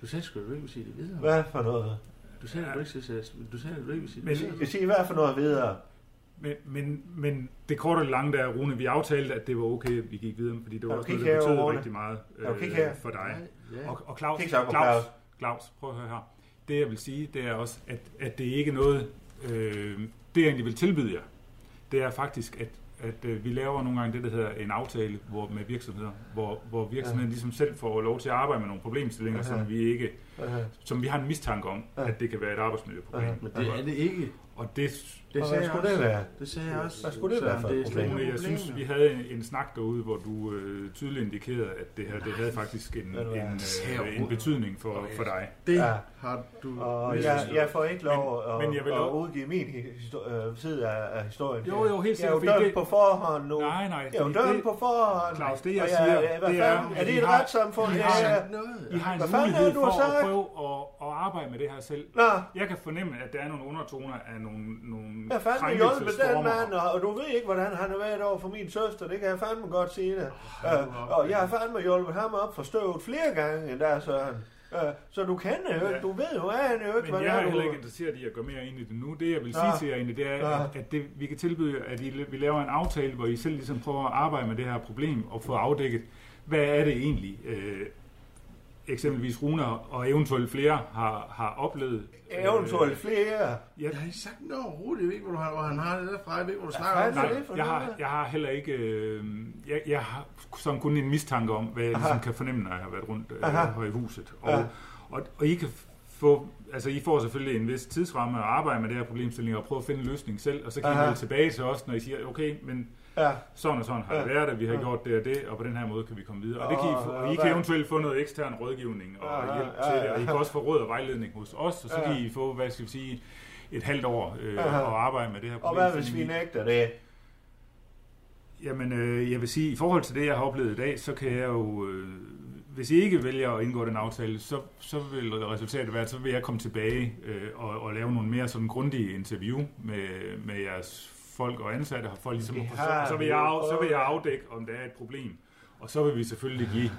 [SPEAKER 11] Du sagde sgu, du ikke ville sige det videre.
[SPEAKER 1] Hvad for noget?
[SPEAKER 11] Du sagde, du ikke sagde, du sagde, du ikke ville sige
[SPEAKER 3] Men-
[SPEAKER 11] det videre.
[SPEAKER 1] Sig hvad for noget videre.
[SPEAKER 3] Men, men, men det korte og det lange der, Rune, vi aftalte, at det var okay, at vi gik videre, fordi det var
[SPEAKER 1] Er du
[SPEAKER 3] også noget,
[SPEAKER 1] kig
[SPEAKER 3] der
[SPEAKER 1] herover,
[SPEAKER 3] betød
[SPEAKER 1] Rune?
[SPEAKER 3] rigtig meget øh,
[SPEAKER 1] Er du kig her?
[SPEAKER 3] for dig.
[SPEAKER 1] Ja, ja.
[SPEAKER 3] Og, og Claus,
[SPEAKER 1] Kig så på
[SPEAKER 3] Claus,
[SPEAKER 1] Claus.
[SPEAKER 3] Claus, prøv at høre her. Det jeg vil sige, det er også, at, at det ikke er noget, øh, det jeg egentlig vil tilbyde jer, det er faktisk, at, at øh, vi laver nogle gange det, der hedder en aftale hvor, med virksomheder, hvor, hvor virksomheden
[SPEAKER 1] Ja.
[SPEAKER 3] ligesom selv får lov til at arbejde med nogle problemstillinger,
[SPEAKER 1] Aha.
[SPEAKER 3] som vi ikke,
[SPEAKER 1] Aha.
[SPEAKER 3] som vi har en mistanke om,
[SPEAKER 1] Ja.
[SPEAKER 3] at det kan være et arbejdsmiljøproblim.
[SPEAKER 1] Aha. Men det er
[SPEAKER 11] det ikke.
[SPEAKER 3] Og det,
[SPEAKER 11] Det
[SPEAKER 1] Og hvad sagde jeg skulle det også. være?
[SPEAKER 11] Det sagde jeg også.
[SPEAKER 1] Hvad skulle det
[SPEAKER 11] Så
[SPEAKER 1] være for
[SPEAKER 11] det
[SPEAKER 1] et
[SPEAKER 11] er slet ikke
[SPEAKER 1] problem?
[SPEAKER 3] Rune, øh, jeg
[SPEAKER 11] problemer.
[SPEAKER 3] synes, vi havde en, en snak derude, hvor du øh, tydeligt indikerede, at det her det havde faktisk en, en,
[SPEAKER 1] Ved du hvad?
[SPEAKER 3] øh,
[SPEAKER 1] Det sagde jeg
[SPEAKER 3] en
[SPEAKER 1] overhovedet.
[SPEAKER 3] betydning for,
[SPEAKER 1] Okay.
[SPEAKER 3] for dig.
[SPEAKER 11] Det har du...
[SPEAKER 1] Og jeg, jeg får ikke lov
[SPEAKER 3] Men-
[SPEAKER 1] at,
[SPEAKER 3] men jeg vil
[SPEAKER 1] at
[SPEAKER 3] lov-
[SPEAKER 1] udgive min histo- øh, side af, af historien.
[SPEAKER 3] Jo, jo, helt sikkert,
[SPEAKER 1] sikkert.
[SPEAKER 3] fordi
[SPEAKER 1] Jeg er jo
[SPEAKER 3] det-
[SPEAKER 1] dømt på forhånd nu.
[SPEAKER 3] Nej, nej.
[SPEAKER 1] Jeg er jo
[SPEAKER 3] det-
[SPEAKER 1] dømt
[SPEAKER 3] det-
[SPEAKER 1] på forhånd.
[SPEAKER 3] Claus, det jeg
[SPEAKER 1] Og
[SPEAKER 3] siger,
[SPEAKER 1] hvad
[SPEAKER 3] det
[SPEAKER 1] fanden-
[SPEAKER 3] er,
[SPEAKER 1] er
[SPEAKER 3] at
[SPEAKER 1] det
[SPEAKER 3] I
[SPEAKER 1] et
[SPEAKER 3] har-
[SPEAKER 1] retssamfund?
[SPEAKER 3] I
[SPEAKER 1] Det
[SPEAKER 3] har-
[SPEAKER 1] er-
[SPEAKER 3] I har en
[SPEAKER 1] Hvad fanden er
[SPEAKER 3] mulighed
[SPEAKER 1] det, du har
[SPEAKER 3] for at
[SPEAKER 1] sagt?
[SPEAKER 3] prøve at, at arbejde med det her selv. Jeg kan fornemme, at der er nogle undertoner af nogle, nogle
[SPEAKER 1] Jeg fandme hjulpet med den
[SPEAKER 3] krænkelsesformer.
[SPEAKER 1] mand, og og du ved ikke, hvordan han har været over for min søster. Det kan jeg fandme godt sige det. Øh, og jeg har fandme hjulpet ham op for støvet flere gange end der, Søren. Øh, så du kender jo ikke,
[SPEAKER 3] Ja.
[SPEAKER 1] du ved jo, er han jo ikke, hvad
[SPEAKER 3] Men jeg er
[SPEAKER 1] er du...
[SPEAKER 3] heller ikke interesseret i at gå mere ind i det nu. Det jeg vil sige
[SPEAKER 1] Ah.
[SPEAKER 3] til jer egentlig, det er,
[SPEAKER 1] Ah.
[SPEAKER 3] at, at det, vi kan tilbyde, jer, at I, vi laver en aftale, hvor I selv ligesom prøver at arbejde med det her problem og få afdækket, hvad er det egentlig, øh, eksempelvis Rune og eventuelt flere har, har oplevet. Øh,
[SPEAKER 1] Eventuelt flere.
[SPEAKER 3] Jeg
[SPEAKER 11] har ikke sagt noget overhovedet. Jeg ved ikke, hvor, du har, hvor han har det derfra. Jeg ved ikke, hvor du snakker
[SPEAKER 3] Nej,
[SPEAKER 11] om.
[SPEAKER 3] nej, jeg, har, jeg har heller ikke, øh, jeg, jeg har sådan kun en mistanke om, hvad jeg
[SPEAKER 11] Aha.
[SPEAKER 3] ligesom kan fornemme, når jeg har været rundt øh,
[SPEAKER 11] Aha.
[SPEAKER 3] her i huset.
[SPEAKER 11] Ja.
[SPEAKER 3] Og, og, og I kan få, altså I får selvfølgelig en vis tidsramme at arbejde med det her problemstilling og prøve at finde en løsning selv, og så kan I
[SPEAKER 1] Aha.
[SPEAKER 3] melde tilbage til os, når I siger, okay, men
[SPEAKER 1] Ja.
[SPEAKER 3] sådan og sådan har det
[SPEAKER 1] Ja.
[SPEAKER 3] været, og vi har
[SPEAKER 1] Ja.
[SPEAKER 3] gjort det og det, og på den her måde kan vi komme videre. Og, det kan I, få,
[SPEAKER 1] Og,
[SPEAKER 3] og I
[SPEAKER 1] øh,
[SPEAKER 3] kan
[SPEAKER 1] hvad-
[SPEAKER 3] eventuelt få noget ekstern rådgivning og
[SPEAKER 1] Ja, ja,
[SPEAKER 3] hjælp
[SPEAKER 1] ja,
[SPEAKER 3] til det, og I
[SPEAKER 1] ja.
[SPEAKER 3] kan også få råd og vejledning hos os, og så
[SPEAKER 1] Ja.
[SPEAKER 3] kan I få, hvad skal vi sige, et halvt år øh,
[SPEAKER 1] Ja.
[SPEAKER 3] at arbejde med det her
[SPEAKER 1] Og
[SPEAKER 3] problem.
[SPEAKER 1] hvad hvis vi nægter det?
[SPEAKER 3] Jamen, øh, jeg vil sige, i forhold til det, jeg har oplevet i dag, så kan jeg jo... Øh, hvis I ikke vælger at indgå den aftale, så, så vil resultatet være, at så vil jeg komme tilbage øh, og, og lave nogle mere sådan grundige interview med, med jeres folk og ansatte her, for ligesom,
[SPEAKER 1] Det
[SPEAKER 3] og så,
[SPEAKER 1] har
[SPEAKER 3] og så, vil
[SPEAKER 1] vi
[SPEAKER 3] jeg,
[SPEAKER 1] jo
[SPEAKER 3] af- så vil
[SPEAKER 1] prøvet.
[SPEAKER 3] jeg afdække, om der er et problem. Og så vil vi selvfølgelig give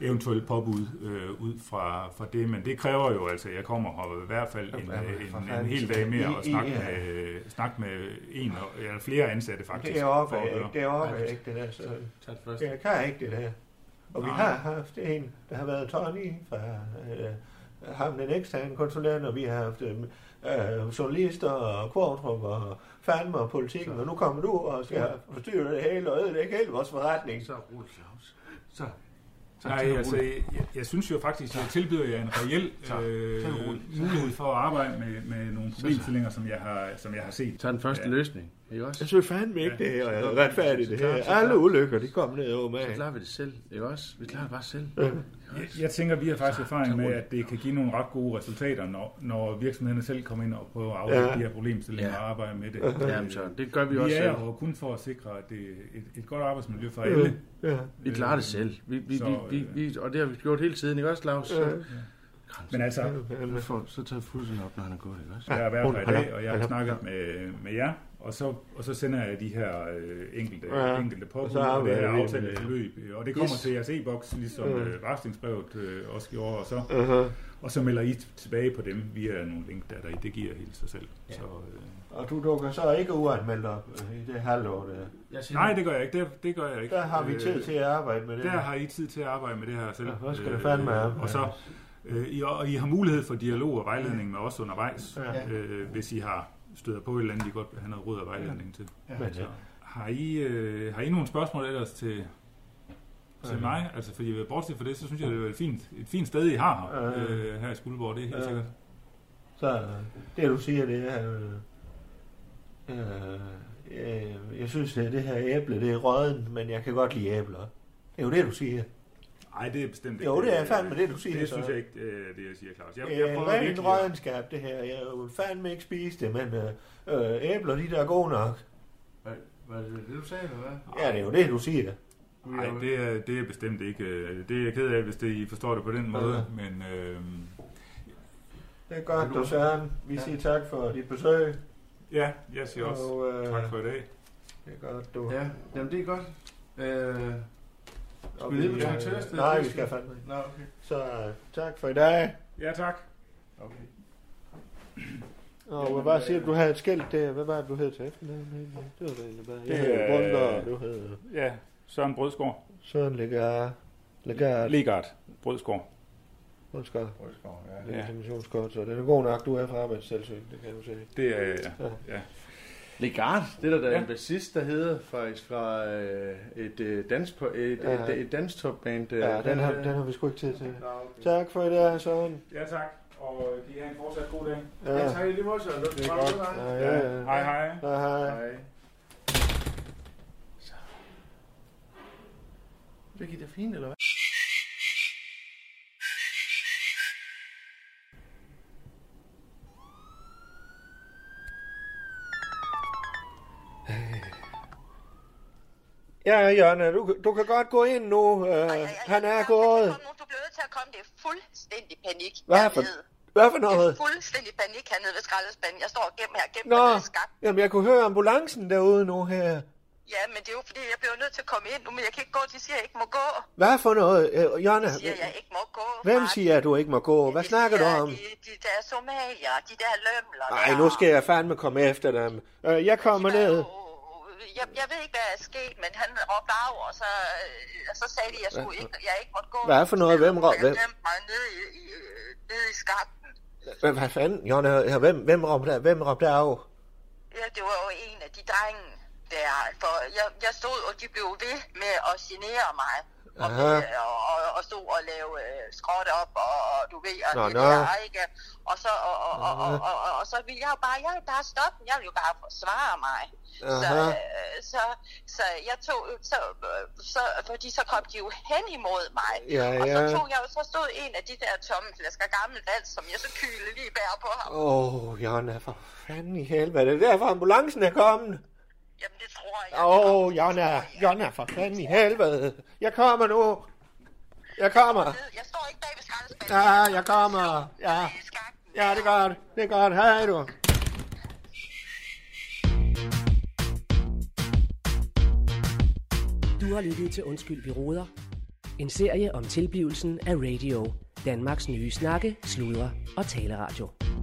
[SPEAKER 3] eventuelle påbud øh, ud fra, fra det, men det kræver jo altså, at jeg kommer og i hvert fald en, øh,
[SPEAKER 1] Jamen, for
[SPEAKER 3] en, en, en
[SPEAKER 1] fanden.
[SPEAKER 3] hel dag mere
[SPEAKER 1] I-
[SPEAKER 3] og
[SPEAKER 1] I-
[SPEAKER 3] snakke
[SPEAKER 1] ja.
[SPEAKER 3] med, øh, snakke med en og- eller flere ansatte faktisk.
[SPEAKER 1] Det er
[SPEAKER 3] for
[SPEAKER 1] oppe,
[SPEAKER 3] at
[SPEAKER 1] jeg
[SPEAKER 3] høre.
[SPEAKER 1] ikke, det er oppe, jeg ikke det der. Så. Jeg kan ikke det der. Og vi
[SPEAKER 3] Nej.
[SPEAKER 1] har haft en, der har været Tony fra øh, ham den eksterne konsulent, og vi har haft øh, øh, journalister og Kvartrup og fandme og politikken, og nu kommer du og skal forstyrre det hele og ødelægge hele vores forretning.
[SPEAKER 11] Så rulle Claus. Så,
[SPEAKER 3] Nej, altså, jeg, jeg synes jo faktisk, at jeg tilbyder jer en reel øh, mulighed for at arbejde med, med nogle problemstillinger, som jeg har, som jeg har set.
[SPEAKER 11] Så den første løsning, ikke også?
[SPEAKER 1] Jeg synes fandme ikke, det her er retfærdigt, det her.
[SPEAKER 11] Så klarer-
[SPEAKER 1] Alle ulykker, de kom ned over mig.
[SPEAKER 11] Så klarer vi det selv, ikke også? Vi klarer det bare selv.
[SPEAKER 3] Jeg, jeg tænker, vi har faktisk erfaring med, at det kan give nogle ret gode resultater, når, når virksomhederne selv kommer ind og prøver at afdække
[SPEAKER 11] Ja.
[SPEAKER 3] de her problemstillinger
[SPEAKER 11] Ja.
[SPEAKER 3] og arbejde med det.
[SPEAKER 11] Jamen, så det gør vi
[SPEAKER 3] vi
[SPEAKER 11] også
[SPEAKER 3] er
[SPEAKER 11] selv.
[SPEAKER 3] her jo kun for at sikre at det er et, et godt arbejdsmiljø for
[SPEAKER 11] Ja.
[SPEAKER 3] alle.
[SPEAKER 11] Ja. Vi klarer det selv. Vi, vi,
[SPEAKER 3] Så,
[SPEAKER 11] vi, vi, vi, og det har vi gjort hele tiden, ikke også, Claus?
[SPEAKER 3] Ja. Men altså-
[SPEAKER 11] Så, får, så tager fuldstændig op, når han er gået, ikke også?
[SPEAKER 3] Jeg har været her i dag, og jeg har snakket med, med jer, og så, og så sender jeg de her øh, enkelte,
[SPEAKER 1] Ja.
[SPEAKER 3] ja. enkelte
[SPEAKER 1] Og
[SPEAKER 3] påbud
[SPEAKER 1] så
[SPEAKER 3] og det
[SPEAKER 1] arbejder
[SPEAKER 3] her
[SPEAKER 1] vi med
[SPEAKER 3] aftale
[SPEAKER 1] det.
[SPEAKER 3] til løb. øh, Og det kommer
[SPEAKER 1] Yes.
[SPEAKER 3] yes. til jeres e-boks, ligesom
[SPEAKER 1] Ja.
[SPEAKER 3] øh, varslingsbrevet øh, også gjorde, og så,
[SPEAKER 1] Aha.
[SPEAKER 3] og så melder I tilbage på dem via nogle link, der er der i. Det giver helt sig selv. Ja. Så, øh,
[SPEAKER 1] Og du dukker så ikke uanmeldt op øh, i det halvår, der.
[SPEAKER 3] Nej, det gør jeg ikke. Det, det gør jeg ikke. Øh,
[SPEAKER 1] Der har vi tid til at arbejde med det
[SPEAKER 3] Der
[SPEAKER 1] her.
[SPEAKER 3] har I tid til at arbejde med det her selv.
[SPEAKER 1] Ja, hvor skal det fandme
[SPEAKER 3] Øh,
[SPEAKER 1] op,
[SPEAKER 3] Og så, øh, I, og I har mulighed for dialog og vejledning med os undervejs,
[SPEAKER 1] Ja.
[SPEAKER 3] øh, hvis I har støder på et eller andet, I godt vil have noget råd og vejledning til.
[SPEAKER 1] Ja. Men,
[SPEAKER 3] Så,
[SPEAKER 1] ja.
[SPEAKER 3] har, I, øh, har I nogle spørgsmål ellers til, til
[SPEAKER 1] Ja.
[SPEAKER 3] mig? Altså, fordi bortset fra det, så synes jeg, det er et fint, et fint sted, I har her,
[SPEAKER 1] Ja.
[SPEAKER 3] øh, her i Skuldborg. Det er helt
[SPEAKER 1] Ja.
[SPEAKER 3] sikkert.
[SPEAKER 1] Så øh, det, du siger, det er... Øh, øh, øh, jeg synes, at det her æble, det er rødden, men jeg kan godt lide æbler. Det er jo det, du siger.
[SPEAKER 3] Nej, det er bestemt ikke.
[SPEAKER 1] Jo, det er fandme det, du siger.
[SPEAKER 3] Det
[SPEAKER 1] så.
[SPEAKER 3] synes jeg ikke, øh, det jeg siger, Claus. Jeg,
[SPEAKER 1] Jeg,
[SPEAKER 3] jeg prøver
[SPEAKER 1] jeg en
[SPEAKER 3] virkelig at-
[SPEAKER 1] rødenskab, det her. Jeg vil fandme ikke spise det, men øh, øh, æbler, de der er gode nok.
[SPEAKER 11] Var det det, du sagde, eller hvad?
[SPEAKER 1] Ja, det er jo det, du siger.
[SPEAKER 3] Nej, det er, det er bestemt ikke. øh, Det er jeg ked af, hvis det, I forstår det på den måde.
[SPEAKER 1] Ja.
[SPEAKER 3] Men øh,
[SPEAKER 1] Det er godt, du Søren. Vi siger tak for dit besøg.
[SPEAKER 3] ja, jeg siger også
[SPEAKER 1] Og, øh,
[SPEAKER 3] tak for i dag.
[SPEAKER 1] Det er godt, du...
[SPEAKER 11] Ja, jamen det er godt. Øh, skal vi
[SPEAKER 1] vi,
[SPEAKER 11] ned på
[SPEAKER 1] øh,
[SPEAKER 11] toilettet?
[SPEAKER 1] nej, vi skal fandme ikke.
[SPEAKER 11] Nå, okay.
[SPEAKER 1] Så øh, tak for i dag.
[SPEAKER 3] Ja, tak.
[SPEAKER 11] Okay.
[SPEAKER 1] Og hvad var siger du, du havde et skilt der? Hvad var det, du hed til efternavn? egentlig? Det var det egentlig bare. Jeg hedder
[SPEAKER 3] er-
[SPEAKER 1] Brønder, og du hedder
[SPEAKER 3] Ja, Søren Brødsgaard.
[SPEAKER 1] Søren Legard. Legard.
[SPEAKER 3] Legard Brødsgaard.
[SPEAKER 1] Brødsgaard.
[SPEAKER 11] Brødsgaard,
[SPEAKER 1] ja.
[SPEAKER 3] Ja.
[SPEAKER 1] Legitimationskort, så den er god nok. Du er fra arbejdstilsyn, det kan du se.
[SPEAKER 3] Det er jeg, ja. ja.
[SPEAKER 11] Legard, det er der, der ja.
[SPEAKER 1] Ja.
[SPEAKER 11] en bassist, der hedder faktisk fra øh, et, øh, dans, et, et,
[SPEAKER 1] Ja.
[SPEAKER 11] et, et danstopband. øh,
[SPEAKER 1] Ja, den har,
[SPEAKER 11] øh,
[SPEAKER 1] den har vi sgu ikke tid til.
[SPEAKER 11] Nå, okay.
[SPEAKER 1] Tak for i dag, Søren.
[SPEAKER 3] Ja, tak. Og øh, kan I have en fortsat god dag.
[SPEAKER 1] Ja. Ja, tak
[SPEAKER 11] i lige måde, Søren. Det
[SPEAKER 1] er godt. Ja, ja, ja.
[SPEAKER 3] Hej, hej.
[SPEAKER 1] Hej, hej.
[SPEAKER 11] Hej. Det gik da fint, eller hvad?
[SPEAKER 1] Ja, Jørgen, du, du kan godt gå ind nu. Øh, han er gået.
[SPEAKER 2] Fuldstændig panik.
[SPEAKER 1] Hvad for, hvad for noget?
[SPEAKER 2] Fuldstændig panik hernede ved skraldespanden. Jeg står gennem her, gennem
[SPEAKER 1] Nå, jamen jeg kunne høre ambulancen derude nu her.
[SPEAKER 2] Ja, men det er jo fordi, jeg bliver nødt til at komme ind nu, men jeg kan ikke gå. De siger, jeg ikke må gå.
[SPEAKER 1] Hvad for noget? Øh, Jørgen,
[SPEAKER 2] De siger, jeg ikke må gå.
[SPEAKER 1] hvem siger, at du ikke må gå? Hvad snakker du om?
[SPEAKER 2] De, de der somalier, de der lømler.
[SPEAKER 1] Nej, nu skal jeg fandme komme efter dem. Øh, jeg kommer ned.
[SPEAKER 2] Jeg, jeg ved ikke, hvad der er sket, men han råbte af, og så, øh, og så sagde de, at jeg, skulle ikke, jeg ikke måtte gå.
[SPEAKER 1] Hvad for noget? Hvem rå-
[SPEAKER 2] Jeg
[SPEAKER 1] hvem?
[SPEAKER 2] glemte mig nede i, i, øh, nede i skakten.
[SPEAKER 1] Hvad, hvad fanden? Jørgen, øh, hvem, hvem råbte der? Hvem råbte der af?
[SPEAKER 2] Ja, det var jo en af de drenge der, for jeg, jeg stod, og de blev ved med at genere mig. Og,
[SPEAKER 1] Aha.
[SPEAKER 2] ved, Øh, og, og, og stod og lave øh, skråt op, og, og du ved, og
[SPEAKER 1] Nå,
[SPEAKER 2] det
[SPEAKER 1] nå.
[SPEAKER 2] der, ikke? Og så, og, og, og, og,
[SPEAKER 1] Aha.
[SPEAKER 2] og, og, og så ville jeg jo bare, jeg vil bare stoppe, dem. jeg vil jo bare forsvare mig. Så,
[SPEAKER 1] Aha.
[SPEAKER 2] øh, så, så jeg tog, så, øh, så, fordi så kom de jo hen imod mig.
[SPEAKER 1] Ja,
[SPEAKER 2] Og så
[SPEAKER 1] ja.
[SPEAKER 2] tog jeg jo, så stod en af de der tomme flasker gammel vand, som jeg så kyle lige bærer på ham.
[SPEAKER 1] Åh, oh, Jørgen, for fanden i helvede. Det er derfor ambulancen er kommet.
[SPEAKER 2] Jamen, det tror jeg.
[SPEAKER 1] Åh, oh, Jonna, Jonna, for fanden i helvede. Jeg kommer nu. Jeg kommer.
[SPEAKER 2] Jeg står ikke bag ved skraldespanden.
[SPEAKER 1] Ja, jeg kommer. Ja. Ja, det er godt. Det er godt. Hej du.
[SPEAKER 14] Du har lyttet til Undskyld, vi råder. En serie om tilblivelsen af radio. Danmarks nye snakke, sludre og taleradio.